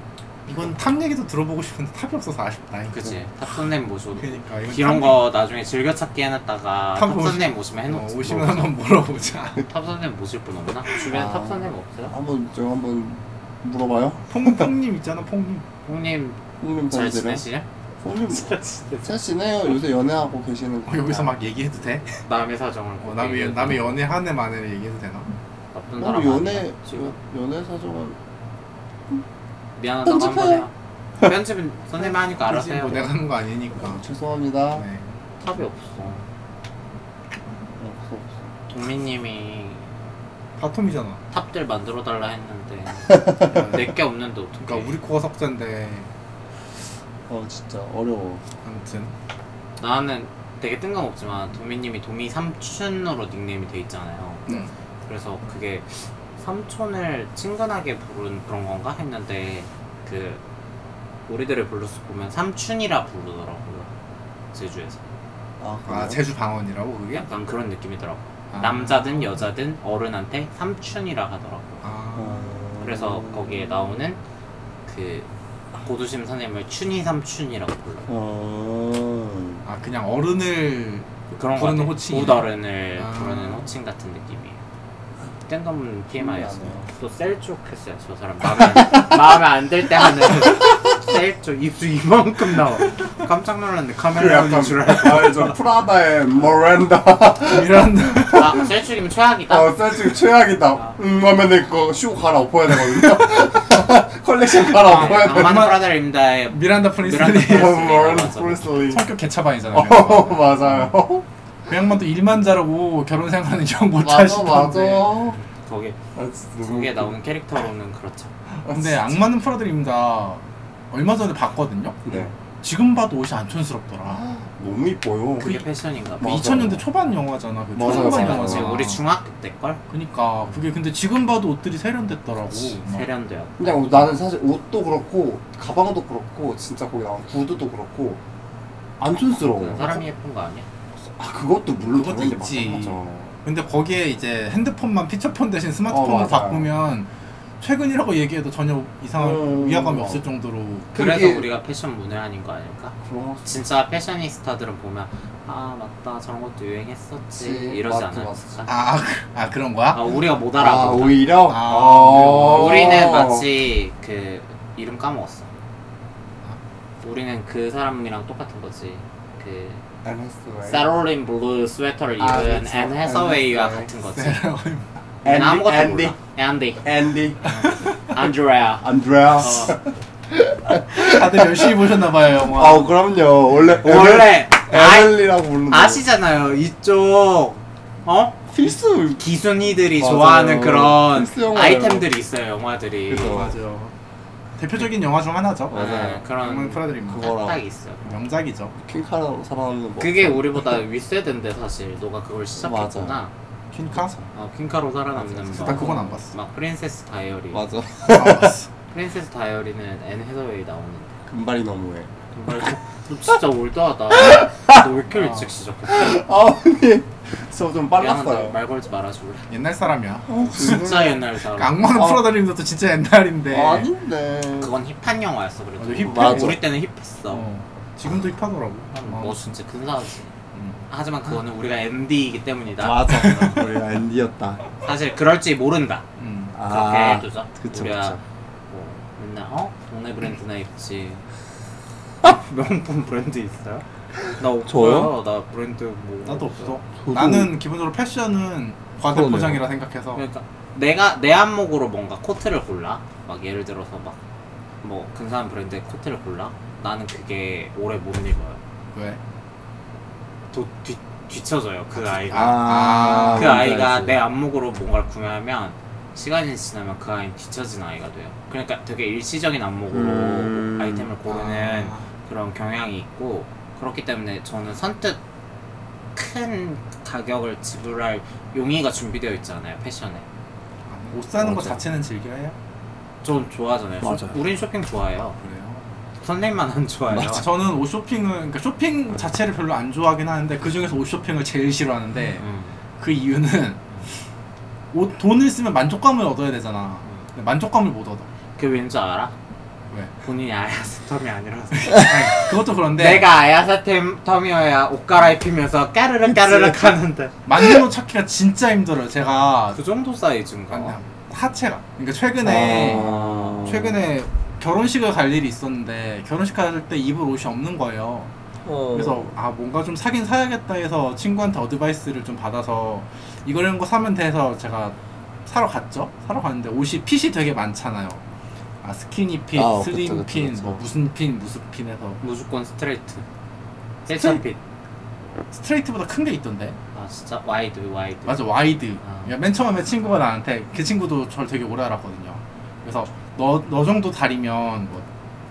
[SPEAKER 3] 이건 탑 얘기도 들어보고 싶은데 탑이 없어서 아쉽다. 이거.
[SPEAKER 2] 그치. 탑선님 모셔도.
[SPEAKER 3] 그러니까 이건
[SPEAKER 2] 이런
[SPEAKER 3] 탑-
[SPEAKER 2] 거 나중에 즐겨찾기 해놨다가
[SPEAKER 3] 탑 모시-
[SPEAKER 2] 탑선님 모시면
[SPEAKER 3] 어,
[SPEAKER 2] 해놓지.
[SPEAKER 3] 오시면 한번 물어보자.
[SPEAKER 2] 뭐 그 탑선님 모실 분 없나? 주변에
[SPEAKER 1] 아.
[SPEAKER 2] 탑선님 없어요?
[SPEAKER 1] 한번 제가 한번 물어봐요.
[SPEAKER 3] 퐁퐁님 있잖아, 퐁님.
[SPEAKER 2] 형님
[SPEAKER 3] 어,
[SPEAKER 1] 홍님
[SPEAKER 2] 잘
[SPEAKER 3] 네?
[SPEAKER 1] 잘지내.
[SPEAKER 2] 지내시냐?
[SPEAKER 1] 홍님
[SPEAKER 3] 아,
[SPEAKER 1] 잘 지내요. 요새 연애하고 계시는
[SPEAKER 3] 어, 여기서 막 얘기해도 돼?
[SPEAKER 2] 남의 사정을
[SPEAKER 3] 어, 남의 연-
[SPEAKER 2] 얘기해도
[SPEAKER 3] 남의 어, 연애 한해 만에 얘기해도 되나?
[SPEAKER 2] 나쁜
[SPEAKER 1] 그럼
[SPEAKER 2] 사람
[SPEAKER 1] 어, 연애
[SPEAKER 2] 아니야, 지금
[SPEAKER 1] 연- 연애 사정은
[SPEAKER 2] 미안하다고 한번
[SPEAKER 1] 편집해요.
[SPEAKER 2] 해요 편집은 선생님 하니까 알아서
[SPEAKER 3] 그치,
[SPEAKER 2] 해요
[SPEAKER 3] 뭐 내가 하는 거 아니니까.
[SPEAKER 1] 죄송합니다.
[SPEAKER 3] 네.
[SPEAKER 2] 탑이 없어
[SPEAKER 1] 없어 없어.
[SPEAKER 2] 동민님이
[SPEAKER 3] 바텀이잖아.
[SPEAKER 2] 탑들 만들어 달라 했는데
[SPEAKER 3] 그러니까
[SPEAKER 2] 내게 없는데 어떡해
[SPEAKER 3] 우리 코가 석자인데
[SPEAKER 1] 어 진짜 어려워.
[SPEAKER 3] 아무튼
[SPEAKER 2] 나는 되게 뜬금없지만 동민님이 도미 삼촌으로 닉네임이 돼 있잖아요
[SPEAKER 1] 네.
[SPEAKER 2] 그래서 그게 삼촌을 친근하게 부른 그런 건가 했는데 그 우리들의 블루스 보면 삼촌이라 부르더라고요 제주에서
[SPEAKER 1] 아,
[SPEAKER 3] 아
[SPEAKER 1] 그래요?
[SPEAKER 3] 제주 방언이라고 그게?
[SPEAKER 2] 약간 그런 느낌이더라고
[SPEAKER 3] 아.
[SPEAKER 2] 남자든 여자든 어른한테 삼촌이라 하더라고요
[SPEAKER 3] 아.
[SPEAKER 1] 어.
[SPEAKER 2] 그래서 거기에 나오는 그 고두심 선생님을 춘희 삼춘이라고 불러요
[SPEAKER 1] 어.
[SPEAKER 3] 아 그냥 어른을
[SPEAKER 2] 그런 거
[SPEAKER 3] 부르는
[SPEAKER 2] 같아요
[SPEAKER 3] 호칭이네.
[SPEAKER 2] 우다른을
[SPEAKER 3] 아.
[SPEAKER 2] 부르는 호칭 같은 느낌이에요 땡덤 TMI였어요 또 셀쪽 했어요 저 사람 마음에 안, 마음에 안 들 때 하는 셀쪽 입술 이만큼 나와 깜짝 놀랐는데 카메라 보는 줄 알고
[SPEAKER 1] 알죠. 아, 프라다의 모란다.
[SPEAKER 3] 이런
[SPEAKER 2] 아 셀쪽이면 최악이다
[SPEAKER 1] 어, 솔직히 최악이다.
[SPEAKER 2] 아.
[SPEAKER 1] 음, 하면 이거 쇼 갈아 엎어야 되거든요. 컬렉션 갈아
[SPEAKER 2] 아,
[SPEAKER 1] 엎어야 돼.
[SPEAKER 2] 악마는 프라다입니다의
[SPEAKER 3] 미란다 프린스리
[SPEAKER 2] 미란다
[SPEAKER 1] 모런
[SPEAKER 2] 맞아.
[SPEAKER 1] 프리슬리.
[SPEAKER 3] 성격 개차반이잖아.
[SPEAKER 1] 어,
[SPEAKER 3] 그
[SPEAKER 1] 맞아요.
[SPEAKER 3] 양반도 일만 잘하고 결혼 생활은 영
[SPEAKER 1] 맞아,
[SPEAKER 3] 못하시던데.
[SPEAKER 1] 맞아.
[SPEAKER 2] 거기
[SPEAKER 1] 아, 진짜 너무
[SPEAKER 2] 거기에
[SPEAKER 1] 웃겨.
[SPEAKER 2] 나오는 캐릭터로는 그렇죠
[SPEAKER 3] 근데 악마는 프라드입니다. 얼마 전에 봤거든요.
[SPEAKER 1] 네.
[SPEAKER 3] 지금 봐도 옷이 안 촌스럽더라.
[SPEAKER 1] 너무 이뻐요.
[SPEAKER 2] 그게 어, 패션인가 봐
[SPEAKER 3] 그 2000년대 초반 영화잖아. 그
[SPEAKER 1] 어, 맞아요,
[SPEAKER 3] 초반
[SPEAKER 1] 맞아요. 어.
[SPEAKER 2] 지금
[SPEAKER 3] 영화잖아.
[SPEAKER 2] 우리 중학교 때걸
[SPEAKER 3] 그니까 그게 근데 지금 봐도 옷들이 세련됐더라고. 막.
[SPEAKER 2] 세련돼요
[SPEAKER 1] 그냥 나는 사실 옷도 그렇고 가방도 그렇고 진짜 거기 나온 구두도 그렇고 안 촌스러워.
[SPEAKER 2] 사람이 예쁜 거 아니야?
[SPEAKER 1] 아 그것도 물론
[SPEAKER 3] 그것도
[SPEAKER 1] 그런데
[SPEAKER 3] 있지.
[SPEAKER 1] 마찬가지잖아.
[SPEAKER 3] 근데 거기에 이제 핸드폰만 피처폰 대신 스마트폰으로
[SPEAKER 1] 어, 맞아요.
[SPEAKER 3] 바꾸면 최근이라고 얘기해도 전혀 이상한
[SPEAKER 1] 음.
[SPEAKER 3] 위화감이 없을 정도로
[SPEAKER 2] 그래서
[SPEAKER 1] 그게-
[SPEAKER 2] 우리가 패션 문외한인 거 아닐까?
[SPEAKER 1] 그런 거
[SPEAKER 2] 진짜 패셔니스타들은 보면 아 맞다 저런 것도 유행했었지
[SPEAKER 1] 그치.
[SPEAKER 2] 이러지
[SPEAKER 1] 음, 맞지,
[SPEAKER 2] 않았을까?
[SPEAKER 3] 아, 아, 그- 아 그런 거야?
[SPEAKER 2] 아 우리가 못
[SPEAKER 1] 아
[SPEAKER 2] 알아본다
[SPEAKER 1] 오히려
[SPEAKER 3] 아,
[SPEAKER 1] 아,
[SPEAKER 2] 우리는 마치 그 이름 까먹었어 우리는 그 사람이랑 똑같은 거지 그
[SPEAKER 1] 알았어.
[SPEAKER 2] 세로린 블루 스웨터를
[SPEAKER 1] 아, 네.
[SPEAKER 2] 입은
[SPEAKER 1] 그쵸.
[SPEAKER 2] 앤 해서웨이와
[SPEAKER 1] 앤
[SPEAKER 2] 같은 거지
[SPEAKER 3] 네.
[SPEAKER 2] 앤
[SPEAKER 1] 앤디,
[SPEAKER 2] 아무것도
[SPEAKER 1] 앤디.
[SPEAKER 2] 몰라 앤디
[SPEAKER 1] 앤디,
[SPEAKER 2] 안드레아
[SPEAKER 1] 안드레아.
[SPEAKER 2] 어,
[SPEAKER 3] 다들 열심히 보셨나봐요 영화.
[SPEAKER 1] 아 그럼요. 원래
[SPEAKER 2] 어, 원래 아이
[SPEAKER 1] 에밀리라고 부르는 거.
[SPEAKER 2] 아시잖아요 이쪽 어?
[SPEAKER 1] 필수.
[SPEAKER 2] 기순이들이
[SPEAKER 1] 맞아요.
[SPEAKER 2] 좋아하는 그런
[SPEAKER 1] 필수 영화예요.
[SPEAKER 2] 아이템들이 있어요 영화들이
[SPEAKER 1] 그죠.
[SPEAKER 3] 맞아. 대표적인 영화 중 하나죠.
[SPEAKER 2] 네,
[SPEAKER 1] 맞아요.
[SPEAKER 3] 정말
[SPEAKER 2] 그런
[SPEAKER 3] 프라드립니다.
[SPEAKER 1] 그거.
[SPEAKER 2] 딱 있어요
[SPEAKER 3] 명작이죠.
[SPEAKER 1] 킹카로 살아남는 법.
[SPEAKER 2] 그게 우리보다 윗세대인데 사실 너가 그걸 시작했구나
[SPEAKER 3] 퀸카?
[SPEAKER 2] 어, 퀸카로 살아남는
[SPEAKER 3] 맞아.
[SPEAKER 2] 법.
[SPEAKER 3] 나 그건 안 봤어.
[SPEAKER 2] 막 프린세스 다이어리
[SPEAKER 1] 맞아.
[SPEAKER 3] 아, 봤어.
[SPEAKER 2] 프린세스 다이어리는 앤 해서웨이 나오는데
[SPEAKER 1] 금발이 너무해.
[SPEAKER 2] 정말 너 진짜 올드하다 너 왜 이렇게 일찍 시작했어
[SPEAKER 1] 아 언니, 저좀
[SPEAKER 2] 미안하다
[SPEAKER 1] 빨랐어요. 음.
[SPEAKER 2] 말 걸지 말아줄래
[SPEAKER 3] 옛날 사람이야. 그러니까
[SPEAKER 2] 진짜 옛날 사람
[SPEAKER 3] 악마는
[SPEAKER 1] 어.
[SPEAKER 3] 프라드립니다도 진짜 옛날인데.
[SPEAKER 1] 아, 아닌데.
[SPEAKER 2] 그건 힙한 영화였어 그래도
[SPEAKER 3] 맞아, 힙해.
[SPEAKER 2] 우리- 우리 때는 힙했어
[SPEAKER 3] 어. 지금도 힙하더라고. 어.
[SPEAKER 2] 뭐 진짜 근사하지
[SPEAKER 3] 음.
[SPEAKER 2] 하지만 그거는 우리가 MD이기 때문이다
[SPEAKER 1] 맞아. 우리 앤디였다.
[SPEAKER 2] 사실 그럴지 모른다
[SPEAKER 3] 음.
[SPEAKER 2] 그렇게
[SPEAKER 1] 아,
[SPEAKER 2] 해두자
[SPEAKER 1] 그쵸,
[SPEAKER 2] 우리가
[SPEAKER 1] 그쵸.
[SPEAKER 2] 뭐 맨날 어? 동네 브랜드나 입지 명품 브랜드 있어요? 나 없어요
[SPEAKER 1] 저요?
[SPEAKER 2] 나 브랜드 뭐
[SPEAKER 3] 나도 없어.
[SPEAKER 1] 저도-
[SPEAKER 3] 나는 기본적으로 패션은 과대
[SPEAKER 1] 그러네요.
[SPEAKER 3] 포장이라 생각해서
[SPEAKER 2] 그러니까 내가 내 안목으로 뭔가 코트를 골라 막 예를 들어서 막 뭐 근사한 브랜드의 코트를 골라 나는 그게 오래 못 입어요
[SPEAKER 3] 왜?
[SPEAKER 2] 도, 뒤, 뒤쳐져요 그 아이가
[SPEAKER 1] 아,
[SPEAKER 2] 그
[SPEAKER 1] 뭔지
[SPEAKER 2] 아이가
[SPEAKER 1] 알지.
[SPEAKER 2] 내 안목으로 뭔가를 구매하면 시간이 지나면 그 아이는 뒤처진 아이가 돼요. 그러니까 되게 일시적인 안목으로
[SPEAKER 1] 음.
[SPEAKER 2] 아이템을 고르는
[SPEAKER 3] 아.
[SPEAKER 2] 그런 경향이 있고 그렇기 때문에 저는 선뜻 큰 가격을 지불할 용의가 준비되어 있잖아요 패션에.
[SPEAKER 3] 옷 사는 거
[SPEAKER 1] 맞아.
[SPEAKER 3] 자체는 즐겨해요?
[SPEAKER 2] 전 좋아하잖아요. 쇼-
[SPEAKER 1] 맞아요.
[SPEAKER 2] 우린 쇼핑 좋아해요.
[SPEAKER 3] 그래요.
[SPEAKER 2] 선생님만 안 좋아해요.
[SPEAKER 3] 아, 저는 옷 쇼핑을 그러니까 쇼핑 자체를 별로 안 좋아하긴 하는데 그 중에서 옷 쇼핑을 제일 싫어하는데
[SPEAKER 2] 음.
[SPEAKER 3] 그 이유는 옷 돈을 쓰면 만족감을 얻어야 되잖아. 근데 만족감을 못 얻어.
[SPEAKER 2] 그게 왠지 알아?
[SPEAKER 3] 왜?
[SPEAKER 2] 본인이 아야스텀이 아니라서.
[SPEAKER 3] 아니, 그것도
[SPEAKER 1] 네.
[SPEAKER 3] 그런데
[SPEAKER 2] 내가 아야스텀이어야 옷 갈아입히면서 까르륵 까르륵 하는데.
[SPEAKER 3] 맞는 옷 찾기가 진짜 힘들어요. 제가
[SPEAKER 2] 그 어. 정도 사이즈인가?
[SPEAKER 3] 아니야, 하체가. 그러니까 최근에
[SPEAKER 1] 어.
[SPEAKER 4] 아.
[SPEAKER 3] 최근에 결혼식을 갈 일이 있었는데 결혼식 갈 때 입을 옷이 없는 거예요.
[SPEAKER 1] 어.
[SPEAKER 3] 그래서 아 뭔가 좀 사긴 사야겠다 해서 친구한테 어드바이스를 좀 받아서 이거 이런 거 사면 돼서 제가 사러 갔죠. 사러 갔는데 옷이 핏이 되게 많잖아요. 아 스키니 핏,
[SPEAKER 1] 아,
[SPEAKER 3] 슬림
[SPEAKER 1] 그쵸, 그쵸,
[SPEAKER 3] 핏,
[SPEAKER 1] 그쵸.
[SPEAKER 3] 뭐 무슨 핏, 무슨 핏 해서
[SPEAKER 2] 무조건 스트레이트. 세션핏.
[SPEAKER 3] 스트레이트보다 큰 게 있던데.
[SPEAKER 2] 아 진짜 와이드 와이드.
[SPEAKER 3] 맞아 와이드.
[SPEAKER 2] 아.
[SPEAKER 3] 그러니까 맨 처음에 친구가 나한테 그 친구도 저를 되게 오래 알았거든요. 그래서 너 너 정도 다리면 뭐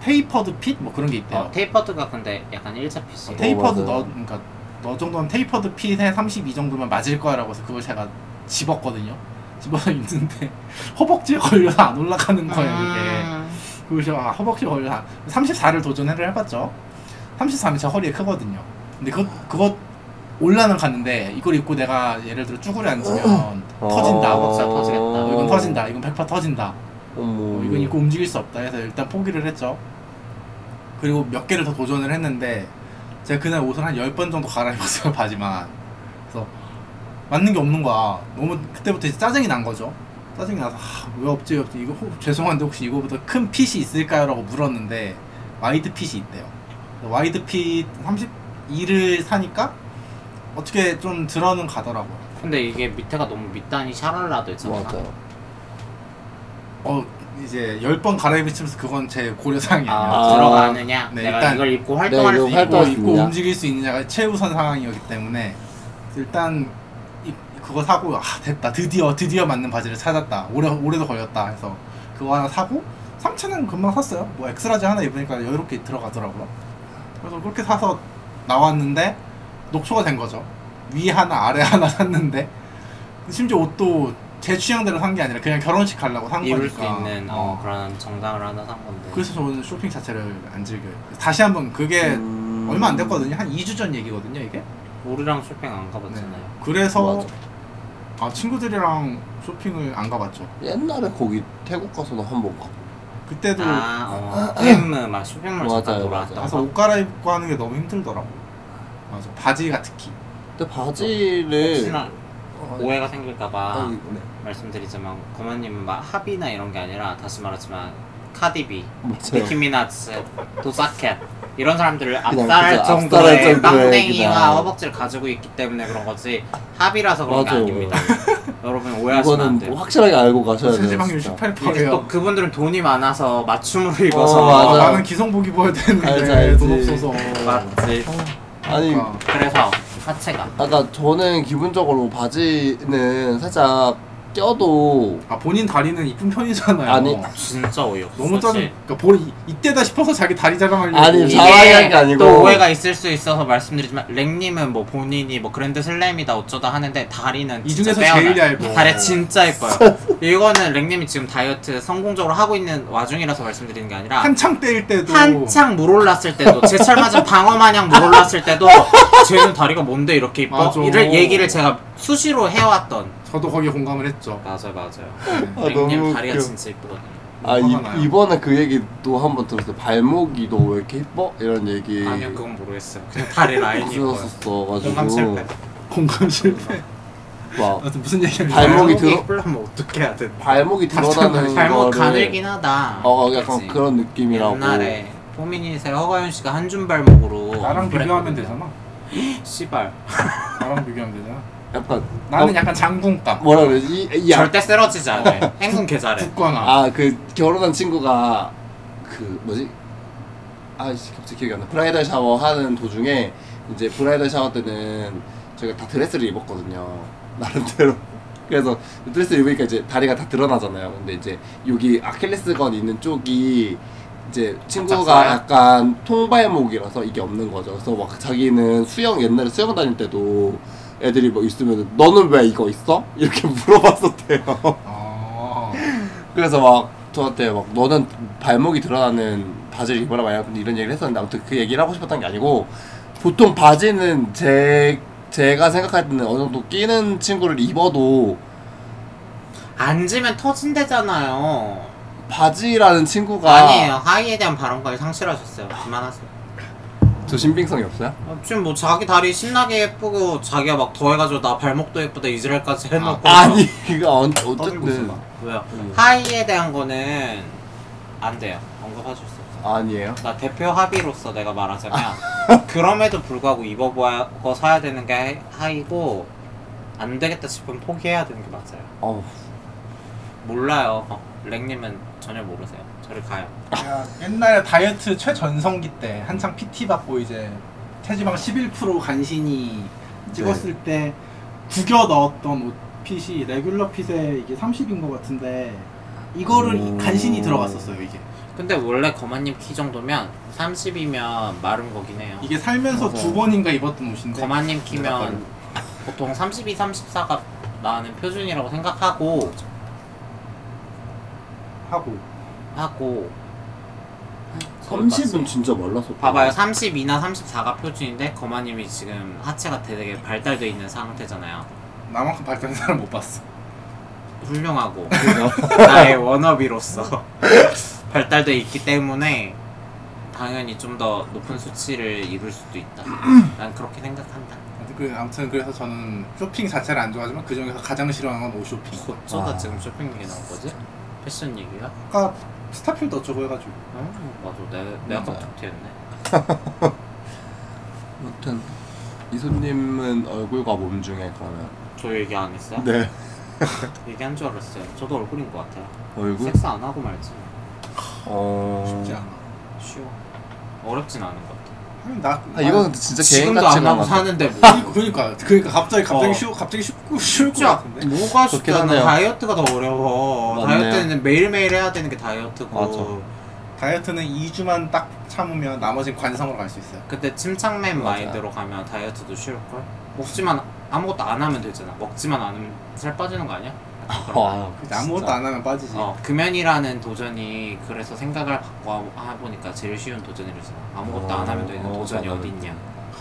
[SPEAKER 3] 테이퍼드 핏 뭐 그런 게 있대요.
[SPEAKER 1] 아,
[SPEAKER 2] 어, 테이퍼드가 근데 약간 일자핏이에요.
[SPEAKER 3] 테이퍼드
[SPEAKER 1] 맞아요.
[SPEAKER 3] 너 그러니까 너 정도는 테이퍼드 핏에 32 정도면 맞을 거야라고 해서 그걸 제가 집었거든요. 집어서 있는데 허벅지에 걸려서 안 올라가는 거예요
[SPEAKER 2] 아.
[SPEAKER 3] 이게. 그래서 아 허벅지 걸려 서 34를 도전을 해봤죠. 34면 제 허리에 크거든요. 근데 그 그거 올라는 갔는데 이걸 입고 내가 예를 들어 쭈그려 앉으면 터진다.
[SPEAKER 1] 어.
[SPEAKER 2] 박사 터지겠다.
[SPEAKER 3] 어, 이건 터진다. 이건 100% 터진다.
[SPEAKER 1] 어머.
[SPEAKER 3] 어,
[SPEAKER 1] 음.
[SPEAKER 3] 이건 입고 움직일 수 없다 해서 일단 포기를 했죠. 그리고 몇 개를 더 도전을 했는데 제가 그날 옷을 한 10번 정도 갈아입었어요 바지만 그래서 맞는 게 없는 거야 너무 그때부터 이제 짜증이 난 거죠 짜증이 나서 아, 왜 없지 왜 없지 이거 혹- 죄송한데 혹시 이거보다 큰 핏이 있을까요? 라고 물었는데 와이드 핏이 있대요 그래서 와이드 핏 32를 사니까 어떻게 좀 들어는 가더라고요
[SPEAKER 2] 근데 이게 밑에가 너무 밑단이 샤랄라도 있잖아.
[SPEAKER 1] 맞아.
[SPEAKER 3] 어 이제 10번 갈아입으면서 그건 제 고려사항이
[SPEAKER 2] 아,
[SPEAKER 3] 아니었죠
[SPEAKER 1] 아,
[SPEAKER 2] 들어가느냐?
[SPEAKER 3] 네,
[SPEAKER 2] 내가
[SPEAKER 3] 일단-
[SPEAKER 2] 이걸 입고 활동할
[SPEAKER 1] 네, 이거
[SPEAKER 2] 수 있고.
[SPEAKER 1] 활동-
[SPEAKER 3] 활동
[SPEAKER 1] 활동할 수
[SPEAKER 3] 입고
[SPEAKER 1] 있냐.
[SPEAKER 3] 움직일 수 있느냐가 최우선 상황이었기 때문에 일단 이- 그거 사고 아 됐다 드디어 드디어 맞는 바지를 찾았다 오래 오래도 걸렸다 해서 그거 하나 사고 상체는 금방 샀어요 뭐 엑스라지 하나 입으니까 여유롭게 들어가더라고요 그래서 그렇게 사서 나왔는데 녹초가 된 거죠 위 하나 아래 하나 샀는데 심지어 옷도 제 취향대로 산 게 아니라 그냥 결혼식 가려고 산
[SPEAKER 2] 입을
[SPEAKER 3] 거니까
[SPEAKER 2] 수 있는 어, 그런 정당을 하나 산 건데.
[SPEAKER 3] 그래서 저는 쇼핑 자체를 안 즐겨요 다시 한번 그게
[SPEAKER 1] 음.
[SPEAKER 3] 얼마 안 됐거든요. 한 2주 전 얘기거든요, 이게.
[SPEAKER 2] 우리랑 쇼핑 안 가봤잖아요.
[SPEAKER 3] 그래서
[SPEAKER 1] 맞아.
[SPEAKER 3] 아, 친구들이랑 쇼핑을 안 가봤죠.
[SPEAKER 1] 옛날에 거기 태국 가서도 한번 가고.
[SPEAKER 3] 그때도
[SPEAKER 2] 아, 어, 쇼핑몰 막 쇼핑몰 잠깐
[SPEAKER 1] 맞아요,
[SPEAKER 2] 돌아왔다.
[SPEAKER 1] 맞아요.
[SPEAKER 3] 가서 옷 갈아입고 하는 게 너무 힘들더라고. 맞아. 바지가 특히.
[SPEAKER 1] 근데 바지를
[SPEAKER 2] 혹시나
[SPEAKER 1] 어,
[SPEAKER 2] 오해가 생길까봐
[SPEAKER 1] 아니, 네.
[SPEAKER 2] 말씀드리지만 고모님은 막 합의나 이런 게 아니라 다시 말하지만 카디비,
[SPEAKER 1] 맞아요.
[SPEAKER 2] 니키미나츠, 도사켓 이런 사람들을
[SPEAKER 1] 그냥
[SPEAKER 2] 압살할
[SPEAKER 1] 그저 압살할
[SPEAKER 2] 정도의
[SPEAKER 1] 정도의
[SPEAKER 2] 빵댕이와
[SPEAKER 1] 그냥.
[SPEAKER 2] 허벅지를 가지고 있기 때문에 그런 거지 합의라서 그런 게
[SPEAKER 1] 맞아요.
[SPEAKER 2] 아닙니다. 여러분 오해하시면 안
[SPEAKER 1] 이거는
[SPEAKER 2] 돼요.
[SPEAKER 1] 뭐 확실하게 알고 가셔야 돼요.
[SPEAKER 3] 실질 확률
[SPEAKER 1] 진짜.
[SPEAKER 3] 18%예요.
[SPEAKER 2] 이게 또 그분들은 돈이 많아서 맞춤으로 입어서
[SPEAKER 1] 어, 맞아.
[SPEAKER 3] 나는 기성복 입어야
[SPEAKER 1] 알지,
[SPEAKER 3] 되는데
[SPEAKER 1] 알지. 아,
[SPEAKER 3] 돈 없어서.
[SPEAKER 2] 맞지.
[SPEAKER 1] 아니
[SPEAKER 3] 그러니까.
[SPEAKER 2] 그래서 하체가
[SPEAKER 1] 아까 저는 기본적으로 바지는 살짝 껴도
[SPEAKER 3] 아, 본인 다리는 이쁜 편이잖아요.
[SPEAKER 1] 아니,
[SPEAKER 2] 진짜 어이없어.
[SPEAKER 3] 너무 짜증. 그러니까 볼이 이때다 싶어서 자기 다리 자랑하려고.
[SPEAKER 1] 아니, 자- 자랑이
[SPEAKER 2] 이게
[SPEAKER 1] 한게 아니고.
[SPEAKER 2] 예. 또 오해가 있을 수 있어서 말씀드리지만 랭님은 뭐 본인이 뭐 그랜드 슬램이다 어쩌다 하는데 다리는
[SPEAKER 3] 이
[SPEAKER 2] 진짜
[SPEAKER 3] 중에서
[SPEAKER 2] 빼어나요.
[SPEAKER 3] 제일 얇아. 어.
[SPEAKER 2] 다리 진짜 예뻐요. 이거는 랭님이 지금 다이어트 성공적으로 하고 있는 와중이라서 말씀드리는 게 아니라
[SPEAKER 3] 한창 때일 때도
[SPEAKER 2] 한창 물 올랐을 때도 제철 맞은 방어 마냥 물 올랐을 때도 쟤는 다리가 뭔데 이렇게 이뻐?
[SPEAKER 3] 맞아.
[SPEAKER 2] 이를 얘기를 제가 수시로 해왔던
[SPEAKER 3] 저도 거기에 공감을 했죠.
[SPEAKER 2] 맞아요 맞아요.
[SPEAKER 3] 네.
[SPEAKER 1] 아,
[SPEAKER 2] 랭님
[SPEAKER 1] 너무
[SPEAKER 2] 다리가
[SPEAKER 1] 웃겨.
[SPEAKER 2] 진짜 이쁘거든요.
[SPEAKER 1] 아
[SPEAKER 3] 화가 나요.
[SPEAKER 1] 이, 이번에 그 얘기 또 한 번 들었어요. 발목이 너 왜 이렇게 예뻐? 이런 얘기
[SPEAKER 2] 아니요 그건 모르겠어요. 그냥 다리 라인이 이뻐요.
[SPEAKER 1] 들었었어
[SPEAKER 2] 공감
[SPEAKER 1] 가지고
[SPEAKER 2] 실패.
[SPEAKER 3] 공감 실패.
[SPEAKER 1] 막
[SPEAKER 3] 아무튼 무슨 얘기를
[SPEAKER 1] 어. 발목이 들어-
[SPEAKER 2] 뿔나면 어떻게 해야 돼?
[SPEAKER 1] 발목이 드러나는
[SPEAKER 2] 발목
[SPEAKER 1] 거를-
[SPEAKER 2] 가늘긴 하다.
[SPEAKER 1] 어 약간
[SPEAKER 2] 그치?
[SPEAKER 1] 그런 느낌이라고
[SPEAKER 2] 옛날에 포미닛의 허가연 씨가 한줌 발목으로
[SPEAKER 3] 나랑 비교하면
[SPEAKER 2] 그랬거든요.
[SPEAKER 3] 되잖아.
[SPEAKER 2] 씨발
[SPEAKER 3] 나랑 비교하면 되잖아.
[SPEAKER 1] 약간
[SPEAKER 3] 나는
[SPEAKER 1] 어,
[SPEAKER 3] 약간 장군감.
[SPEAKER 1] 뭐라 그러지? 이, 이 약-
[SPEAKER 2] 절대 쓰러지지
[SPEAKER 1] 어.
[SPEAKER 2] 않아. 행군 개 잘해.
[SPEAKER 3] 굳거나.
[SPEAKER 1] 아 그 결혼한 친구가 그 뭐지? 아씨 갑자기 기억이 안 나. 브라이덜 샤워 하는 도중에 이제 브라이덜 샤워 때는 저희가 다 드레스를 입었거든요. 나름대로. 그래서 드레스 입으니까 이제 다리가 다 드러나잖아요. 근데 이제 여기 아킬레스건 있는 쪽이 이제 친구가
[SPEAKER 2] 작아요?
[SPEAKER 1] 약간 통발목이라서 이게 없는 거죠. 그래서 막 자기는 수영 옛날에 수영 다닐 때도 애들이 뭐 있으면 너는 왜 이거 있어? 이렇게 물어봤었대요.
[SPEAKER 3] 아.
[SPEAKER 1] 그래서 막 저한테 막 너는 발목이 드러나는 바지를 입어라 마야 이런 얘기를 했었는데 아무튼 그 얘기를 하고 싶었던 게 아니고 보통 바지는 제 제가 생각할 때는 어느 정도 끼는 친구를 입어도
[SPEAKER 2] 앉으면 터진대잖아요.
[SPEAKER 1] 바지라는 친구가
[SPEAKER 2] 아니에요. 하이에 대한 발언까지 상실하셨어요. 그만하세요.
[SPEAKER 1] 저 신빙성이 없어요?
[SPEAKER 2] 어, 지금 뭐 자기 다리 신나게 예쁘고 자기가 막 더해가지고 나 발목도 예쁘다 이즈랄까지 해놓고
[SPEAKER 1] 아니 이거 언-
[SPEAKER 4] 떠들고 있어
[SPEAKER 1] 어쨌든
[SPEAKER 4] 막.
[SPEAKER 2] 뭐야
[SPEAKER 1] 음.
[SPEAKER 2] 하이에 대한 거는 안 돼요. 언급하실 수 없어요.
[SPEAKER 1] 아니에요.
[SPEAKER 2] 나 대표 합의로서 내가 말하자면 그럼에도 불구하고 입어보고 사야 되는 게 하이고 안 되겠다 싶으면 포기해야 되는 게 맞아요.
[SPEAKER 1] 어우.
[SPEAKER 2] 몰라요. 어, 랭님은 전혀 모르세요. 저를 가요.
[SPEAKER 3] 야, 옛날에 다이어트 최전성기 때 한창 PT 받고 이제 체지방 11% 간신히
[SPEAKER 1] 네.
[SPEAKER 3] 찍었을 때 구겨 넣었던 옷 핏이 레귤러 핏에 이게 30인 것 같은데 이거를
[SPEAKER 1] 오.
[SPEAKER 3] 간신히 들어갔었어요 이게
[SPEAKER 2] 근데 원래 거만님 키 정도면 30이면 마른 거긴 해요.
[SPEAKER 3] 이게 살면서
[SPEAKER 1] 맞아요.
[SPEAKER 3] 두 번인가 입었던 옷인데
[SPEAKER 2] 거만님 키면 보통 32, 34가 나는 표준이라고 생각하고
[SPEAKER 3] 하고
[SPEAKER 2] 하고
[SPEAKER 4] 30은 진짜 말라서
[SPEAKER 2] 봐봐요 32나 34가 표준인데 거만님이 지금 하체가 되게 발달돼 있는 상태잖아요
[SPEAKER 3] 나만큼 발전한 사람 못 봤어
[SPEAKER 2] 훌륭하고 나의 워너비로서 발달돼 있기 때문에 당연히 좀 더 높은 수치를 이룰 수도 있다 난 그렇게 생각한다
[SPEAKER 3] 아무튼 그- 아무튼 그래서 저는 쇼핑 자체를 안 좋아하지만 그 중에서 가장 싫어하는 건 옷 쇼핑
[SPEAKER 2] 어쩌다
[SPEAKER 1] 아.
[SPEAKER 2] 지금 쇼핑 얘기 나온 거지? 패션 얘기가?
[SPEAKER 3] 아까 스타필드 어쩌고 해가지고
[SPEAKER 2] 어, 맞아 내, 내가
[SPEAKER 1] 맞아요.
[SPEAKER 2] 깜짝 튀었네
[SPEAKER 1] 아무튼 이소님은 얼굴과 몸 중에 그러면
[SPEAKER 2] 저 얘기 안 했어요?
[SPEAKER 1] 네
[SPEAKER 2] 얘기한 줄 알았어요 저도 얼굴인 것 같아요
[SPEAKER 1] 얼굴
[SPEAKER 2] 섹스 안 하고 말지
[SPEAKER 1] 어
[SPEAKER 3] 쉽지 않아
[SPEAKER 2] 쉬워 어렵진 않은 것 같아
[SPEAKER 3] 아니, 나,
[SPEAKER 1] 아, 이건 진짜 개인
[SPEAKER 2] 지금도
[SPEAKER 1] 같지
[SPEAKER 2] 안 하고
[SPEAKER 1] 않아
[SPEAKER 2] 사는데 뭐
[SPEAKER 3] 아니, 그러니까 그러니까 갑자기 갑자기
[SPEAKER 2] 어.
[SPEAKER 3] 쉬 갑자기 쉽고 쉬울 것
[SPEAKER 2] 쉽지 않-
[SPEAKER 3] 같은데
[SPEAKER 2] 뭐가 쉽
[SPEAKER 1] 좋긴
[SPEAKER 2] 잖아
[SPEAKER 1] 하네요.
[SPEAKER 2] 다이어트가 더 어려워
[SPEAKER 1] 맞네요.
[SPEAKER 2] 다이어트는 매일매일 해야 되는 게 다이어트고
[SPEAKER 1] 맞아.
[SPEAKER 3] 다이어트는 2주만 딱 참으면 나머지는 관성으로 갈 수 있어요.
[SPEAKER 2] 근데 침착맨
[SPEAKER 1] 맞아.
[SPEAKER 2] 마인드로 가면 다이어트도 쉬울걸? 먹지만 아무것도 안 하면 되잖아 먹지만 않으면 살 빠지는 거 아니야?
[SPEAKER 1] 와,
[SPEAKER 3] 그치, 아무것도 안 하면 빠지지.
[SPEAKER 2] 어, 금연이라는 도전이 그래서 생각을 바꿔 해보니까 제일 쉬운 도전이라서 아무것도 안 하면 되는
[SPEAKER 1] 어,
[SPEAKER 2] 도전이
[SPEAKER 1] 맞아.
[SPEAKER 2] 어딨냐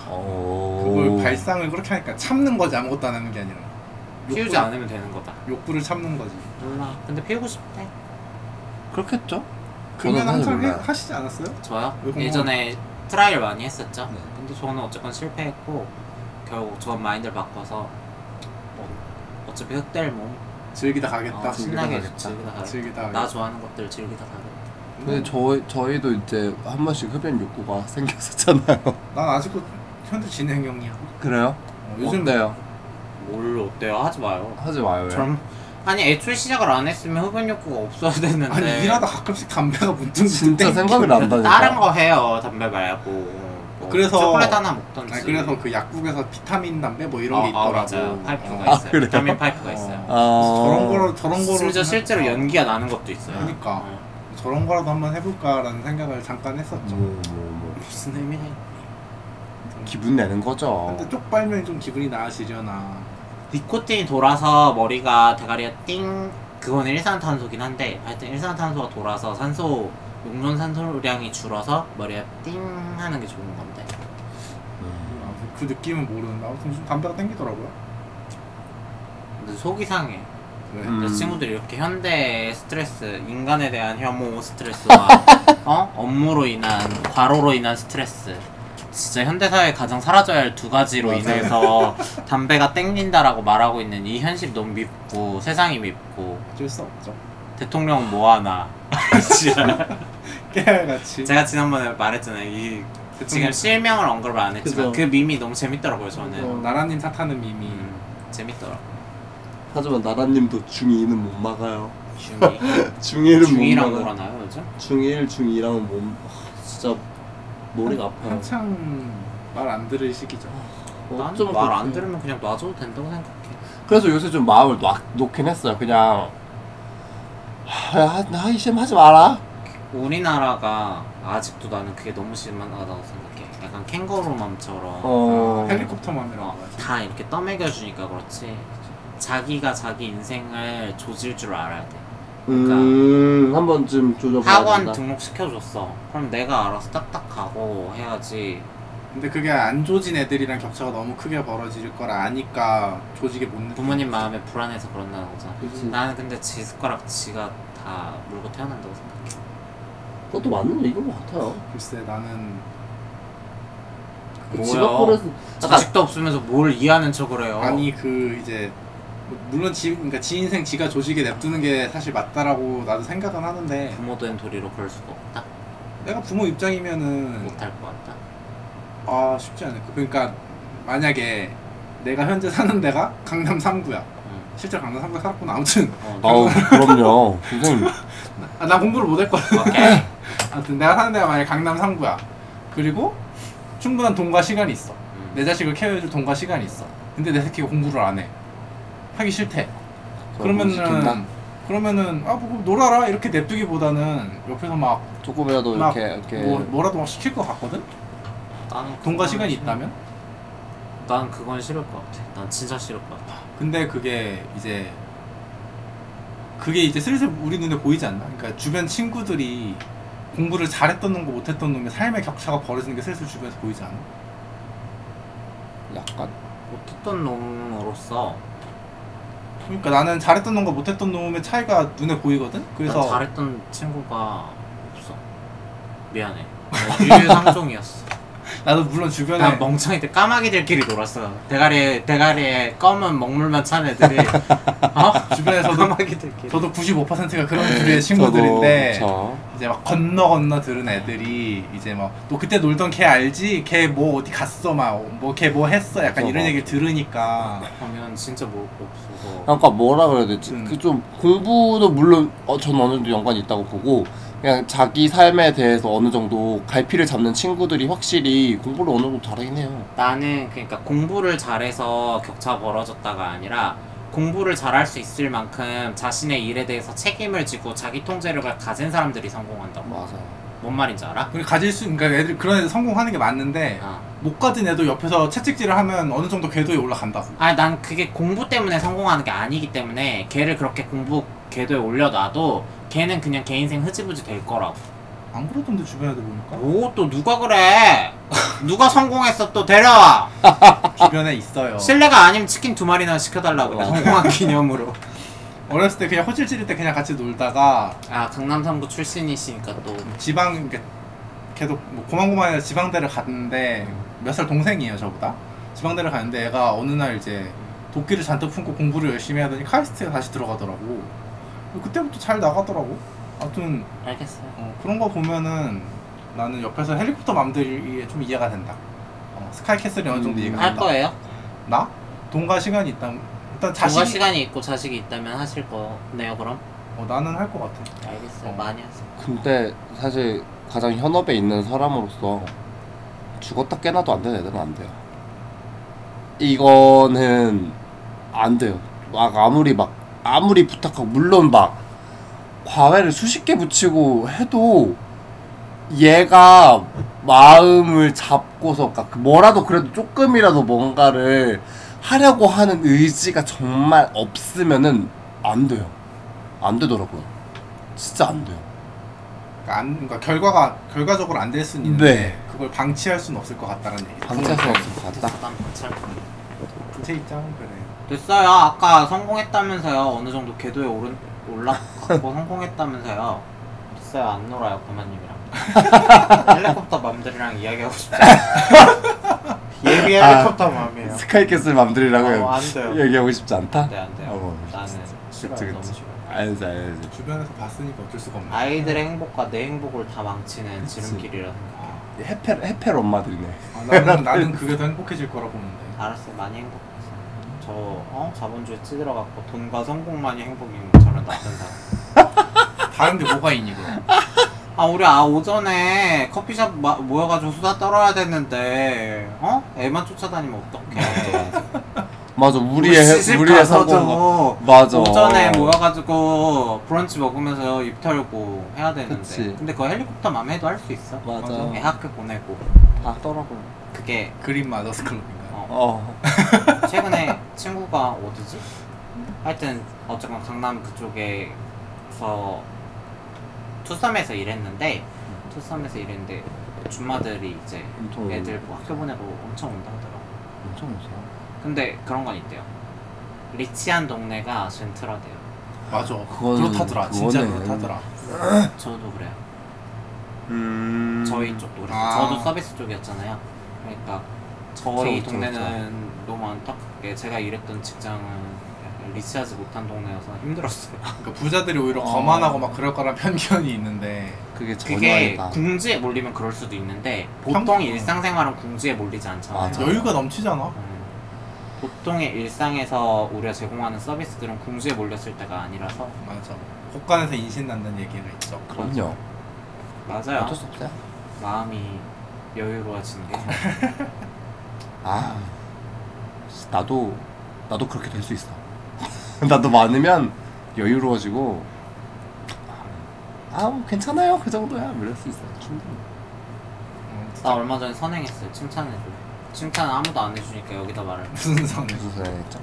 [SPEAKER 1] 어...
[SPEAKER 3] 그걸 발상을 그렇게 하니까 참는 거지 아무것도 안 하는 게 아니라.
[SPEAKER 2] 피우지 않으면 되는 거다
[SPEAKER 3] 욕구를 참는 거지.
[SPEAKER 2] 몰라 근데 피우고 싶대
[SPEAKER 1] 그렇겠죠?
[SPEAKER 3] 그러면
[SPEAKER 1] 사실
[SPEAKER 3] 항상 해,
[SPEAKER 1] 몰라요.
[SPEAKER 3] 하시지 않았어요?
[SPEAKER 2] 저요?
[SPEAKER 3] 왜 공부하는-
[SPEAKER 2] 예전에 트라이를 많이 했었죠
[SPEAKER 1] 네.
[SPEAKER 2] 근데 저는 어쨌건 실패했고 결국 저 마인드를 바꿔서 뭐 어차피 흑될 몸
[SPEAKER 3] 즐기다
[SPEAKER 2] 어,
[SPEAKER 3] 예, 가겠다.
[SPEAKER 2] 신나게
[SPEAKER 1] 가겠다.
[SPEAKER 2] 즐기다 가겠다
[SPEAKER 3] 즐기다
[SPEAKER 2] 나
[SPEAKER 3] 가겠다.
[SPEAKER 2] 좋아하는 것들 즐기다 가겠다
[SPEAKER 1] 근데 저, 저희도 이제 한 번씩 흡연 욕구가 생겼었잖아요
[SPEAKER 3] 난 아직도 현재 진행형이야.
[SPEAKER 1] 그래요?
[SPEAKER 3] 어,
[SPEAKER 1] 요즘
[SPEAKER 3] 요즘
[SPEAKER 1] 어때요?
[SPEAKER 2] 뭘 어때요? 하지 마요
[SPEAKER 1] 하지 마요 왜?
[SPEAKER 2] 젊... 네. 아니 애초에 시작을 안 했으면 흡연 욕구가 없어야 되는데
[SPEAKER 3] 아니 일하다 가끔씩 담배가 문득
[SPEAKER 1] 진짜 생각이
[SPEAKER 2] 그래도
[SPEAKER 1] 난다니까
[SPEAKER 2] 다른 거 해요 담배 말고 뭐
[SPEAKER 3] 그래서-
[SPEAKER 2] 초콜릿 하나 먹던지
[SPEAKER 3] 아니, 그래서 그 약국에서 비타민 담배 뭐 이런
[SPEAKER 2] 어,
[SPEAKER 3] 게
[SPEAKER 2] 어,
[SPEAKER 3] 있더라고.
[SPEAKER 2] 맞아요 파이프가
[SPEAKER 1] 아,
[SPEAKER 2] 있어요
[SPEAKER 1] 그래요?
[SPEAKER 2] 비타민 파이프가
[SPEAKER 3] 어.
[SPEAKER 2] 있어요
[SPEAKER 1] 아...
[SPEAKER 3] 저런 거로 저런 거로
[SPEAKER 2] 심지어
[SPEAKER 3] 생각-
[SPEAKER 2] 실제로 연기가 나는 것도 있어요
[SPEAKER 3] 그러니까.
[SPEAKER 2] 어.
[SPEAKER 3] 저런 거라도 한번 해볼까라는 생각을 잠깐 했었죠.
[SPEAKER 1] 뭐, 뭐, 뭐.
[SPEAKER 2] 무슨 의미해
[SPEAKER 1] 기분 내는 거죠
[SPEAKER 3] 근데 쪽 빨면 좀 기분이 나아지려나.
[SPEAKER 2] 니코틴이 돌아서 머리가 대가리가 띵 그건 일산탄소긴 한데 하여튼 일산탄소가 돌아서 산소 용존 산소량이 줄어서 머리가 띵 하는 게 좋은 건데
[SPEAKER 1] 음.
[SPEAKER 3] 아무튼 그 느낌은 모르는데 아무튼 좀 담배가 땡기더라고요.
[SPEAKER 2] 근데 속이 상해
[SPEAKER 3] 왜?
[SPEAKER 1] 음.
[SPEAKER 2] 내 친구들이 이렇게 현대의 스트레스 인간에 대한 혐오 스트레스와 어? 업무로 인한 과로로 인한 스트레스 진짜 현대사회에 가장 사라져야 할 두 가지로
[SPEAKER 3] 맞아요.
[SPEAKER 2] 인해서 담배가 땡긴다라고 말하고 있는 이 현실이 너무 밉고 세상이 밉고
[SPEAKER 3] 어쩔 수 없죠.
[SPEAKER 2] 대통령 뭐하나 진짜.
[SPEAKER 3] 깨알같이.
[SPEAKER 2] 제가 지난번에 말했잖아요 이 지금
[SPEAKER 3] 대통령
[SPEAKER 2] 실명을 언급을 안 했지만
[SPEAKER 4] 그죠.
[SPEAKER 2] 그 밈이 너무 재밌더라고요 저는
[SPEAKER 4] 그죠.
[SPEAKER 3] 어, 나라님 탓하는 미미.
[SPEAKER 2] 음, 재밌더라고
[SPEAKER 1] 하지만 나라님도 중2는 못 막아요
[SPEAKER 2] 중이
[SPEAKER 1] 중1은
[SPEAKER 2] 중이랑
[SPEAKER 1] 못 막아요
[SPEAKER 2] 놀아나요 요즘?
[SPEAKER 1] 중1, 중2랑은 몸 하, 진짜 머리가 아파요
[SPEAKER 3] 한창 말 안 들을 시기죠.
[SPEAKER 2] 나는 말안
[SPEAKER 1] 그렇게-
[SPEAKER 2] 들으면 그냥 놔줘도 된다고 생각해
[SPEAKER 1] 그래서 요새 좀 마음을 놓, 놓긴 했어요. 그냥 하, 하, 하이 심 하지 마라.
[SPEAKER 2] 우리나라가 아직도 나는 그게 너무 심하다고 생각해. 약간 캥거루맘처럼
[SPEAKER 1] 어.
[SPEAKER 3] 헬리콥터맘이라고
[SPEAKER 2] 어,
[SPEAKER 3] 하죠.
[SPEAKER 2] 다 이렇게 떠먹여 주니까 그렇지. 자기가 자기 인생을 조질 줄 알아야 돼.
[SPEAKER 4] 음, 한 번쯤 조져봐야
[SPEAKER 2] 학원
[SPEAKER 4] 된다.
[SPEAKER 2] 등록시켜줬어. 그럼 내가 알아서 딱딱 가고 해야지.
[SPEAKER 3] 근데 그게 안 조진 애들이랑 격차가 너무 크게 벌어질 거라 아니까 조직에 못 느-
[SPEAKER 2] 부모님 마음에 불안해서 그런다는 거잖아.
[SPEAKER 4] 그치.
[SPEAKER 2] 나는 근데 지 숟가락 지가 다 물고 태어난다고 생각해.
[SPEAKER 4] 그것도 맞는 얘기인 것 같아요.
[SPEAKER 3] 글쎄 나는
[SPEAKER 4] 그
[SPEAKER 2] 뭐야?
[SPEAKER 4] 집 앞으로 약간
[SPEAKER 2] 자식도 없으면서 뭘 이해하는 척을 해요.
[SPEAKER 3] 아, 아니 그 이제 물론 지 그러니까 지 인생 지가 조직에 냅두는 게 사실 맞다라고 나도 생각은 하는데
[SPEAKER 2] 부모 된 도리로 그럴 수가 없다.
[SPEAKER 3] 내가 부모 입장이면은
[SPEAKER 2] 못할 것 같다.
[SPEAKER 3] 아 쉽지 않을 거 그러니까 만약에 내가 현재 사는 데가 강남 3구야
[SPEAKER 2] 응.
[SPEAKER 3] 실제 로 강남 3구에 살았구나 아무튼
[SPEAKER 2] 어,
[SPEAKER 1] 아우 그럼요 선생님
[SPEAKER 3] 아, 나 공부를 못 할 거야
[SPEAKER 2] 오케이.
[SPEAKER 3] 아무튼 내가 사는 데가 만약에 강남 3구야 그리고 충분한 돈과 시간이 있어
[SPEAKER 2] 음.
[SPEAKER 3] 내 자식을 케어해줄 돈과 시간이 있어 근데 내 새끼가 공부를 안해 하기 싫대 그러면은 그러면은 아뭐 놀아라 이렇게 냅두기보다는 옆에서 막 뭐
[SPEAKER 4] 조금이라도
[SPEAKER 3] 막
[SPEAKER 4] 이렇게 이렇게
[SPEAKER 3] 뭐라도 막 시킬 것 같거든
[SPEAKER 2] 나는
[SPEAKER 3] 돈과
[SPEAKER 2] 그건
[SPEAKER 3] 시간이
[SPEAKER 2] 싫-
[SPEAKER 3] 있다면
[SPEAKER 2] 난 그건 싫을 것 같아. 난 진짜 싫을 것 같아.
[SPEAKER 3] 근데 그게 이제 그게 이제 슬슬 우리 눈에 보이지 않나? 그러니까 주변 친구들이 공부를 잘했던 놈과 못했던 놈의 삶의 격차가 벌어지는 게 슬슬 주변에서 보이지 않아?
[SPEAKER 4] 약간
[SPEAKER 2] 못했던 놈으로서
[SPEAKER 3] 그러니까 나는 잘했던 놈과 못했던 놈의 차이가 눈에 보이거든?
[SPEAKER 2] 난
[SPEAKER 3] 그래서
[SPEAKER 2] 잘했던 친구가 없어. 미안해. 나 유유상종이었어.
[SPEAKER 3] 나도 물론 주변에
[SPEAKER 2] 난 뭐- 멍청이 때 까마귀들끼리 놀았어. 대가리에 대가리에 검은 먹물만 찬 애들이 어?
[SPEAKER 3] 주변에서도
[SPEAKER 2] 까마귀들끼리.
[SPEAKER 3] 저도 95%가 그런 주의 친구들인데
[SPEAKER 1] 저도,
[SPEAKER 3] 이제 막 건너 건너 들은 애들이 이제 막 너 그때 놀던 걔 알지? 걔 뭐 어디 갔어 막 뭐 걔 뭐 했어 약간
[SPEAKER 1] 맞아,
[SPEAKER 3] 이런
[SPEAKER 1] 맞아.
[SPEAKER 3] 얘기를 들으니까
[SPEAKER 2] 보면 진짜 먹을 거 없어서.
[SPEAKER 1] 아까 그러니까 뭐라 그래야 되지?
[SPEAKER 3] 음.
[SPEAKER 1] 그 좀 공부도 물론 어, 전 어느 정도 연관이 있다고 보고 그냥 자기 삶에 대해서 어느 정도 갈피를 잡는 친구들이 확실히 공부를 어느 정도 잘하긴 해요.
[SPEAKER 2] 나는 그러니까 공부를 잘해서 격차 벌어졌다가 아니라 공부를 잘할 수 있을 만큼 자신의 일에 대해서 책임을 지고 자기 통제력을 가진 사람들이 성공한다고.
[SPEAKER 1] 맞아요.
[SPEAKER 2] 뭔 말인지 알아?
[SPEAKER 3] 그리고 가질 수 그러니까 애들 그런 애들 성공하는 게 맞는데
[SPEAKER 2] 아.
[SPEAKER 3] 못 가진 애도 옆에서 채찍질을 하면 어느 정도 궤도에 올라간다고.
[SPEAKER 2] 아니 난 그게 공부 때문에 성공하는 게 아니기 때문에 걔를 그렇게 공부 궤도에 올려놔도 걔는 그냥 걔 인생 흐지부지 될 거라고
[SPEAKER 3] 안 그러던데 주변 애들 보니까
[SPEAKER 2] 오 또 누가 그래 누가 성공했어 또 데려와
[SPEAKER 3] 주변에 있어요.
[SPEAKER 2] 실례가 아니면 치킨 두 마리나 시켜달라고
[SPEAKER 1] 어.
[SPEAKER 2] 성공한 기념으로
[SPEAKER 3] 어렸을 때 그냥 허질 지릴 때 그냥 같이 놀다가
[SPEAKER 2] 아 강남 3구 출신이시니까 또
[SPEAKER 3] 지방 그러니까 걔도 뭐 고만고만해서 지방대를 갔는데 몇 살 동생이에요 저보다. 지방대를 갔는데 애가 어느 날 이제 도끼를 잔뜩 품고 공부를 열심히 하더니 카이스트에 다시 들어가더라고. 그때부터 잘 나가더라고. 아무튼
[SPEAKER 2] 알겠어요
[SPEAKER 3] 어, 그런 거 보면은 나는 옆에서 헬리콥터 맘들이 좀 이해가 된다. 어, 스카이캐슬이 어느
[SPEAKER 4] 음,
[SPEAKER 3] 정도 이해가
[SPEAKER 2] 할
[SPEAKER 3] 된다.
[SPEAKER 2] 거예요?
[SPEAKER 3] 나? 돈과 시간이 있다면 일단
[SPEAKER 2] 자식...
[SPEAKER 3] 자식이
[SPEAKER 2] 시간이 있고 자식이 있다면 하실 거네요 그럼?
[SPEAKER 3] 어, 나는 할 것 같아
[SPEAKER 2] 알겠어요
[SPEAKER 3] 어.
[SPEAKER 2] 많이 하세요
[SPEAKER 1] 근데 사실 가장 현업에 있는 사람으로서 죽었다 깨나도 안 되는 애들은 안 돼요. 이거는 안 돼요. 막 아무리 막 아무리 부탁하고 물론 막 과외를 수십 개 붙이고 해도 얘가 마음을 잡고서 그러니까 그 뭐라도 그래도 조금이라도 뭔가를 하려고 하는 의지가 정말 없으면은 안 돼요. 안 되더라고요. 진짜 안 돼요.
[SPEAKER 3] 그러니까, 안, 그러니까 결과가 결과적으로 안 될 수는 있는데
[SPEAKER 1] 네. 아.
[SPEAKER 3] 그걸 방치할 수는 없을 것 같다는 얘기
[SPEAKER 1] 방치할 수 없을 것 같다.
[SPEAKER 2] 됐어 난 같이 할 거예요
[SPEAKER 3] 부채 입장은 그래
[SPEAKER 2] 됐어요. 아까 성공했다면서요. 어느 정도 궤도에 오른 올라가고 성공했다면서요. 됐어요. 안 놀아요. 고만님이랑. 헬리콥터 맘들이랑 이야기하고 싶어요. 아. 예비 헬리콥터 맘이에요.
[SPEAKER 1] 스카이캐슬 맘들이라고
[SPEAKER 2] 어, 안 돼요. 네.
[SPEAKER 1] 얘기하고 싶지 않다?
[SPEAKER 2] 안 돼, 안 돼요.
[SPEAKER 1] 어,
[SPEAKER 2] 나는 싫어요.
[SPEAKER 1] 그치,
[SPEAKER 2] 너무
[SPEAKER 1] 그치.
[SPEAKER 2] 싫어.
[SPEAKER 1] 알지 알지
[SPEAKER 3] 주변에서 봤으니까 어쩔 수가 없네
[SPEAKER 2] 아이들의 행복과 내 행복을 다 망치는
[SPEAKER 1] 그치.
[SPEAKER 2] 지름길이라 생각해.
[SPEAKER 1] 해펠, 해펠 엄마들이네
[SPEAKER 3] 아, 나는, 나는 그게 더 행복해질 거라 보는데
[SPEAKER 2] 알았어요. 많이 행복했어. 저 어? 자본주의 찌들어갖고 돈과 성공만이 행복인 것처럼 나쁜 사람.
[SPEAKER 3] 다른데 뭐가 있니 그럼
[SPEAKER 2] 아 우리 아 오전에 커피숍 마- 모여가지고 수다 떨어야 되는데 어 애만 쫓아다니면 어떡해
[SPEAKER 1] 맞아 네. 우리의
[SPEAKER 2] 시집
[SPEAKER 1] 우리의
[SPEAKER 2] 가서 뭐.
[SPEAKER 1] 사고가
[SPEAKER 2] 저거
[SPEAKER 1] 맞아
[SPEAKER 2] 오전에 모여가지고 브런치 먹으면서 입 털고 해야 되는데
[SPEAKER 1] 그치.
[SPEAKER 2] 근데 그거 헬리콥터 맘에도 할 수 있어
[SPEAKER 1] 맞아.
[SPEAKER 2] 애 학교 보내고
[SPEAKER 1] 다 떠라고
[SPEAKER 2] 그게
[SPEAKER 3] 그린 마더스 클럽인가
[SPEAKER 2] 어,
[SPEAKER 1] 어
[SPEAKER 2] 최근에 친구가 어디지 하여튼 어쨌건 강남 그쪽에 가서 투썸에서 일했는데 투썸에서 일했는데 줌마들이 이제
[SPEAKER 1] 엄청
[SPEAKER 2] 애들 뭐 학교 보내고 엄청 온다 하더라고.
[SPEAKER 1] 엄청 무서워.
[SPEAKER 2] 근데 그런 건 있대요. 리치한 동네가 젠틀하대요.
[SPEAKER 3] 맞아.
[SPEAKER 1] 그건-
[SPEAKER 3] 그렇다더라. 진짜
[SPEAKER 1] 그거는-
[SPEAKER 3] 그렇다더라.
[SPEAKER 2] 저도 그래요.
[SPEAKER 1] 음.
[SPEAKER 2] 저희 쪽도 그래서
[SPEAKER 3] 아.
[SPEAKER 2] 저도 서비스 쪽이었잖아요. 그러니까 저희
[SPEAKER 1] 그쵸, 그쵸,
[SPEAKER 2] 동네는 너무 안타깝게 제가 일했던 직장은 약간 리치하지 못한 동네여서 힘들었어요.
[SPEAKER 3] 그러니까 부자들이 오히려
[SPEAKER 1] 어.
[SPEAKER 3] 거만하고 막 그럴 거란 편견이 있는데
[SPEAKER 1] 그게 전혀
[SPEAKER 2] 그게
[SPEAKER 1] 아니다.
[SPEAKER 2] 궁지에 몰리면 그럴 수도 있는데
[SPEAKER 3] 평-
[SPEAKER 2] 보통 일상생활은 궁지에 몰리지 않잖아요.
[SPEAKER 1] 맞아.
[SPEAKER 3] 여유가 넘치잖아.
[SPEAKER 2] 음, 보통의 일상에서 우리가 제공하는 서비스들은 궁지에 몰렸을 때가 아니라서
[SPEAKER 3] 맞아. 곳간에서 인신 난다는 얘기가 있죠.
[SPEAKER 1] 그럼요.
[SPEAKER 2] 맞아요.
[SPEAKER 1] 어쩔 수 네. 없어요.
[SPEAKER 2] 마음이 여유로워지는 게
[SPEAKER 1] 아 나도 나도 그렇게 될 수 있어 나도 많으면 여유로워지고 아뭐 괜찮아요 그 정도야 이럴 수 있어 충분히
[SPEAKER 2] 네.
[SPEAKER 3] 음, 진짜
[SPEAKER 2] 나 얼마 전에 선행했어요. 칭찬해줘. 칭찬 아무도 안 해주니까 여기다 말을.
[SPEAKER 3] 무슨 상황이
[SPEAKER 1] 무슨 소리 했죠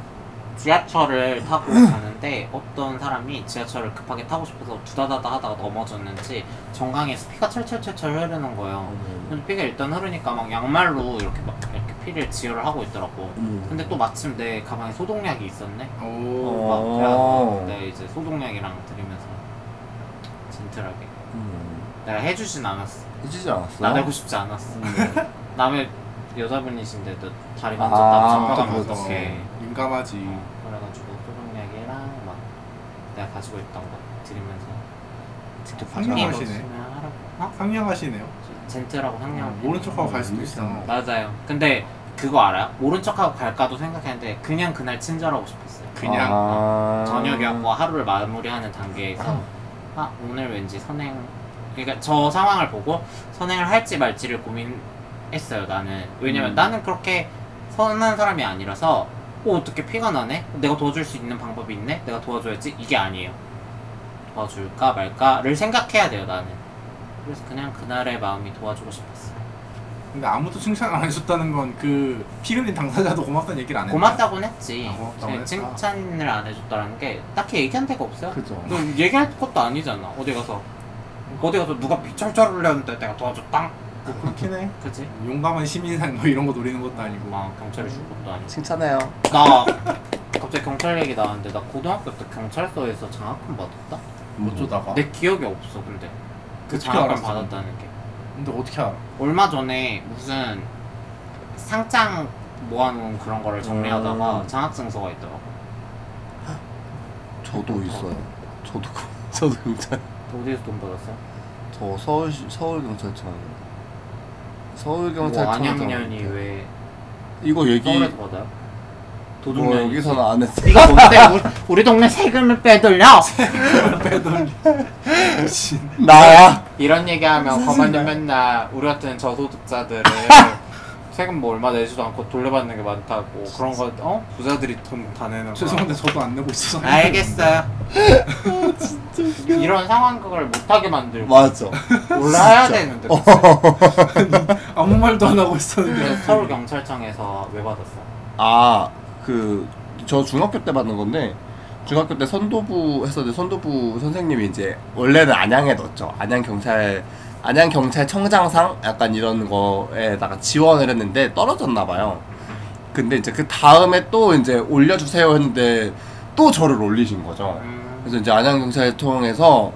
[SPEAKER 2] 지하철을 타고 가는데 어떤 사람이 지하철을 급하게 타고 싶어서 두다다다 하다가 넘어졌는지 정강에서 피가 철철철철 흐르는 거예요. 근데 피가 일단 흐르니까 막 양말로 이렇게 막 이렇게 피를 지혈을 하고 있더라고.
[SPEAKER 1] 어머.
[SPEAKER 2] 근데 또 마침 내 가방에 소독약이 있었네.
[SPEAKER 3] 오.
[SPEAKER 2] 막
[SPEAKER 1] 어.
[SPEAKER 2] 그래갖고 내가 이제 소독약이랑 들으면서 젠틀하게
[SPEAKER 1] 음,
[SPEAKER 2] 내가 해주진 않았어.
[SPEAKER 1] 해주지 않았어?
[SPEAKER 2] 나대고 싶지 않았어. 남의 여자분이신데도 다리
[SPEAKER 1] 아,
[SPEAKER 2] 만졌다고
[SPEAKER 1] 또
[SPEAKER 2] 잠깐만
[SPEAKER 1] 그거지.
[SPEAKER 2] 어떡해.
[SPEAKER 3] 민감하지.
[SPEAKER 2] 그래가지고 소독약이랑 막 내가 가지고 있던 거 드리면서
[SPEAKER 1] 직접
[SPEAKER 3] 상냥하시네.
[SPEAKER 1] 가져가.
[SPEAKER 2] 없으면 하라고 어?
[SPEAKER 3] 상냥하시네요.
[SPEAKER 2] 젠틀하고 상냥하고
[SPEAKER 3] 어, 오른쪽하고 갈 수도
[SPEAKER 1] 음,
[SPEAKER 3] 있어.
[SPEAKER 2] 맞아요 근데 그거 알아요? 오른쪽하고 갈까도 생각했는데 그냥 그날 친절하고 싶었어요
[SPEAKER 3] 그냥
[SPEAKER 1] 아...
[SPEAKER 2] 저녁이었고 하루를 마무리하는 단계에서
[SPEAKER 1] 음.
[SPEAKER 2] 아 오늘 왠지 선행 그러니까 저 상황을 보고 선행을 할지 말지를 고민했어요 나는 왜냐면
[SPEAKER 1] 음.
[SPEAKER 2] 나는 그렇게 선한 사람이 아니라서 어 어떻게 피가 나네 내가 도와줄 수 있는 방법이 있네 내가 도와줘야지 이게 아니에요 도와줄까 말까를 생각해야 돼요 나는 그래서 그냥 그날의 마음이 도와주고 싶었어요
[SPEAKER 3] 근데 아무도 칭찬 안 해줬다는 건 그 피그린 당사자도 고맙다는 얘기를 안 했네.
[SPEAKER 2] 고맙다고는 했지
[SPEAKER 3] 아, 고맙다고는
[SPEAKER 2] 제
[SPEAKER 3] 했다.
[SPEAKER 2] 칭찬을 안 해줬다는 게 딱히 얘기한 데가 없어요
[SPEAKER 1] 그죠
[SPEAKER 2] 너 얘기할 것도 아니잖아. 어디 가서 어디 가서 누가 비철철 흘렸는데 내가 도와줬당.
[SPEAKER 3] 뭐 그렇긴 해.
[SPEAKER 2] 그치?
[SPEAKER 3] 용감한 시민상 뭐 이런 거 노리는 것도 아니고.
[SPEAKER 2] 막 경찰이 줄 것도 아니고.
[SPEAKER 1] 칭찬해요
[SPEAKER 3] 음.
[SPEAKER 2] 나 갑자기 경찰 얘기 나왔는데 나 고등학교 때 경찰서에서 장학금 받았다.
[SPEAKER 3] 어쩌다가.
[SPEAKER 2] 내 기억이 없어 근데 네, 그
[SPEAKER 3] 어떻게
[SPEAKER 2] 장학금
[SPEAKER 3] 알았어?
[SPEAKER 2] 받았다는 게
[SPEAKER 3] 아, 근데 어떻게 알아?
[SPEAKER 2] 얼마 전에 무슨 상장 모아놓은 그런 거를 정리하다가
[SPEAKER 1] 음.
[SPEAKER 2] 장학증서가 있더라고.
[SPEAKER 1] 저도 있어요 저도 그- 저도 경찰
[SPEAKER 2] 어디에서 돈 받았어?
[SPEAKER 1] 저 서울 서울 경찰청 서울
[SPEAKER 2] 뭐
[SPEAKER 1] 경찰청
[SPEAKER 2] 안양년이 왜
[SPEAKER 1] 이거 얘기
[SPEAKER 2] 서울에서 받아요?
[SPEAKER 1] 뭐
[SPEAKER 2] 도둑년이 있지?
[SPEAKER 1] 여기서는 안 했어
[SPEAKER 2] 이거 뭔데 우리, 우리 아, 동네 세금을 빼돌려
[SPEAKER 3] 미친.
[SPEAKER 1] 나야
[SPEAKER 2] 이런 얘기하면 거만님 맨날 우리 같은 저소득자들을 세금 뭐 얼마 내지도 않고 돌려받는 게 많다고 그런 거 어? 부자들이 돈 다 내는 거
[SPEAKER 3] 죄송한데 저도 안 내고 있어서.
[SPEAKER 2] 알겠어요 이런 상황극을 못하게 만들고
[SPEAKER 1] 맞아
[SPEAKER 2] 올라야 되는데
[SPEAKER 1] 어.
[SPEAKER 3] 아무 말도 안 하고 있었는데.
[SPEAKER 2] 서울경찰청에서 왜 받았어?
[SPEAKER 1] 아, 그, 저 중학교 때 받는 건데, 중학교 때 선도부 했었는데, 선도부 선생님이 이제, 원래는 안양에 넣었죠. 안양경찰, 안양경찰청장상? 약간 이런 거에다가 지원을 했는데, 떨어졌나봐요. 근데 이제 그 다음에 또 이제 올려주세요 했는데, 또 저를 올리신 거죠.
[SPEAKER 2] 음,
[SPEAKER 1] 그래서 이제 안양경찰청에서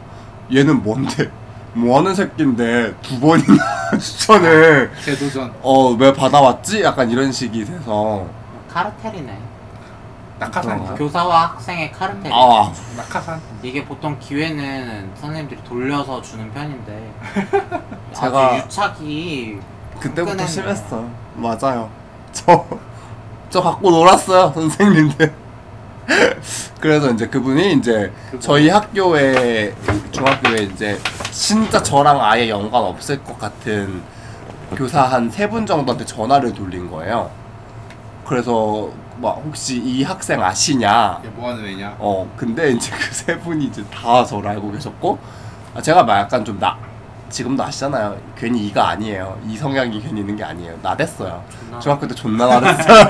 [SPEAKER 1] 얘는 뭔데? 뭐 하는 새끼인데 두 번이나 추천을
[SPEAKER 3] 재도전.
[SPEAKER 1] 어 왜 받아왔지? 약간 이런 식이 돼서
[SPEAKER 2] 카르텔이네
[SPEAKER 1] 그런가?
[SPEAKER 3] 낙하산.
[SPEAKER 2] 교사와 학생의 카르텔
[SPEAKER 1] 아
[SPEAKER 3] 낙하산.
[SPEAKER 2] 이게 보통 기회는 선생님들이 돌려서 주는 편인데
[SPEAKER 1] 제가-
[SPEAKER 2] 아주 유착이
[SPEAKER 1] 그때부터
[SPEAKER 2] 끈끈하네요.
[SPEAKER 1] 심했어. 맞아요. 저, 저 갖고 놀았어요, 선생님들. 그래서 이제 그분이 이제
[SPEAKER 2] 그분.
[SPEAKER 1] 저희 학교에, 중학교에 이제 진짜 저랑 아예 연관 없을 것 같은 교사 한 세 분 정도한테 전화를 돌린 거예요. 그래서 막 혹시 이 학생 아시냐?
[SPEAKER 3] 얘 뭐하는 애냐?
[SPEAKER 1] 어 근데 이제 그 세 분이 이제 다 저를 알고 계셨고 아, 제가 막 약간 좀 나 지금도 아시잖아요 괜히 이가 아니에요 이 성향이 괜히 있는 게 아니에요 나댔어요
[SPEAKER 2] 존나
[SPEAKER 1] 중학교 때 존나 나댔어요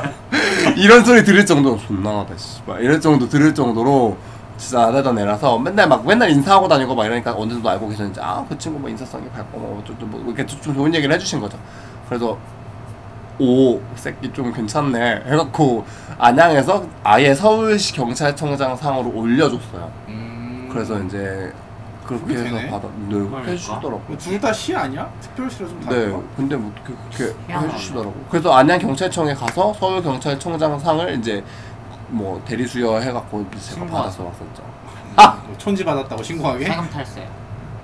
[SPEAKER 1] 이런 소리 들을 정도로 존나 나댔어 이럴 정도 들을 정도로 진짜 안 하던 애라서 맨날 막 맨날 인사하고 다니고 막 이러니까 어느 정도 알고 계셨는지 아 그 친구 뭐 인사성이 밝고 뭐 어쩌고 뭐 이렇게 좀, 좀 좋은 얘기를 해주신 거죠. 그래서 오 새끼 좀 괜찮네 해갖고 안양에서 아예 서울시 경찰청장 상으로 올려줬어요.
[SPEAKER 3] 음.
[SPEAKER 1] 그래서 이제 그렇게
[SPEAKER 3] 그게
[SPEAKER 1] 해서
[SPEAKER 3] 되네?
[SPEAKER 1] 받아 네,
[SPEAKER 2] 그러니까.
[SPEAKER 1] 그렇게 해주더라고.
[SPEAKER 3] 뭐 둘다시 아니야? 특별시로 좀
[SPEAKER 1] 네,
[SPEAKER 3] 다른가?
[SPEAKER 1] 근데 뭐 어떻게 그렇게
[SPEAKER 2] 희한하네.
[SPEAKER 1] 해주시더라고. 그래서 안양 경찰청에 가서 서울 경찰청장상을 이제 뭐 대리 수여해갖고 이제 제가
[SPEAKER 2] 신고하죠.
[SPEAKER 1] 받아서 왔었죠.
[SPEAKER 3] 촌지 뭐 받았다고 신고하게?
[SPEAKER 2] 세금 탈세.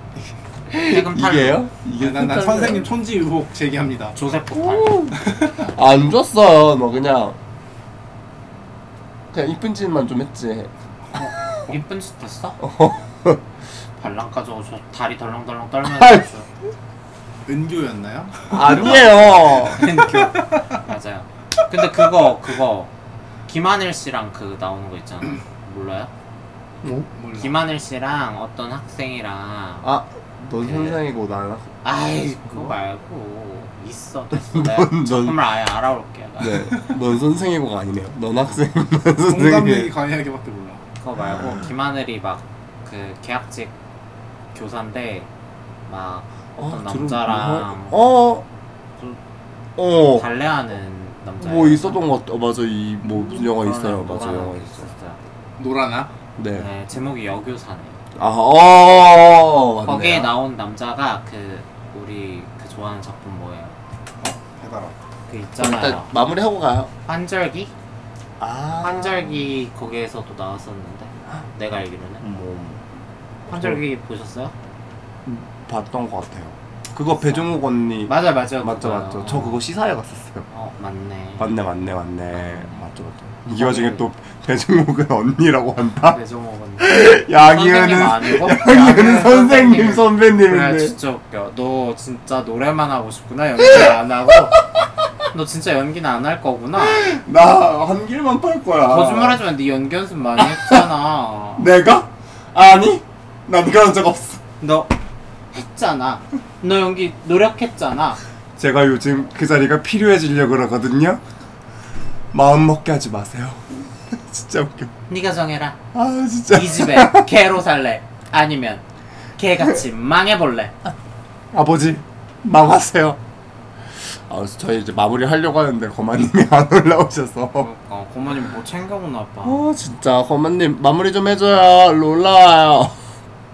[SPEAKER 2] 세금 탈.
[SPEAKER 1] 이게요?
[SPEAKER 3] 아, 난, 난 선생님 촌지 의혹 제기합니다.
[SPEAKER 2] 조세 포탈.
[SPEAKER 1] 안 줬어요. 너 그냥 그냥 이쁜 짓만 좀 했지.
[SPEAKER 2] 이쁜 짓 했어? 발랑까지 오셔 다리 덜렁덜렁
[SPEAKER 1] 아이.
[SPEAKER 2] 떨면서
[SPEAKER 3] 은교였나요?
[SPEAKER 1] 아니에요.
[SPEAKER 2] 맞아요. 근데 그거 그거 김하늘 씨랑 그 나오는 거 있잖아. 몰라요?
[SPEAKER 3] 몰라.
[SPEAKER 2] 김하늘 씨랑 어떤 학생이랑
[SPEAKER 1] 아, 넌
[SPEAKER 2] 네.
[SPEAKER 1] 선생이고 나는
[SPEAKER 2] 아이 그거 말고 있어 됐어 내가
[SPEAKER 1] 넌-
[SPEAKER 2] 작품을 아예 알아올게 나
[SPEAKER 1] 네, 넌 선생이고가 아니네요. 넌 학생이고 난
[SPEAKER 3] 공감 얘기
[SPEAKER 1] 선생이.
[SPEAKER 3] 강의하게밖에 몰라.
[SPEAKER 2] 그거 말고
[SPEAKER 1] 아.
[SPEAKER 2] 김하늘이 막 그 계약직 교사인데 막
[SPEAKER 1] 아,
[SPEAKER 2] 어떤 남자랑
[SPEAKER 1] 어,
[SPEAKER 2] 좀
[SPEAKER 1] 어,
[SPEAKER 2] 발레하는 남자
[SPEAKER 1] 뭐 있었던 것 같아. 맞아, 이뭐
[SPEAKER 2] 음,
[SPEAKER 1] 무슨 영화 있어요. 맞아요.
[SPEAKER 2] 있었어요
[SPEAKER 3] 노라나?
[SPEAKER 1] 네.
[SPEAKER 2] 네 제목이 여교사네요
[SPEAKER 1] 아, 어, 맞네요.
[SPEAKER 2] 거기에 나온 남자가 그 우리 그 좋아하는 작품 뭐예요
[SPEAKER 3] 해달라.
[SPEAKER 2] 그
[SPEAKER 1] 그럼
[SPEAKER 2] 있잖아요
[SPEAKER 1] 일단 마무리하고 가요.
[SPEAKER 2] 환절기
[SPEAKER 1] 아,
[SPEAKER 2] 환절기 거기에서도 나왔었는데 내가 알기로는
[SPEAKER 1] 뭐
[SPEAKER 2] 환절기 보셨어요?
[SPEAKER 1] 봤던 것 같아요. 그거 배종욱 언니
[SPEAKER 2] 맞아 맞아
[SPEAKER 1] 맞죠, 맞죠. 저 그거 시사회 갔었어요.
[SPEAKER 2] 어 맞네
[SPEAKER 1] 맞네, 맞네, 맞네.
[SPEAKER 2] 음.
[SPEAKER 1] 맞죠, 맞죠. 이
[SPEAKER 2] 거기는-
[SPEAKER 1] 와중에 또 배종욱은 언니라고 한다.
[SPEAKER 2] 배정호건 아, 선생님
[SPEAKER 1] 양희은은
[SPEAKER 2] 아니고
[SPEAKER 1] 양희은 선생님
[SPEAKER 2] 그래
[SPEAKER 1] 선배님인데.
[SPEAKER 2] 진짜 웃겨 너 진짜 노래만 하고 싶구나 연기를 안 하고 너 진짜 연기는 안 할 거구나
[SPEAKER 1] 나 한길만 팔 거야.
[SPEAKER 2] 거짓말하지만 네 연기 연습 많이 했잖아
[SPEAKER 1] 내가? 아니, 난 그런 적 없어.
[SPEAKER 2] 너 했잖아 너 연기 노력했잖아
[SPEAKER 1] 제가 요즘 그 자리가 필요해지려 그러거든요. 마음 먹게 하지 마세요. 진짜 웃겨.
[SPEAKER 2] 네가 정해라
[SPEAKER 1] 아 진짜.
[SPEAKER 2] 이 집에 개로 살래 아니면 개같이 망해볼래
[SPEAKER 1] 아버지 망하세요. 아 그래서 저희 이제 마무리 하려고 하는데 거만님이 안 올라오셔서.
[SPEAKER 2] 그러니까 고모님 뭐 챙겨오나 봐
[SPEAKER 1] 아 진짜 거만님 마무리 좀 해줘요. 일로 올라와요.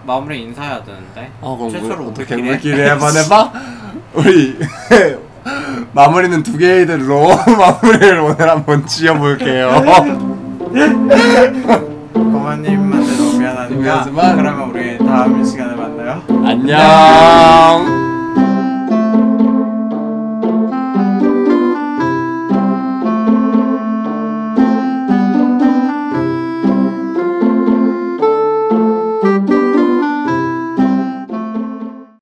[SPEAKER 2] 마무리 인사해야 되는데
[SPEAKER 1] 아 그럼
[SPEAKER 2] 최초로
[SPEAKER 1] 우리 어떻게
[SPEAKER 2] 우리끼리 해?
[SPEAKER 1] 우리끼리 한번 해봐. 우리 마무리는 두 개의 들로 마무리를 오늘 한번 지어볼게요.
[SPEAKER 2] 고모님만 너무 미안하니까
[SPEAKER 1] 미안하지만-
[SPEAKER 2] 그러면 우리 다음 시간에 만나요
[SPEAKER 1] 안녕.